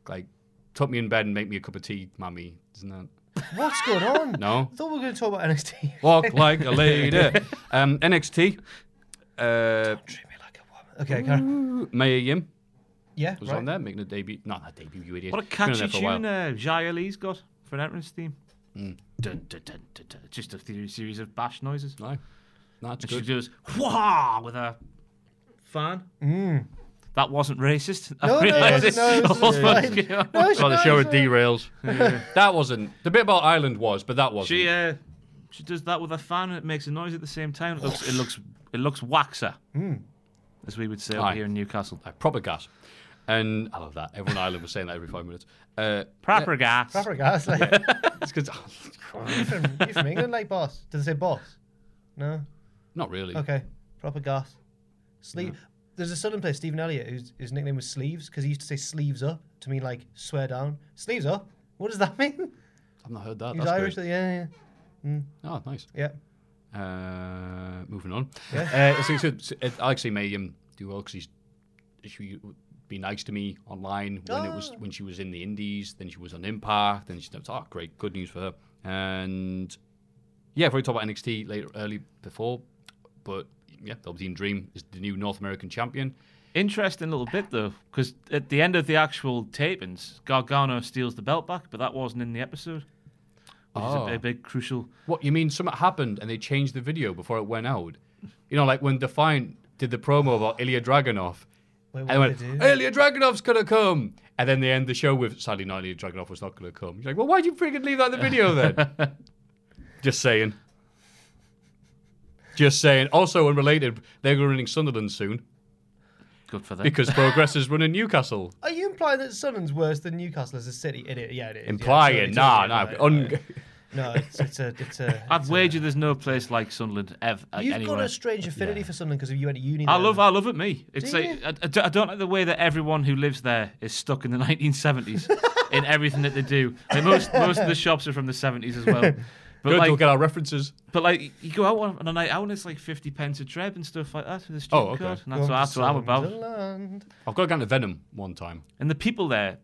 Speaker 3: like, tuck me in bed and make me a cup of tea, mammy. Isn't that?
Speaker 4: What's going on?
Speaker 3: [laughs] No.
Speaker 5: [laughs]
Speaker 4: I thought we were going to talk about [laughs] NXT.
Speaker 3: Walk like a lady. Um, NXT, uh,
Speaker 4: Treat me like a woman. Okay, Karen.
Speaker 3: Maya Yim
Speaker 4: Yeah,
Speaker 3: was
Speaker 4: right.
Speaker 3: on there making a debut. Not a debut, you idiot.
Speaker 5: What a
Speaker 3: Been on
Speaker 5: catchy
Speaker 3: there for while. Mm.
Speaker 5: tune uh, Jaya Lee's got for an entrance theme. Dun, dun, dun, dun, dun. Just a theory, series of bash noises.
Speaker 3: No. No, it's
Speaker 5: And
Speaker 3: [laughs]
Speaker 5: she
Speaker 3: good.
Speaker 5: does wah with a fan.
Speaker 3: Mm.
Speaker 5: That wasn't racist. [laughs] I
Speaker 4: No, no, it
Speaker 5: realised
Speaker 4: wasn't.
Speaker 3: [laughs]
Speaker 4: No, it was
Speaker 5: All
Speaker 4: fine.
Speaker 5: fucking-
Speaker 4: No, it's
Speaker 3: Oh, the
Speaker 4: not,
Speaker 3: show
Speaker 4: it's
Speaker 3: it
Speaker 5: [laughs]
Speaker 3: derails. that wasn't. The bit about Ireland was, but that wasn't.
Speaker 5: She uh, she does that with a fan and it makes a noise at the same time. It looks it looks it looks waxer, as we would say over
Speaker 3: Aye.
Speaker 5: here in Newcastle.
Speaker 3: Like, proper gas. And I love that. Everyone in Ireland was saying that every five minutes. Uh,
Speaker 5: Proper gas.
Speaker 4: Proper
Speaker 3: [laughs]
Speaker 4: guys. Like, [laughs]
Speaker 3: it's 'cause-
Speaker 4: you, from, you from England, like boss? Did they say boss? No.
Speaker 3: not really.
Speaker 4: Okay. Proper gas. Sleeve. There's a southern player, Stephen Elliott, whose his nickname was Sleeves because he used to say sleeves up to mean like swear down. Sleeves up? What does that [laughs] mean?
Speaker 3: I've not heard that.
Speaker 4: He's
Speaker 3: That's
Speaker 4: Irish.
Speaker 3: great.
Speaker 4: Yeah, yeah,
Speaker 3: Oh, nice.
Speaker 4: yeah.
Speaker 3: Uh, moving on.
Speaker 4: Yeah.
Speaker 3: [laughs] Uh, so, so, so, uh, Alex Lee may um, do well because he's she would be nice to me online when it
Speaker 4: Ah.
Speaker 3: was when she was in the Indies. Then she was on Impact. Then she said, "Oh, great, good news for her." And yeah, we talked about NXT later, early before, but yeah, Velveteen Dream is the new North American champion.
Speaker 5: Interesting little bit though, because at the end of the actual tapings, Gargano steals the belt back, but that wasn't in the episode, which
Speaker 3: Oh.
Speaker 5: is a, a big crucial.
Speaker 3: What you mean? Something happened and they changed the video before it went out. You know, like when Defiant did the promo about Ilya Dragunov,
Speaker 4: Wait,
Speaker 3: and
Speaker 4: what
Speaker 3: they went,
Speaker 4: did they do?
Speaker 3: "Ilya Dragunov's gonna come," and then they end the show with, "Sadly, not Ilya Dragunov was not gonna come." You're like, "Well, why'd you freaking leave that in the video then?" [laughs] Just saying. Just saying. Also, unrelated, they're running Sunderland soon
Speaker 5: Good for them.
Speaker 3: because Progress is running Newcastle.
Speaker 4: Are you implying that Sunderland's worse than Newcastle as a city? It is. Yeah, it is. Yeah,
Speaker 3: Implying,
Speaker 4: totally,
Speaker 3: nah,
Speaker 4: totally,
Speaker 3: nah.
Speaker 4: right,
Speaker 3: un-
Speaker 4: right. No, it's, it's a. It's
Speaker 5: [laughs]
Speaker 4: a
Speaker 5: I'd
Speaker 4: it's a-
Speaker 5: wager there's no place like Sunderland ever
Speaker 4: uh, You've
Speaker 5: anywhere.
Speaker 4: got a strange affinity for Sunderland because you went to uni.
Speaker 5: I
Speaker 4: there.
Speaker 5: love, I love it. Me, it's
Speaker 4: Do
Speaker 5: like
Speaker 4: you?
Speaker 5: I, I don't- I don't like the way that everyone who lives there is stuck in the [laughs] 1970s in everything that they do. Like most, most of the shops are from the 70s as well. But
Speaker 3: Good,
Speaker 5: like,
Speaker 3: we'll get our references.
Speaker 5: but like, you go out on, on a night out and it's like 50 pence a treb and stuff like that with a student
Speaker 3: Oh, okay.
Speaker 5: card, and
Speaker 4: Go on
Speaker 5: that's, what,
Speaker 4: to
Speaker 5: that's what I'm about.
Speaker 4: Sunderland.
Speaker 3: I've got to go to Venom one time.
Speaker 5: And the people there,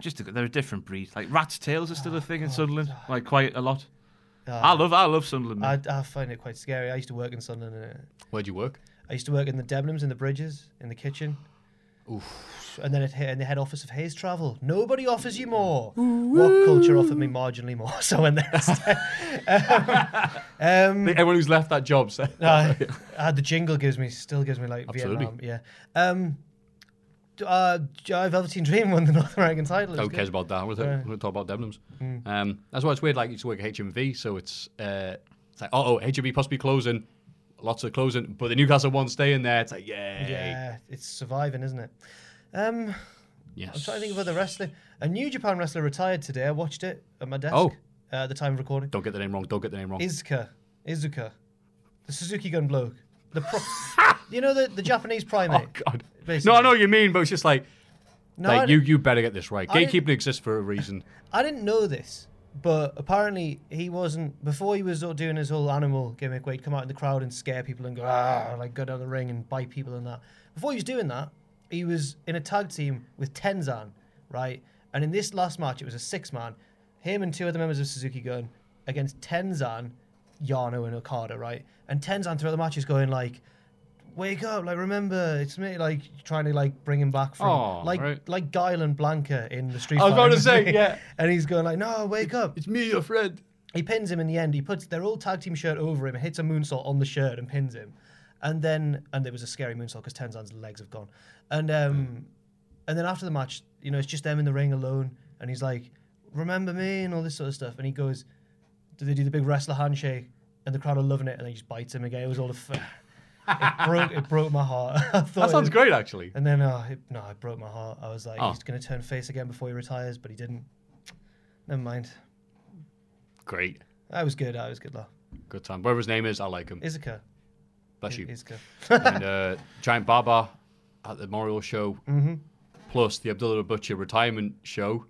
Speaker 5: just they're a different breed. Like rat's tails are still a thing in Sunderland, like quite a lot. I love, I love Sunderland. man.
Speaker 4: I, I find it quite scary. I used to work in Sunderland. And it-
Speaker 3: Where'd you work?
Speaker 4: I used to work in the Debenhams, in the bridges, in the kitchen. Oof. And then it hit in the head office of Hayes Travel. Nobody offers you more. What culture offered me marginally more? [laughs] So I went there instead. um, um,
Speaker 3: Everyone who's left that job said.
Speaker 4: [laughs] Uh, uh, the jingle gives me still gives me like
Speaker 3: Absolutely.
Speaker 4: Vietnam. Yeah. Um. d- Uh, J- uh, Velveteen Dream won the [laughs] North American title. it was
Speaker 3: Who cares
Speaker 4: good.
Speaker 3: about that? We're going to talk about Debenhams.
Speaker 4: Mm.
Speaker 3: Um, that's why it's weird. Like, you used to work at HMV, so it's, uh, it's like, oh, HMV possibly closing. Lots of closing, but the Newcastle one's staying there. It's like, yay.
Speaker 4: Yeah, it's surviving, isn't it? Um,
Speaker 3: Yes.
Speaker 4: I'm trying to think of other wrestling. A New Japan wrestler retired today. I watched it at my desk
Speaker 3: Oh.
Speaker 4: uh, at the time of recording.
Speaker 3: Don't get the name wrong. Don't get the name wrong.
Speaker 4: Izuka, Izuka, the Suzuki Gun bloke,
Speaker 3: [laughs]
Speaker 4: the pro- you know the the Japanese primate.
Speaker 3: oh, [laughs] God.
Speaker 4: basically.
Speaker 3: No, I know what you mean, but it's just like,
Speaker 4: No, I
Speaker 3: like
Speaker 4: don't-
Speaker 3: you, you better get this right.
Speaker 4: I-
Speaker 3: Gatekeeping exists for a reason.
Speaker 4: I didn't know this, but apparently he wasn't before he was sort of doing his whole animal gimmick where he'd come out in the crowd and scare people and go ah like go down the ring and bite people and that. Before he was doing that, he was in a tag team with Tenzan, right? And in this last match, it was a six man, him and two other members of Suzuki Gun against Tenzan, Yano and Okada, right? And Tenzan throughout the match is going like. Wake up! Like remember, it's me. Like trying to like bring him back from
Speaker 3: Aw,
Speaker 4: like
Speaker 3: right.
Speaker 4: like Guile and Blanca in the street.
Speaker 3: I was
Speaker 4: Fighter
Speaker 3: about to say,
Speaker 4: movie. [laughs]
Speaker 3: yeah.
Speaker 4: And he's going like, "No, wake up!"
Speaker 3: it's me, your friend.
Speaker 4: He pins him in the end. He puts their old tag team shirt over him, hits a moonsault on the shirt, and pins him. And then, and there was a scary moonsault because Tenzan's legs have gone. And um, and then after the match, you know, it's just them in the ring alone, and he's like, "Remember me" and all this sort of stuff. And he goes, "Do they do the big wrestler handshake?" And the crowd are loving it, and then he just bites him again. It was all a. F- it broke. It broke my heart. [laughs] I thought
Speaker 3: That
Speaker 4: it-
Speaker 3: sounds great, actually.
Speaker 4: and then, uh, it, no, it broke my heart. I was like,
Speaker 3: Oh.
Speaker 4: he's going to turn face again before he retires, but he didn't. Never mind.
Speaker 3: Great.
Speaker 4: That was good. That was good, though.
Speaker 3: Good time. Whatever his name is, I like him.
Speaker 4: Izuka.
Speaker 3: Bless you.
Speaker 4: Izuka.
Speaker 3: and uh, Giant Baba at the Memorial Show,
Speaker 4: Mm-hmm.
Speaker 3: plus the Abdullah the Butcher retirement show.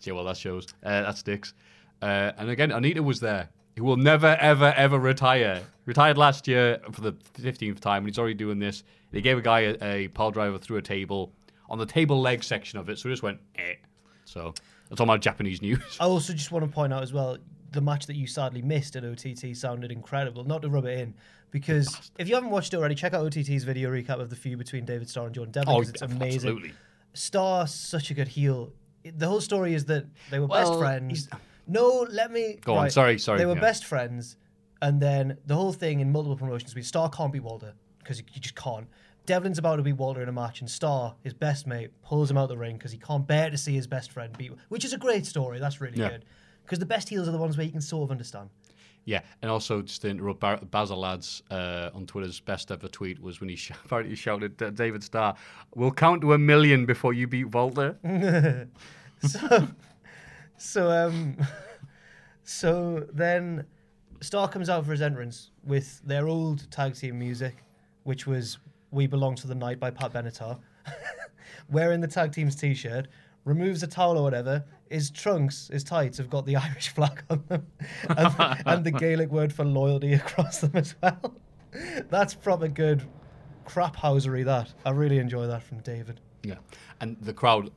Speaker 3: See well that shows. Uh, that sticks. Uh, and again, Anita was there. He will never, ever, ever retire. Retired last year for the 15th time, and he's already doing this. They gave a guy a, a pile driver through a table on the table leg section of it, so he just went, eh. So that's all my Japanese news.
Speaker 4: I also just want to point out as well the match that you sadly missed at OTT sounded incredible. Not to rub it in, because if you haven't watched it already, check out OTT's video recap of the feud between David Starr and Jordan
Speaker 3: Oh, [laughs]
Speaker 4: Devlin. 'cause it's amazing.
Speaker 3: absolutely.
Speaker 4: Starr, such a good heel. It- The whole story is that they were best
Speaker 3: Well,
Speaker 4: friends.
Speaker 3: he's-
Speaker 4: No, let me.
Speaker 3: Go on, sorry, sorry,
Speaker 4: They were
Speaker 3: yeah.
Speaker 4: best friends, and then the whole thing in multiple promotions. We Starr can't beat Walter because you, you just can't. Devlin's about to beat Walter in a match, and Starr, his best mate, pulls him out the ring because he can't bear to see his best friend beat. Which is a great story. That's really
Speaker 3: Yeah.
Speaker 4: good because the best heels are the ones where you can sort of understand.
Speaker 3: Yeah, and also just to interrupt, Bar- Basil Lads uh, on Twitter's best ever tweet was when he sh- [laughs] apparently shouted uh, David Starr, "We'll count to a million before you beat Volta."
Speaker 4: Mm-hmm. so, [laughs] so um, so then Star comes out for his entrance with their old tag team music, which was "We Belong to the Night" by Pat Benatar, [laughs] wearing the tag team's t-shirt. Removes a towel or whatever. His trunks, his tights have got the [laughs] Irish flag on them, and, and the Gaelic word for loyalty [laughs] across them as well. [laughs] That's proper good crap housery. That I really enjoy that from David.
Speaker 3: yeah, and the crowd,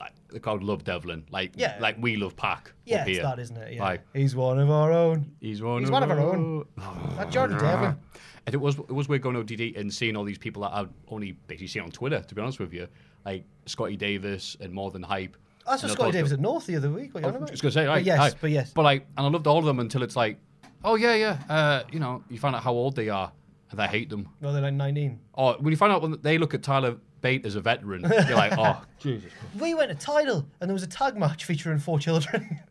Speaker 3: like, the crowd loved Devlin, like
Speaker 4: Yeah.
Speaker 3: like we love Pac.
Speaker 4: Yeah,
Speaker 3: up
Speaker 4: it's
Speaker 3: here.
Speaker 4: that, isn't it? Yeah,
Speaker 3: Like,
Speaker 4: he's one of our own.
Speaker 3: he's one.
Speaker 4: He's
Speaker 3: of
Speaker 4: one of our own.
Speaker 3: own.
Speaker 4: That Jordan Devlin.
Speaker 3: And it was it was weird going to DD and seeing all these people that I've only basically seen on Twitter. To be honest with you, like Scotty Davis and More Than Hype. And I
Speaker 4: I saw Oh, Scotty
Speaker 3: thought-
Speaker 4: Davis at North the other week. What are you
Speaker 3: Oh, I
Speaker 4: on
Speaker 3: was just
Speaker 4: about?
Speaker 3: gonna say,
Speaker 4: but
Speaker 3: right,
Speaker 4: yes,
Speaker 3: right.
Speaker 4: but yes.
Speaker 3: but like, and I loved all of them until it's like, oh yeah, yeah, uh, you know, you find out how old they are and I hate them.
Speaker 4: no, they're like 19.
Speaker 3: Or when you find out when they look at Tyler Bate as a veteran, you're like,
Speaker 4: [laughs]
Speaker 3: oh, Jesus.
Speaker 4: We went to Tidal and there was a tag match featuring four children. [laughs]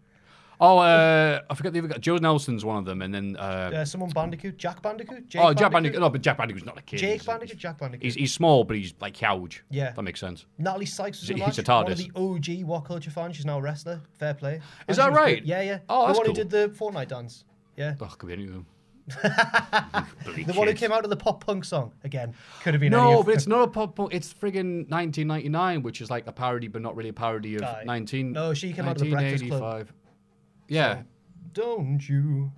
Speaker 3: Oh, uh, I forget the other guy. Joe Nelson's one of them, and then uh,
Speaker 4: uh, someone Bandicoot, Jack Bandicoot, Jake
Speaker 3: oh, Jack Bandicoot. No, but Jack Bandicoot's not a kid.
Speaker 4: Jake
Speaker 3: He's-
Speaker 4: Bandicoot, Jack Bandicoot.
Speaker 3: He's, he's small, but he's like huge.
Speaker 4: Yeah.
Speaker 3: that makes sense.
Speaker 4: Natalie Sykes was in the
Speaker 3: he's a
Speaker 4: match, one of the
Speaker 3: TARDIS.
Speaker 4: OG What Culture fan. She's now a wrestler. Fair play. And
Speaker 3: Is
Speaker 4: she
Speaker 3: that
Speaker 4: was good.
Speaker 3: right?
Speaker 4: Yeah, yeah.
Speaker 3: Oh,
Speaker 4: the
Speaker 3: that's
Speaker 4: one who
Speaker 3: cool.
Speaker 4: did the Fortnite dance. Yeah.
Speaker 3: Oh, could be any of them. Bloody
Speaker 4: The one who
Speaker 3: kids.
Speaker 4: came out of the pop punk song again. Could have been any
Speaker 3: No,
Speaker 4: of
Speaker 3: but it's not a pop punk. It's friggin' 1999, which is like a parody, but not really a parody of
Speaker 4: Aye.
Speaker 3: 19.
Speaker 4: No, she came out of the Breakfast Club.
Speaker 3: 1985. Yeah,
Speaker 4: Don't you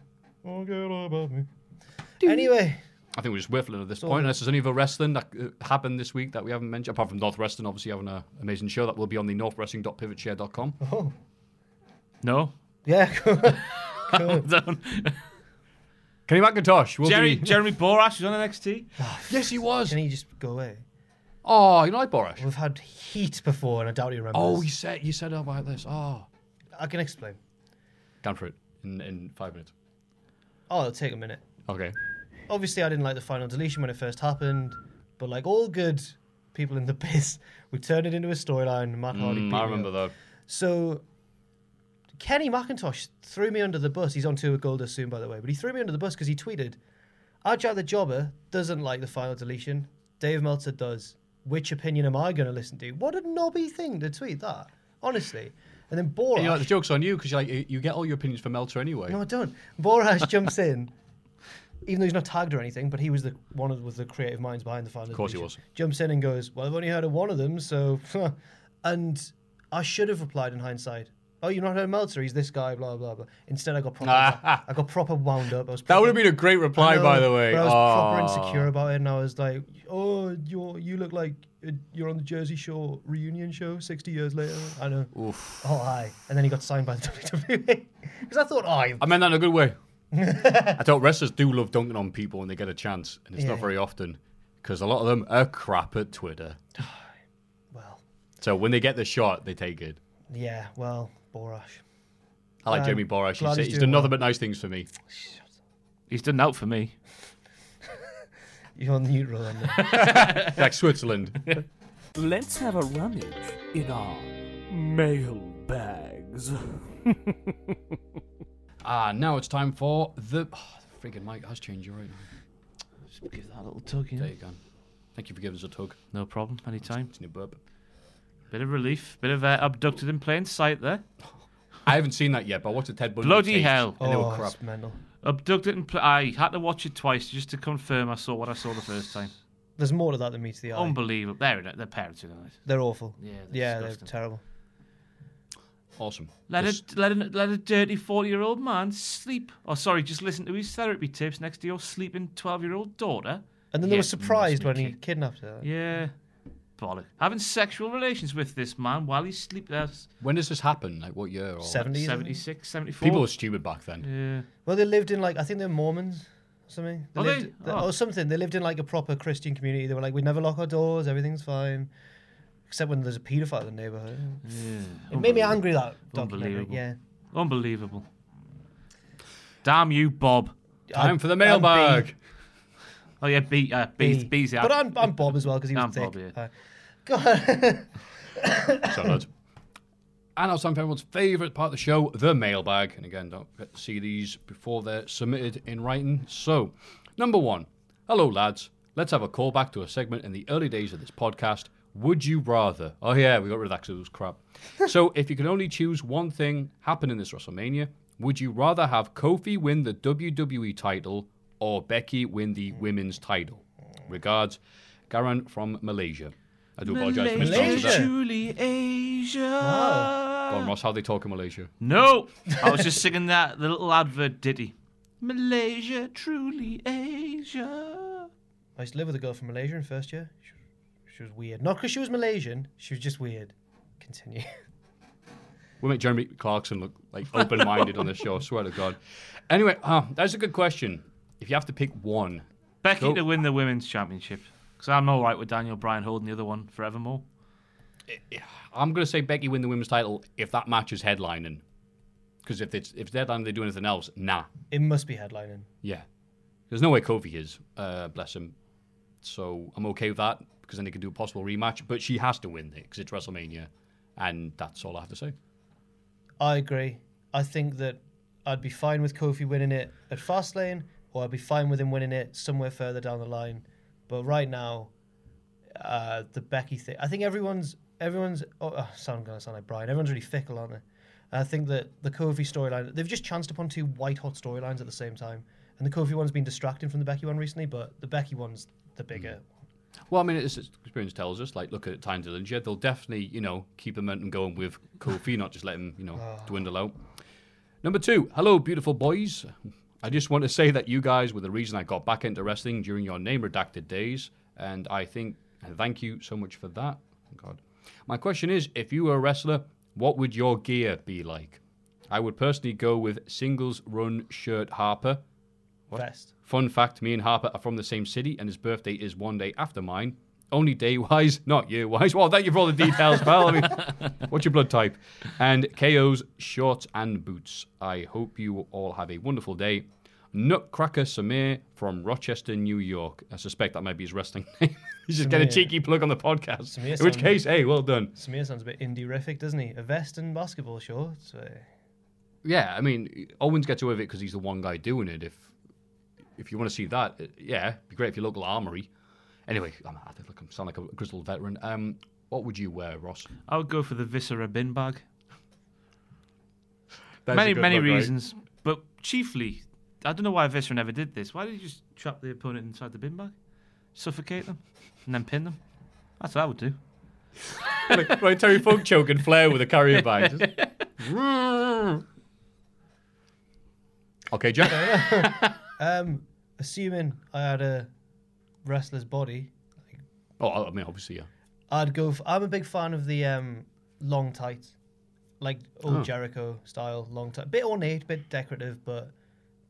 Speaker 4: forget about me. Anyway, [laughs]
Speaker 3: I think we're just whiffling at this point. Unless there's any other wrestling that uh, happened this week that we haven't mentioned, apart from North Wrestling, obviously having an amazing show that will be on the
Speaker 4: [laughs]
Speaker 3: northwrestling.pivotshare.com.
Speaker 4: oh,
Speaker 5: No.
Speaker 4: yeah,
Speaker 5: [laughs]
Speaker 3: Kenny McIntosh will
Speaker 5: Jerry,
Speaker 3: be.
Speaker 4: [laughs]
Speaker 5: Jeremy Borash was on NXT.
Speaker 3: yes, he was.
Speaker 4: [laughs] can he just go away?
Speaker 3: Oh, you like Borash?
Speaker 4: We've had heat before, and I doubt he remembers.
Speaker 3: Oh, you said you said about this. Oh,
Speaker 4: I can explain.
Speaker 3: down for it in, in five minutes.
Speaker 4: Oh, it'll take a minute.
Speaker 3: Okay.
Speaker 4: Obviously, I didn't like the final deletion when it first happened, but like all good people in the [laughs] biz, we turned it into a storyline. Matt Hardy. beat
Speaker 3: Mm,
Speaker 4: me
Speaker 3: I
Speaker 4: up.
Speaker 3: remember though.
Speaker 4: So Kenny McIntosh threw me under the bus. He's on tour with Goldust soon, by the way. But he threw me under the bus because he tweeted, "Ajay the Jobber doesn't like the final deletion. Dave Meltzer does. Which opinion am I going to listen to? What a knobby thing to tweet that, honestly." And then Borat.
Speaker 3: You know, the joke's on you because you like you- you get all your opinions from Melter anyway.
Speaker 4: No, I don't. Borash jumps in, even though he's not tagged or anything, but he was the one of with the creative minds behind the final. Of
Speaker 3: course he
Speaker 4: Jumps in and goes, "Well, I've only heard of one of them, so." and I should have replied in hindsight. Oh, you've not heard of Meltzer? He's this guy, blah blah blah. Instead, I got proper, I got proper wound up. I was
Speaker 3: Ah. that
Speaker 4: proper-
Speaker 3: would have been a great reply,
Speaker 4: I know,
Speaker 3: by the way.
Speaker 4: But I was proper
Speaker 3: Oh.
Speaker 4: insecure about it, and I was like, "Oh, you you look like uh, you're on the Jersey Shore reunion show 60 years later." I know. Oh, aye. And then he got signed by the [laughs] WWE because I thought, "Oh,
Speaker 3: I meant that in a good
Speaker 4: [laughs]
Speaker 3: way. I thought wrestlers do love dunking on people when they get a chance, and it's
Speaker 4: Yeah.
Speaker 3: not very often because a lot of them are crap at Twitter.
Speaker 4: well."
Speaker 3: So when they get the shot, they take it.
Speaker 4: Yeah, well, Borash.
Speaker 3: I like
Speaker 4: Um,
Speaker 3: Jeremy Borash.
Speaker 4: glad
Speaker 3: He's,
Speaker 4: he's
Speaker 3: he's
Speaker 4: doing
Speaker 3: done nothing but
Speaker 4: well.
Speaker 3: nice things for me.
Speaker 5: He's done out for me.
Speaker 4: You're on neutral. aren't you?
Speaker 5: [laughs]
Speaker 3: like
Speaker 4: [laughs]
Speaker 3: Switzerland.
Speaker 2: Let's have a rummage in our mailbags.
Speaker 3: Ah, now it's time for the. Oh, the freaking mic has changed. You're right.
Speaker 5: Just give that a little tug, you know.
Speaker 3: There you go. Thank you for giving us a tug.
Speaker 5: No problem, anytime.
Speaker 3: It's a new burp.
Speaker 5: Bit of relief, bit of uh, abducted in plain sight there.
Speaker 3: I haven't seen that yet, but I watched the Ted Bundy.
Speaker 5: Bloody
Speaker 3: tapes,
Speaker 5: hell.
Speaker 3: And they were
Speaker 4: Oh,
Speaker 3: crap.
Speaker 4: it's mental.
Speaker 5: Abducted in pl- I had to watch it twice just to confirm I saw what I saw the first time.
Speaker 4: There's more to that than meets the eye.
Speaker 5: Unbelievable. There it is. They're parents in it.
Speaker 4: they're awful.
Speaker 5: Yeah, they're
Speaker 4: yeah,
Speaker 5: disgusting.
Speaker 4: they're terrible.
Speaker 3: Awesome.
Speaker 5: Let
Speaker 3: Just-
Speaker 5: a let a let a dirty forty year old man sleep. Oh, sorry, just listen to his therapy tips next to your sleeping twelve year old daughter.
Speaker 4: And then they
Speaker 5: Yeah,
Speaker 4: were
Speaker 5: must
Speaker 4: surprised
Speaker 5: be
Speaker 4: when he
Speaker 5: kid-
Speaker 4: kidnapped her.
Speaker 5: Yeah, bollock. Having sexual relations with this man while he's sleep. uh, That's
Speaker 3: When does this happen? Like what year? Or
Speaker 4: Seventies.
Speaker 5: 76, 74.
Speaker 3: People were stupid back then.
Speaker 5: Yeah.
Speaker 4: Well, they lived in like I think they're Mormons or something. They
Speaker 5: Are they?
Speaker 4: lived,
Speaker 5: Oh.
Speaker 4: Or something. They lived in like a proper Christian community. They were like, we never lock our doors. Everything's fine, except when there's a paedophile in the neighborhood. It made me angry that documentary.
Speaker 5: Unbelievable.
Speaker 4: Yeah.
Speaker 5: Unbelievable. Damn you, Bob.
Speaker 3: Time for the
Speaker 4: I'm
Speaker 3: mailbag.
Speaker 4: being-
Speaker 5: Oh yeah, B, uh, B,
Speaker 4: B.
Speaker 5: B's, B's out.
Speaker 4: But I'm, I'm Bob as well
Speaker 5: [laughs]
Speaker 4: because he was
Speaker 5: I'm
Speaker 4: thick.
Speaker 5: Bob, yeah.
Speaker 4: Hi. [laughs] God.
Speaker 3: Solid. And now it's time for everyone's favourite part of the show, the mailbag. And again, don't forget to see these before they're submitted in writing. So, number one, hello lads. Let's have a call back to a segment in the early days of this podcast. Would you rather? Oh yeah, we got rid of that 'cause it was crap. so, if you could only choose one thing happen in this WrestleMania, would you rather have Kofi win the WWE title or Becky win the women's title? Regards, Garan from Malaysia. I do apologise for mispronouncing that.
Speaker 4: Malaysia.
Speaker 5: Julie Asia.
Speaker 3: Don Ross, how they talk in Malaysia.
Speaker 5: No, I was just singing that the little advert ditty. Malaysia, truly Asia.
Speaker 4: I used to live with a girl from Malaysia in first year. She, she was weird. Not because she was Malaysian. She was just weird. Continue. [laughs]
Speaker 3: We make Jeremy Clarkson look like open minded on this show, I swear to God. Anyway, uh, that's a good question. If you have to pick one,
Speaker 5: Becky
Speaker 3: Cool.
Speaker 5: to win the women's championship. Because I'm all right with Daniel Bryan holding the other one forevermore.
Speaker 3: I'm going to say Becky win the women's title if that match is headlining. Because if it's if they're done, they do anything else, nah.
Speaker 4: it must be headlining.
Speaker 3: Yeah. There's no way Kofi is, uh, bless him. So I'm okay with that because then they could do a possible rematch. But she has to win it because it's WrestleMania. And that's all I have to say.
Speaker 4: I agree. I think that I'd be fine with Kofi winning it at Fastlane, or I'd be fine with him winning it somewhere further down the line. But right now, uh, the Becky thing. I think everyone's everyone's. Oh, oh sound I'm gonna sound like Brian. Everyone's really fickle, aren't they? And I think that the Kofi storyline. They've just chanced upon two white hot storylines at the same time, and the Kofi one's been distracting from the Becky one recently. But the Becky one's the bigger.
Speaker 3: Well, I mean, it's, it's- experience tells us, like, look at Tyne Dillinger, yeah, they'll definitely, you know, keep the momentum going with Kofi, not just let him, you know, dwindle out. Number two, hello, beautiful boys. I just want to say that you guys were the reason I got back into wrestling during your name redacted days, and I think, and thank you so much for that. Oh, God. My question is if you were a wrestler, what would your gear be like? I would personally go with singles run shirt Harper.
Speaker 4: Best.
Speaker 3: Fun fact me and Harper are from the same city, and his birthday is one day after mine. Only day wise, [laughs] not year wise. Well, thank you for all the details, pal. I
Speaker 4: [laughs]
Speaker 3: mean, what's your blood type? And KO's shorts and boots. I hope you all have a wonderful day. Nutcracker Samir from Rochester, New York. I suspect that might be his wrestling [laughs] name. He's just getting a
Speaker 4: Samir.
Speaker 3: cheeky plug on the podcast.
Speaker 4: Samir
Speaker 3: In which
Speaker 4: sounds-
Speaker 3: case, hey, well done.
Speaker 4: Samir sounds a bit indie-rific, doesn't he? A vest and basketball shorts. eh?
Speaker 3: Yeah, I mean, Owens gets away with it because he's the one guy doing it. If if you want to see that, uh, yeah, it'd be great if your local armory. Anyway, I'm, I think- look, I sound like a grizzled veteran. Um, what would you wear, Ross?
Speaker 5: I would go for the Viscera bin bag.
Speaker 3: That's a
Speaker 5: many,
Speaker 3: good
Speaker 5: many
Speaker 3: look, right? [laughs]
Speaker 5: reasons. But chiefly, I don't know why Viscera never did this. Why did you just trap the opponent inside the bin bag? Suffocate them and then pin them? That's what I would do.
Speaker 3: like, like Terry Funk choke and Flair with a carrier bag. [laughs] Just- [laughs] okay, Jack.
Speaker 4: Um, assuming I had a wrestler's body,
Speaker 3: [laughs] Oh, I mean, obviously, yeah.
Speaker 4: I'd go. For, I'm a big fan of the um, long tight, like old Jericho style long tight. Bit ornate, bit decorative, but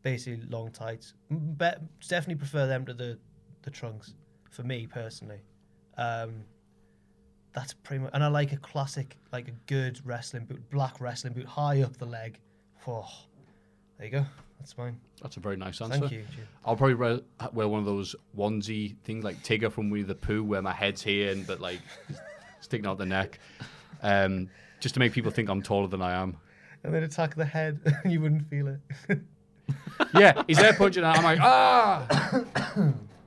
Speaker 4: basically long tights. M- Be- definitely prefer them to the the trunks for me personally. Um, that's pretty much. And I like a classic, like a good wrestling boot, black wrestling boot, high up the leg. Oh, there you go. That's That's fine.
Speaker 3: That's a very nice answer.
Speaker 4: Thank you. Jim.
Speaker 3: I'll probably wear, wear one of those onesie things like Tigger from Winnie the Pooh, where my head's here and but like [laughs] sticking out the neck, um, just to make people think I'm taller than I am.
Speaker 4: And then attack the head, [laughs] and you wouldn't feel it. [laughs]
Speaker 3: Yeah, he's there punching out. I'm like ah, [coughs]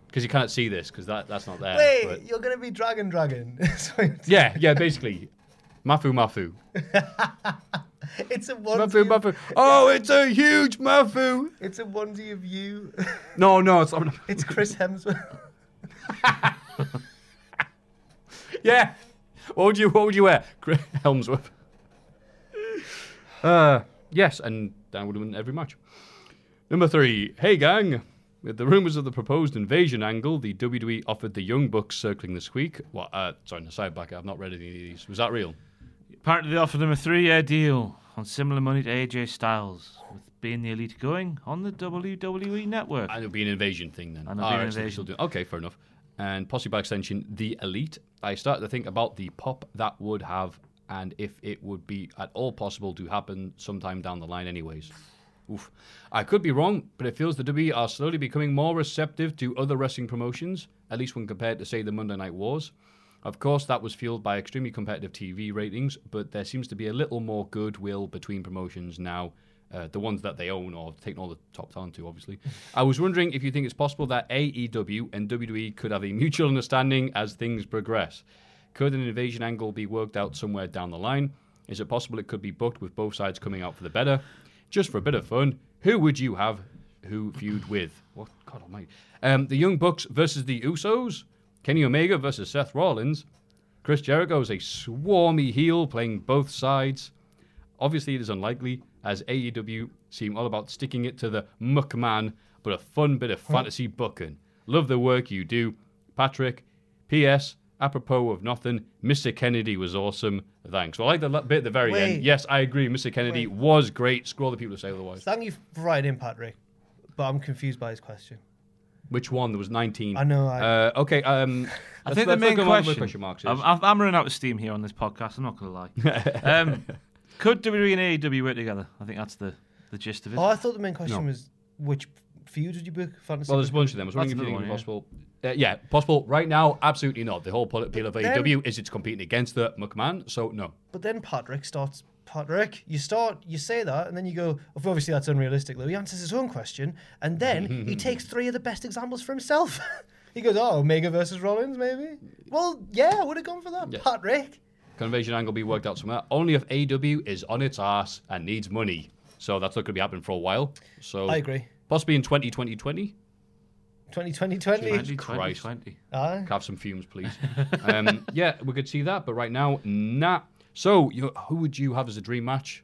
Speaker 3: because you can't see this because that that's not there.
Speaker 4: Wait,
Speaker 3: but-
Speaker 4: you're gonna be dragon, dragon. [laughs] so it's,
Speaker 3: yeah, yeah, basically, mafu mafu,
Speaker 4: it's a onesie.
Speaker 3: mafu
Speaker 4: of-
Speaker 3: mafu. Oh, it's a huge mafu.
Speaker 4: It's a onesie of you. [laughs]
Speaker 3: No, no, it's I'm,
Speaker 4: it's Chris Hemsworth. [laughs]
Speaker 3: [laughs] yeah. What would you What would you wear, Chris [laughs] Helmsworth? Uh, yes, and I would win every match. Number three, hey gang. With the rumors of the proposed invasion angle, the WWE offered the Young Bucks circling this week. What? Uh, sorry, no side back. I've not read any of these. Was that real?
Speaker 5: Apparently, they offered him a three-year deal on similar money to AJ Styles, with being the elite going on the WWE network.
Speaker 3: And it would be an invasion thing then.
Speaker 5: And it'll be an
Speaker 3: Alright, so they
Speaker 5: invasion.
Speaker 3: still do- Okay, fair enough. And possibly by extension, the elite. I started to think about the pop that would have, and if it would be at all possible to happen sometime down the line, anyways. Oof. I could be wrong, but it feels the WWE are slowly becoming more receptive to other wrestling promotions, at least when compared to, say, the Monday Night Wars. Of course, that was fueled by extremely competitive TV ratings, but there seems to be a little more goodwill between promotions now, uh, the ones that they own or have taken all the top talent to, obviously. I was wondering if you think it's possible that AEW and WWE could have a mutual understanding as things progress. Could an invasion angle be worked out somewhere down the line? Is it possible it could be booked with both sides coming out for the better? Just for a bit of fun, who would you have who feud with? What? God almighty. Um, the Young Bucks versus the Usos? Kenny Omega versus Seth Rollins? Chris Jericho is a swarmy heel playing both sides. Obviously, it is unlikely, as AEW seem all about sticking it to the muck man, but a fun bit of fantasy booking. Love the work you do, Patrick. P.S. Apropos of nothing, Mr. Kennedy was awesome. Thanks. Well, I like the la- bit at the very
Speaker 4: Wait.
Speaker 3: end. Yes, I agree. Mr. Kennedy was great. Scroll the people who say otherwise.
Speaker 4: Thank you for writing in, Patrick. But I'm confused by his question.
Speaker 3: Which one? There was 19.
Speaker 4: I know, I-
Speaker 3: Uh, okay.
Speaker 5: [laughs]
Speaker 3: Um,
Speaker 5: I
Speaker 3: let's-
Speaker 5: think the
Speaker 3: let's look
Speaker 5: main
Speaker 3: at what the
Speaker 5: question.
Speaker 3: pressure marks is.
Speaker 5: I'm, I'm- I'm running out of steam here on this podcast. I'm not
Speaker 3: [laughs]
Speaker 5: going to lie. um, could WWE and AEW work together? I think that's the, the gist of it.
Speaker 4: Oh, I thought the main question
Speaker 3: No.
Speaker 4: was which feud would you book? Fantasy.
Speaker 3: Well, there's a bunch of them. I was
Speaker 5: That's
Speaker 3: wondering if you think
Speaker 5: another
Speaker 3: it's
Speaker 5: one,
Speaker 3: possible. Uh, yeah, possible. Right now, absolutely not. The whole point appeal of
Speaker 4: then-
Speaker 3: AEW is it's competing against the McMahon, so no.
Speaker 4: But then Patrick starts. Patrick, you start, you say that, and then you go. "Well, obviously, that's unrealistic. Though he answers his own question, and
Speaker 3: [laughs]
Speaker 4: then he takes three of the best examples for himself. [laughs] he goes, "Oh, Omega versus Rollins, maybe." Well, yeah, I would have gone for that,
Speaker 3: Yeah.
Speaker 4: Patrick.
Speaker 3: Conversion angle be worked out somewhere. Only if AEW is on its ass and needs money. So that's not going to be happening for a while. So
Speaker 4: I agree.
Speaker 3: Possibly in 2020.
Speaker 4: 2020, 20.
Speaker 5: 20,
Speaker 3: Christ.
Speaker 5: 20.
Speaker 4: Aye.
Speaker 3: Have some fumes, please. um, yeah, we could see that, but right now, nah. So, you, who would you have as a dream match?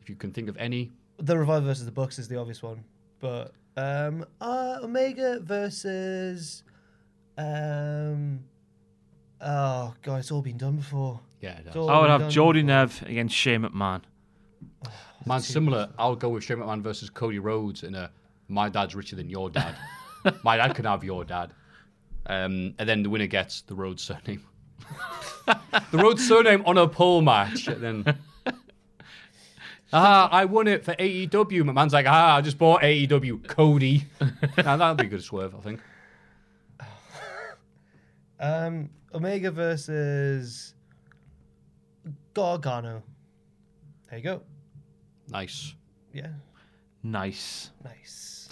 Speaker 3: If you can think of any.
Speaker 4: The Revival versus the Bucks is the obvious one, but um, uh, Omega versus um, oh god, it's all been done before.
Speaker 3: Yeah,
Speaker 4: It's
Speaker 3: that's-
Speaker 4: all
Speaker 5: I would
Speaker 4: been
Speaker 5: have
Speaker 4: done
Speaker 5: Jordy
Speaker 4: before.
Speaker 5: Nev against Shane McMahon.
Speaker 3: Man, similar. I'll go with Shane McMahon versus Cody Rhodes in a "My dad's richer than your
Speaker 5: [laughs]
Speaker 3: dad." My dad can have your dad, um, and then the winner gets the Rhodes surname. [laughs] the Rhodes surname on a pole match, and then. Ah, I won it for AEW. My man's like, ah, I just bought AEW. Cody. now, that'll be a good swerve, I think.
Speaker 4: Um, Omega versus Gargano. There you go.
Speaker 3: Nice.
Speaker 4: Yeah,
Speaker 5: Nice.
Speaker 4: nice.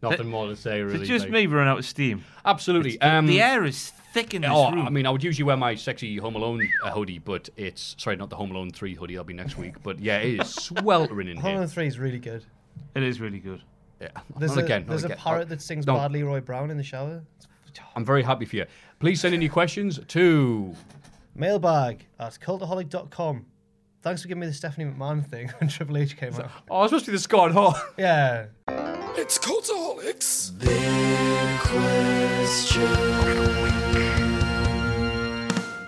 Speaker 3: Nothing more to say, really.
Speaker 5: It's just
Speaker 3: mate.
Speaker 5: me running out of steam.
Speaker 3: Absolutely. um,
Speaker 5: the air is thick in this
Speaker 3: Oh,
Speaker 5: room.
Speaker 3: I mean, I would usually wear my sexy Home Alone uh, hoodie, but it's sorry, not the Home Alone three hoodie. That'll be next week. But yeah, it is sweltering in
Speaker 4: Hollow
Speaker 3: here.
Speaker 4: Three is really good.
Speaker 5: it is really good.
Speaker 3: Yeah.
Speaker 4: There's
Speaker 3: not
Speaker 4: a,
Speaker 3: again. not
Speaker 4: there's a
Speaker 3: again.
Speaker 4: parrot that sings
Speaker 3: No.
Speaker 4: "Bad Leroy Brown" in the shower.
Speaker 3: I'm very happy for you. Please send in your questions to.
Speaker 4: Mailbag at cultaholic.com. Thanks for giving me the Stephanie McMahon thing [laughs] when Triple H came out.
Speaker 3: Oh, it's supposed to be the Scott Hall. [laughs]
Speaker 4: Yeah.
Speaker 2: It's Cultaholics.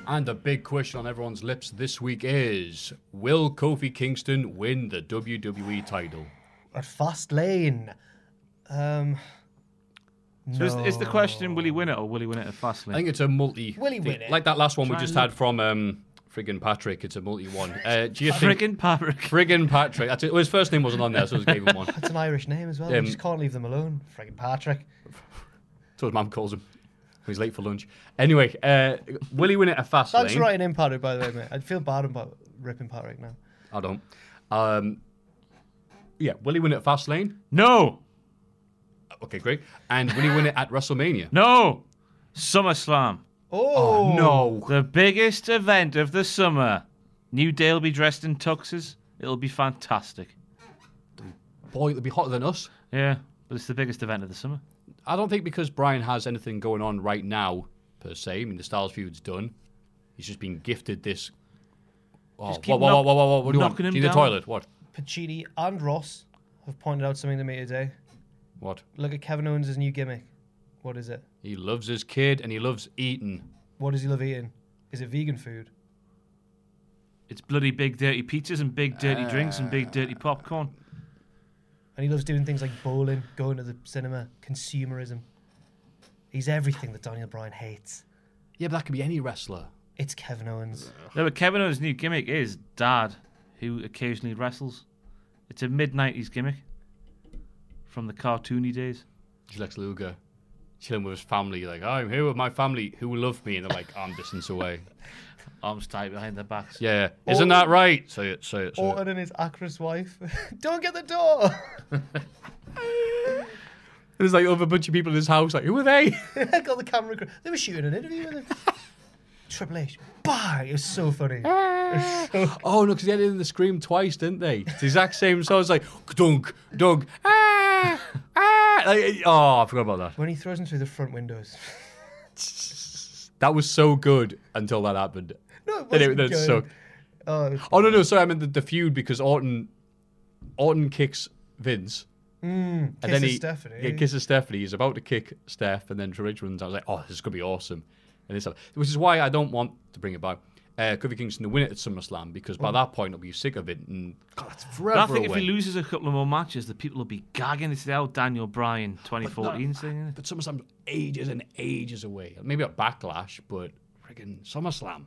Speaker 3: And the big question on everyone's lips this week is: Will Kofi Kingston win the WWE title?
Speaker 4: At Fast Lane. Um,
Speaker 5: So is, is the question, will he win it or will he win it at
Speaker 3: I
Speaker 5: Fastlane?
Speaker 3: think it's a multi.
Speaker 4: Will he
Speaker 3: thing,
Speaker 4: win it?
Speaker 3: Like that last one we just had from um, friggin' Patrick. It's a multi one. Uh, do
Speaker 5: [laughs]
Speaker 3: you think
Speaker 5: Friggin' Patrick.
Speaker 3: friggin' Patrick? That's it. Well, his first name wasn't on there, so I just gave him one.
Speaker 4: It's an Irish name as well. You
Speaker 3: Um,
Speaker 4: just can't leave them alone. Friggin' Patrick.
Speaker 3: So his mum calls him. He's late for lunch. Anyway, uh, will he win it a fast
Speaker 4: Thanks
Speaker 3: lane?
Speaker 4: for writing in Patrick, by the way, mate. I feel bad about ripping Patrick now.
Speaker 3: I don't. Um, yeah, will he win it at fast lane?
Speaker 5: No,
Speaker 3: Okay, great. And will he win it at WrestleMania?
Speaker 5: no. SummerSlam,
Speaker 4: Oh,
Speaker 3: no.
Speaker 5: the biggest event of the summer. New Day will be dressed in tuxes. It'll be fantastic.
Speaker 3: Boy, it'll be hotter than us.
Speaker 5: Yeah, but it's the biggest event of the summer.
Speaker 3: I don't think because Brian has anything going on right now per se. I mean, the Styles feud's done. He's just been gifted this. Oh,
Speaker 5: Just
Speaker 3: whoa,
Speaker 5: keep
Speaker 3: whoa,
Speaker 5: knock-
Speaker 3: whoa, whoa, whoa, What do you want?
Speaker 5: knocking him
Speaker 3: Do you need the
Speaker 5: down.
Speaker 3: toilet? What?
Speaker 4: Pacini and Ross have pointed out something to me today.
Speaker 3: What?
Speaker 4: Look at Kevin Owens' new gimmick. What is it?
Speaker 3: He loves his kid and he loves eating.
Speaker 4: What does he love eating? Is it vegan food?
Speaker 5: It's bloody big dirty pizzas and big dirty drinks and big dirty popcorn.
Speaker 4: And he loves doing things like bowling, going to the cinema, consumerism. He's everything that Daniel Bryan hates.
Speaker 3: Yeah, but that could be any wrestler.
Speaker 4: It's Kevin Owens.
Speaker 5: No, but Kevin Owens' new gimmick is Dad, who occasionally wrestles. It's a mid 90s gimmick from the cartoony days.
Speaker 3: Just Lex Luger chilling with his family. Like, I'm here with my family who love me. And they're like, I'm distance away.
Speaker 5: Arms tight behind their backs.
Speaker 3: Yeah. Isn't that right? Say it, say it, say it.
Speaker 4: Orton and his actress wife. [laughs] Don't get the door! [laughs]
Speaker 3: There's like over a bunch of people in his house. Like, who are they? [laughs]
Speaker 4: Got the camera. Crew. They were shooting an interview with him. Triple H. Bang! It was
Speaker 3: [laughs]
Speaker 4: so funny.
Speaker 3: Oh no, because they did the scream twice, didn't they? It's the exact same. So I was like, dunk, dunk, ah, ah. Like, oh, I forgot about that.
Speaker 4: when he throws him through the front windows. [laughs]
Speaker 3: That was so good until that happened.
Speaker 4: no, it
Speaker 3: Then
Speaker 4: wasn't
Speaker 3: then
Speaker 4: good.
Speaker 3: sucked.
Speaker 4: Oh, it was-
Speaker 3: Oh no, no, sorry, I meant the, the feud because Orton, Orton kicks Vince. and then
Speaker 4: kisses
Speaker 3: he
Speaker 4: Stephanie.
Speaker 3: Yeah, kisses Stephanie. He's about to kick Steph, and then Trish runs. out. I was like, "Oh, this is gonna be awesome," and this, which is why I don't want to bring it back. Uh, Kofi Kingston to win it at SummerSlam because by that point I'll be sick of it, and God, that's
Speaker 5: Mm. But
Speaker 3: forever
Speaker 5: I think if
Speaker 3: away.
Speaker 5: he loses a couple of more matches, the people will be gagging. It's the old Daniel Bryan 2014 thing. isn't it?
Speaker 3: But SummerSlam's ages and ages away. Maybe a backlash, but friggin' SummerSlam.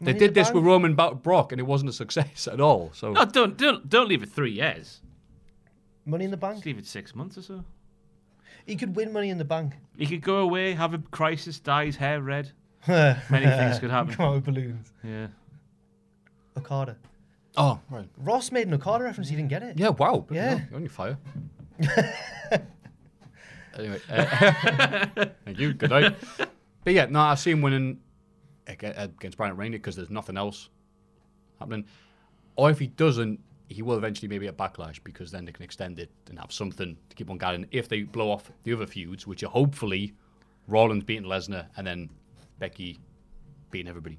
Speaker 3: They
Speaker 4: Money in
Speaker 3: did
Speaker 4: the
Speaker 3: this with
Speaker 4: Bank?
Speaker 3: Roman Ba- Brock, and it wasn't a success [laughs] at all. So
Speaker 5: No, Oh, don't, don't, don't leave it three years.
Speaker 4: Money in the
Speaker 5: Just
Speaker 4: Bank.
Speaker 5: leave it six months or so.
Speaker 4: He could win Money in the Bank.
Speaker 5: He could go away, have a crisis, dye his
Speaker 4: [laughs]
Speaker 5: hair red.
Speaker 4: Many
Speaker 5: things could happen.
Speaker 4: [laughs] Come out with balloons.
Speaker 5: Yeah.
Speaker 4: Okada.
Speaker 3: oh right,
Speaker 4: Ross made an Okada reference. He didn't get it.
Speaker 3: yeah, wow, Bloody
Speaker 4: Yeah.
Speaker 3: hell, you're on your
Speaker 5: [laughs]
Speaker 3: fire. anyway, uh, [laughs] thank you. Good night. But yeah, no, I see him winning ag- uh, against Brian Reign because there's nothing else happening. Or if he doesn't, he will eventually maybe get backlash because then they can extend it and have something to keep on going. If they blow off the other feuds, which are hopefully Rollins beating Lesnar and then Becky beating everybody.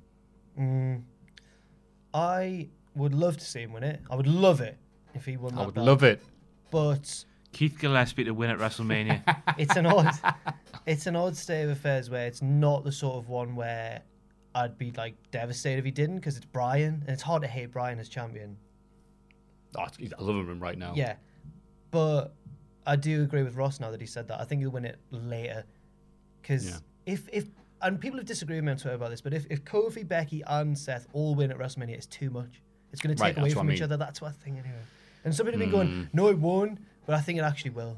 Speaker 4: I would love to see him win it. I would love it if he won that
Speaker 3: I would
Speaker 4: belt.
Speaker 3: love it.
Speaker 4: But
Speaker 5: Keith Gillespie to win at WrestleMania.
Speaker 4: [laughs] it's
Speaker 3: [laughs]
Speaker 4: an odd it's an odd state of affairs where it's not the sort of one where I'd be like devastated if he didn't because it's Brian and it's hard to hate Brian as champion.
Speaker 3: Oh, it's- I love him right now.
Speaker 4: Yeah. But I do agree with Ross now that he said that. I think he'll win it later. Because
Speaker 3: Yeah.
Speaker 4: if, if, and people have disagreed with me on Twitter about this, but if, if Kofi, Becky, and Seth all win at WrestleMania, it's too much. It's going to
Speaker 3: Right,
Speaker 4: take away
Speaker 3: that's what
Speaker 4: from
Speaker 3: I
Speaker 4: each
Speaker 3: mean. Hmm.
Speaker 4: other. That's what I think, anyway. And some people have been going, no, it won't, but I think it actually will.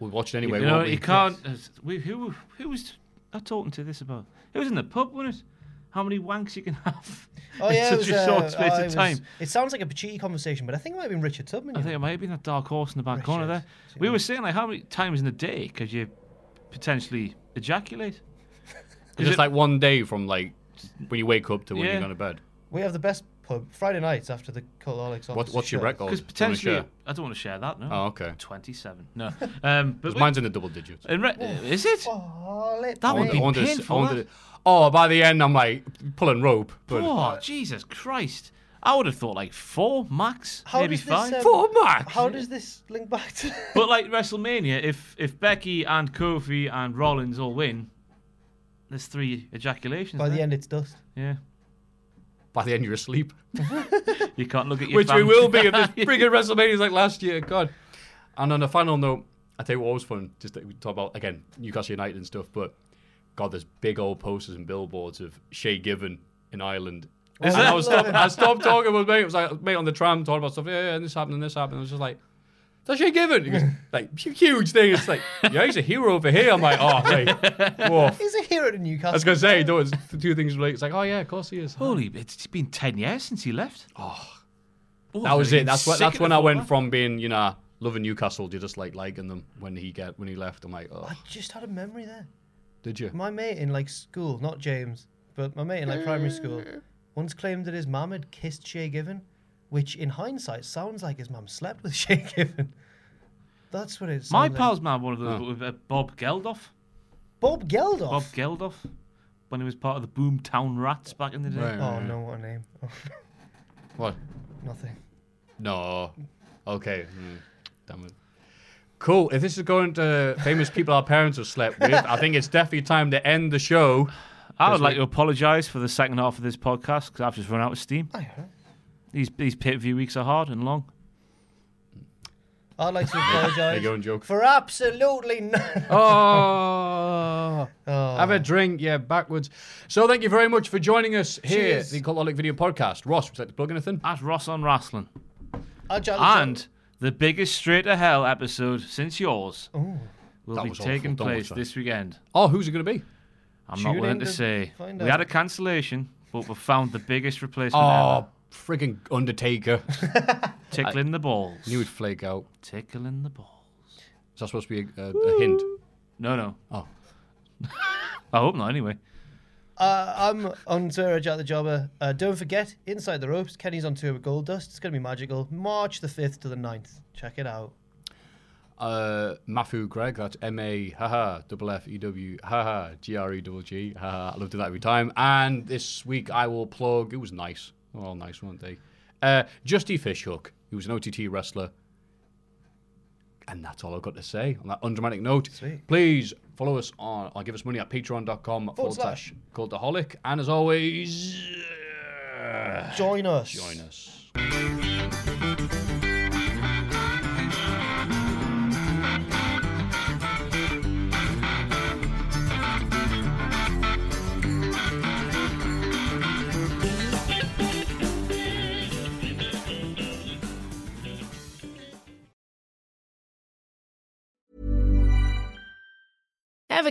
Speaker 3: We'll watch it anyway.
Speaker 5: you know,
Speaker 3: won't we?
Speaker 5: you can't. uh, We, who who was I talking to this about? It was in the pub, wasn't it? How many wanks you can [laughs] have
Speaker 4: Oh,
Speaker 5: in
Speaker 4: yeah. it
Speaker 5: such
Speaker 4: was,
Speaker 5: a
Speaker 4: uh,
Speaker 5: short space
Speaker 4: oh, it
Speaker 5: of
Speaker 4: was-
Speaker 5: time?
Speaker 4: It sounds like a Pachiti conversation, but I think it might have been Richard Tubman.
Speaker 5: I
Speaker 4: you
Speaker 5: think it
Speaker 4: know.
Speaker 5: might have been that dark horse in the back corner there.
Speaker 4: Richard,
Speaker 5: We
Speaker 4: yeah.
Speaker 5: were saying like how many times in a day could you potentially
Speaker 4: [laughs]
Speaker 5: ejaculate?
Speaker 3: It's just
Speaker 5: it-
Speaker 3: like one day from like when you wake up to when
Speaker 5: Yeah.
Speaker 3: you're going to bed.
Speaker 4: We have the best pub Friday nights after the Cultaholics.
Speaker 3: What,
Speaker 4: office
Speaker 3: what's
Speaker 4: is
Speaker 3: your
Speaker 4: shut.
Speaker 3: record?
Speaker 5: Because
Speaker 3: Do you wanna
Speaker 5: potentially,
Speaker 3: share?
Speaker 5: I don't want to share that. No.
Speaker 3: Oh, okay.
Speaker 5: Twenty-seven.
Speaker 4: [laughs]
Speaker 5: No. Um, but
Speaker 3: 'Cause
Speaker 5: we-
Speaker 3: mine's in the double digits.
Speaker 5: in re- is it?
Speaker 4: Oh, let
Speaker 3: I
Speaker 5: That
Speaker 4: me-
Speaker 5: would
Speaker 3: wanted-
Speaker 5: be
Speaker 3: I wanted to s- I
Speaker 5: painful,
Speaker 3: wanted
Speaker 5: that.
Speaker 3: to- oh, by the end, I'm like pulling rope. But
Speaker 5: Oh, Jesus Christ! I would have thought like four max,
Speaker 4: How
Speaker 5: maybe
Speaker 4: does this,
Speaker 5: five.
Speaker 4: um,
Speaker 3: Four marks?
Speaker 4: How does this link back to.
Speaker 5: But like WrestleMania, if if Becky and Kofi and Rollins all win, there's three ejaculations.
Speaker 4: By the
Speaker 5: there.
Speaker 4: end, it's dust.
Speaker 5: yeah,
Speaker 3: By the end, you're asleep,
Speaker 5: you can't look at your
Speaker 3: which we
Speaker 5: fam- [laughs]
Speaker 3: will be if this friggin' WrestleMania is like last year. God. And on a final note, I tell you what was fun. Just that we talk about again Newcastle United and stuff, but God, there's big old posters and billboards of Shea Given in Ireland.
Speaker 5: Is
Speaker 3: and
Speaker 5: it?
Speaker 3: I, was stop, I
Speaker 5: [laughs]
Speaker 3: stopped talking with mate. It was like mate on the tram talking about stuff. Yeah, yeah, and this happened and this happened. I was just like, "Does she give it?" He goes, like hu- huge thing. It's like, [laughs] yeah, he's a hero over here. I'm like, oh,
Speaker 5: [laughs]
Speaker 3: mate, whoa.
Speaker 4: He's a hero to
Speaker 3: I
Speaker 4: Newcastle.
Speaker 3: was gonna say, no, it's the two things related. It's like, oh yeah, of course he is.
Speaker 5: Holy, it's been 10 years since he left. Oh.
Speaker 3: that was it. That's what.
Speaker 5: sick
Speaker 3: That's
Speaker 5: of
Speaker 3: when
Speaker 5: the
Speaker 3: I went
Speaker 5: fullback.
Speaker 3: from being, you know, loving Newcastle to just like liking them when he get when he left. I'm like, oh,
Speaker 4: I just had a memory there.
Speaker 3: did you?
Speaker 4: My mate in like school, not James, but my mate in like primary school,
Speaker 3: Mm.
Speaker 4: once claimed that his mum had kissed Shay Given, which in hindsight sounds like his mum slept with [laughs] Shay Given. That's what it's.
Speaker 5: My pal's man, one of
Speaker 3: Oh.
Speaker 5: those with uh, Bob Geldof.
Speaker 4: Bob Geldof.
Speaker 5: Bob Geldof, when he was part of the Boomtown Rats back in the day.
Speaker 3: Right.
Speaker 4: oh no, what a name. Oh,
Speaker 3: What?
Speaker 4: nothing.
Speaker 3: No. Okay. Mm. Damn it. Cool. If this is going to famous people our parents have slept with, I think it's definitely time to end the
Speaker 4: [laughs]
Speaker 3: show.
Speaker 5: I would
Speaker 3: That's
Speaker 5: like
Speaker 3: right.
Speaker 5: to apologise for the second half of this podcast because I've just run out of steam.
Speaker 4: I don't know.
Speaker 5: These these pay per view weeks are hard and long.
Speaker 4: I'd
Speaker 3: [laughs]
Speaker 4: like to
Speaker 3: There you go, and
Speaker 4: apologise
Speaker 3: joke.
Speaker 4: for absolutely nothing.
Speaker 3: Oh,
Speaker 4: Oh.
Speaker 3: have a drink, yeah, backwards. So, thank you very much for joining us here,
Speaker 4: Cheers.
Speaker 3: at the Cultaholic Video Podcast. Ross, would you like to plug anything?
Speaker 5: That's Ross on Wrestling.
Speaker 4: I challenge
Speaker 5: And the biggest Straight to Hell episode since yours will
Speaker 3: Oh. That
Speaker 5: be
Speaker 3: was
Speaker 5: taking
Speaker 3: awful. Don't
Speaker 5: place
Speaker 3: watch that.
Speaker 5: this weekend.
Speaker 3: Oh, who's it going to be?
Speaker 5: I'm
Speaker 4: Tune
Speaker 5: not willing
Speaker 4: in
Speaker 5: to
Speaker 4: to
Speaker 5: say.
Speaker 4: find
Speaker 5: We had
Speaker 4: out.
Speaker 5: a cancellation, but we found the biggest replacement
Speaker 3: Oh, frigging Undertaker.
Speaker 5: ever. Tickling the balls.
Speaker 3: Knew would flake out.
Speaker 5: Tickling the balls.
Speaker 3: Is that supposed to be a, a, a hint?
Speaker 5: No, no.
Speaker 3: Oh.
Speaker 5: [laughs] I hope not, anyway.
Speaker 4: Uh, I'm on tour at Jack the Jobber. Uh, don't forget, Inside the Ropes. Kenny's on tour with Gold Dust. It's going to be magical. March the 5th to the 9th. Check it out.
Speaker 3: Uh, Mafu Greg, that's M A haha double F E W haha G R E double G haha. I love doing that every time. And this week I will plug. It was nice. They were all nice, weren't they? Uh, Justy Fishhook, who was an OTT wrestler. And that's all I've got to say on that undramatic note.
Speaker 4: Sweet.
Speaker 3: Please follow us on or give us money at patreon.com forward
Speaker 4: slash.
Speaker 3: slash cultaholic. And as always, uh,
Speaker 4: Join us.
Speaker 3: join us.
Speaker 6: Ever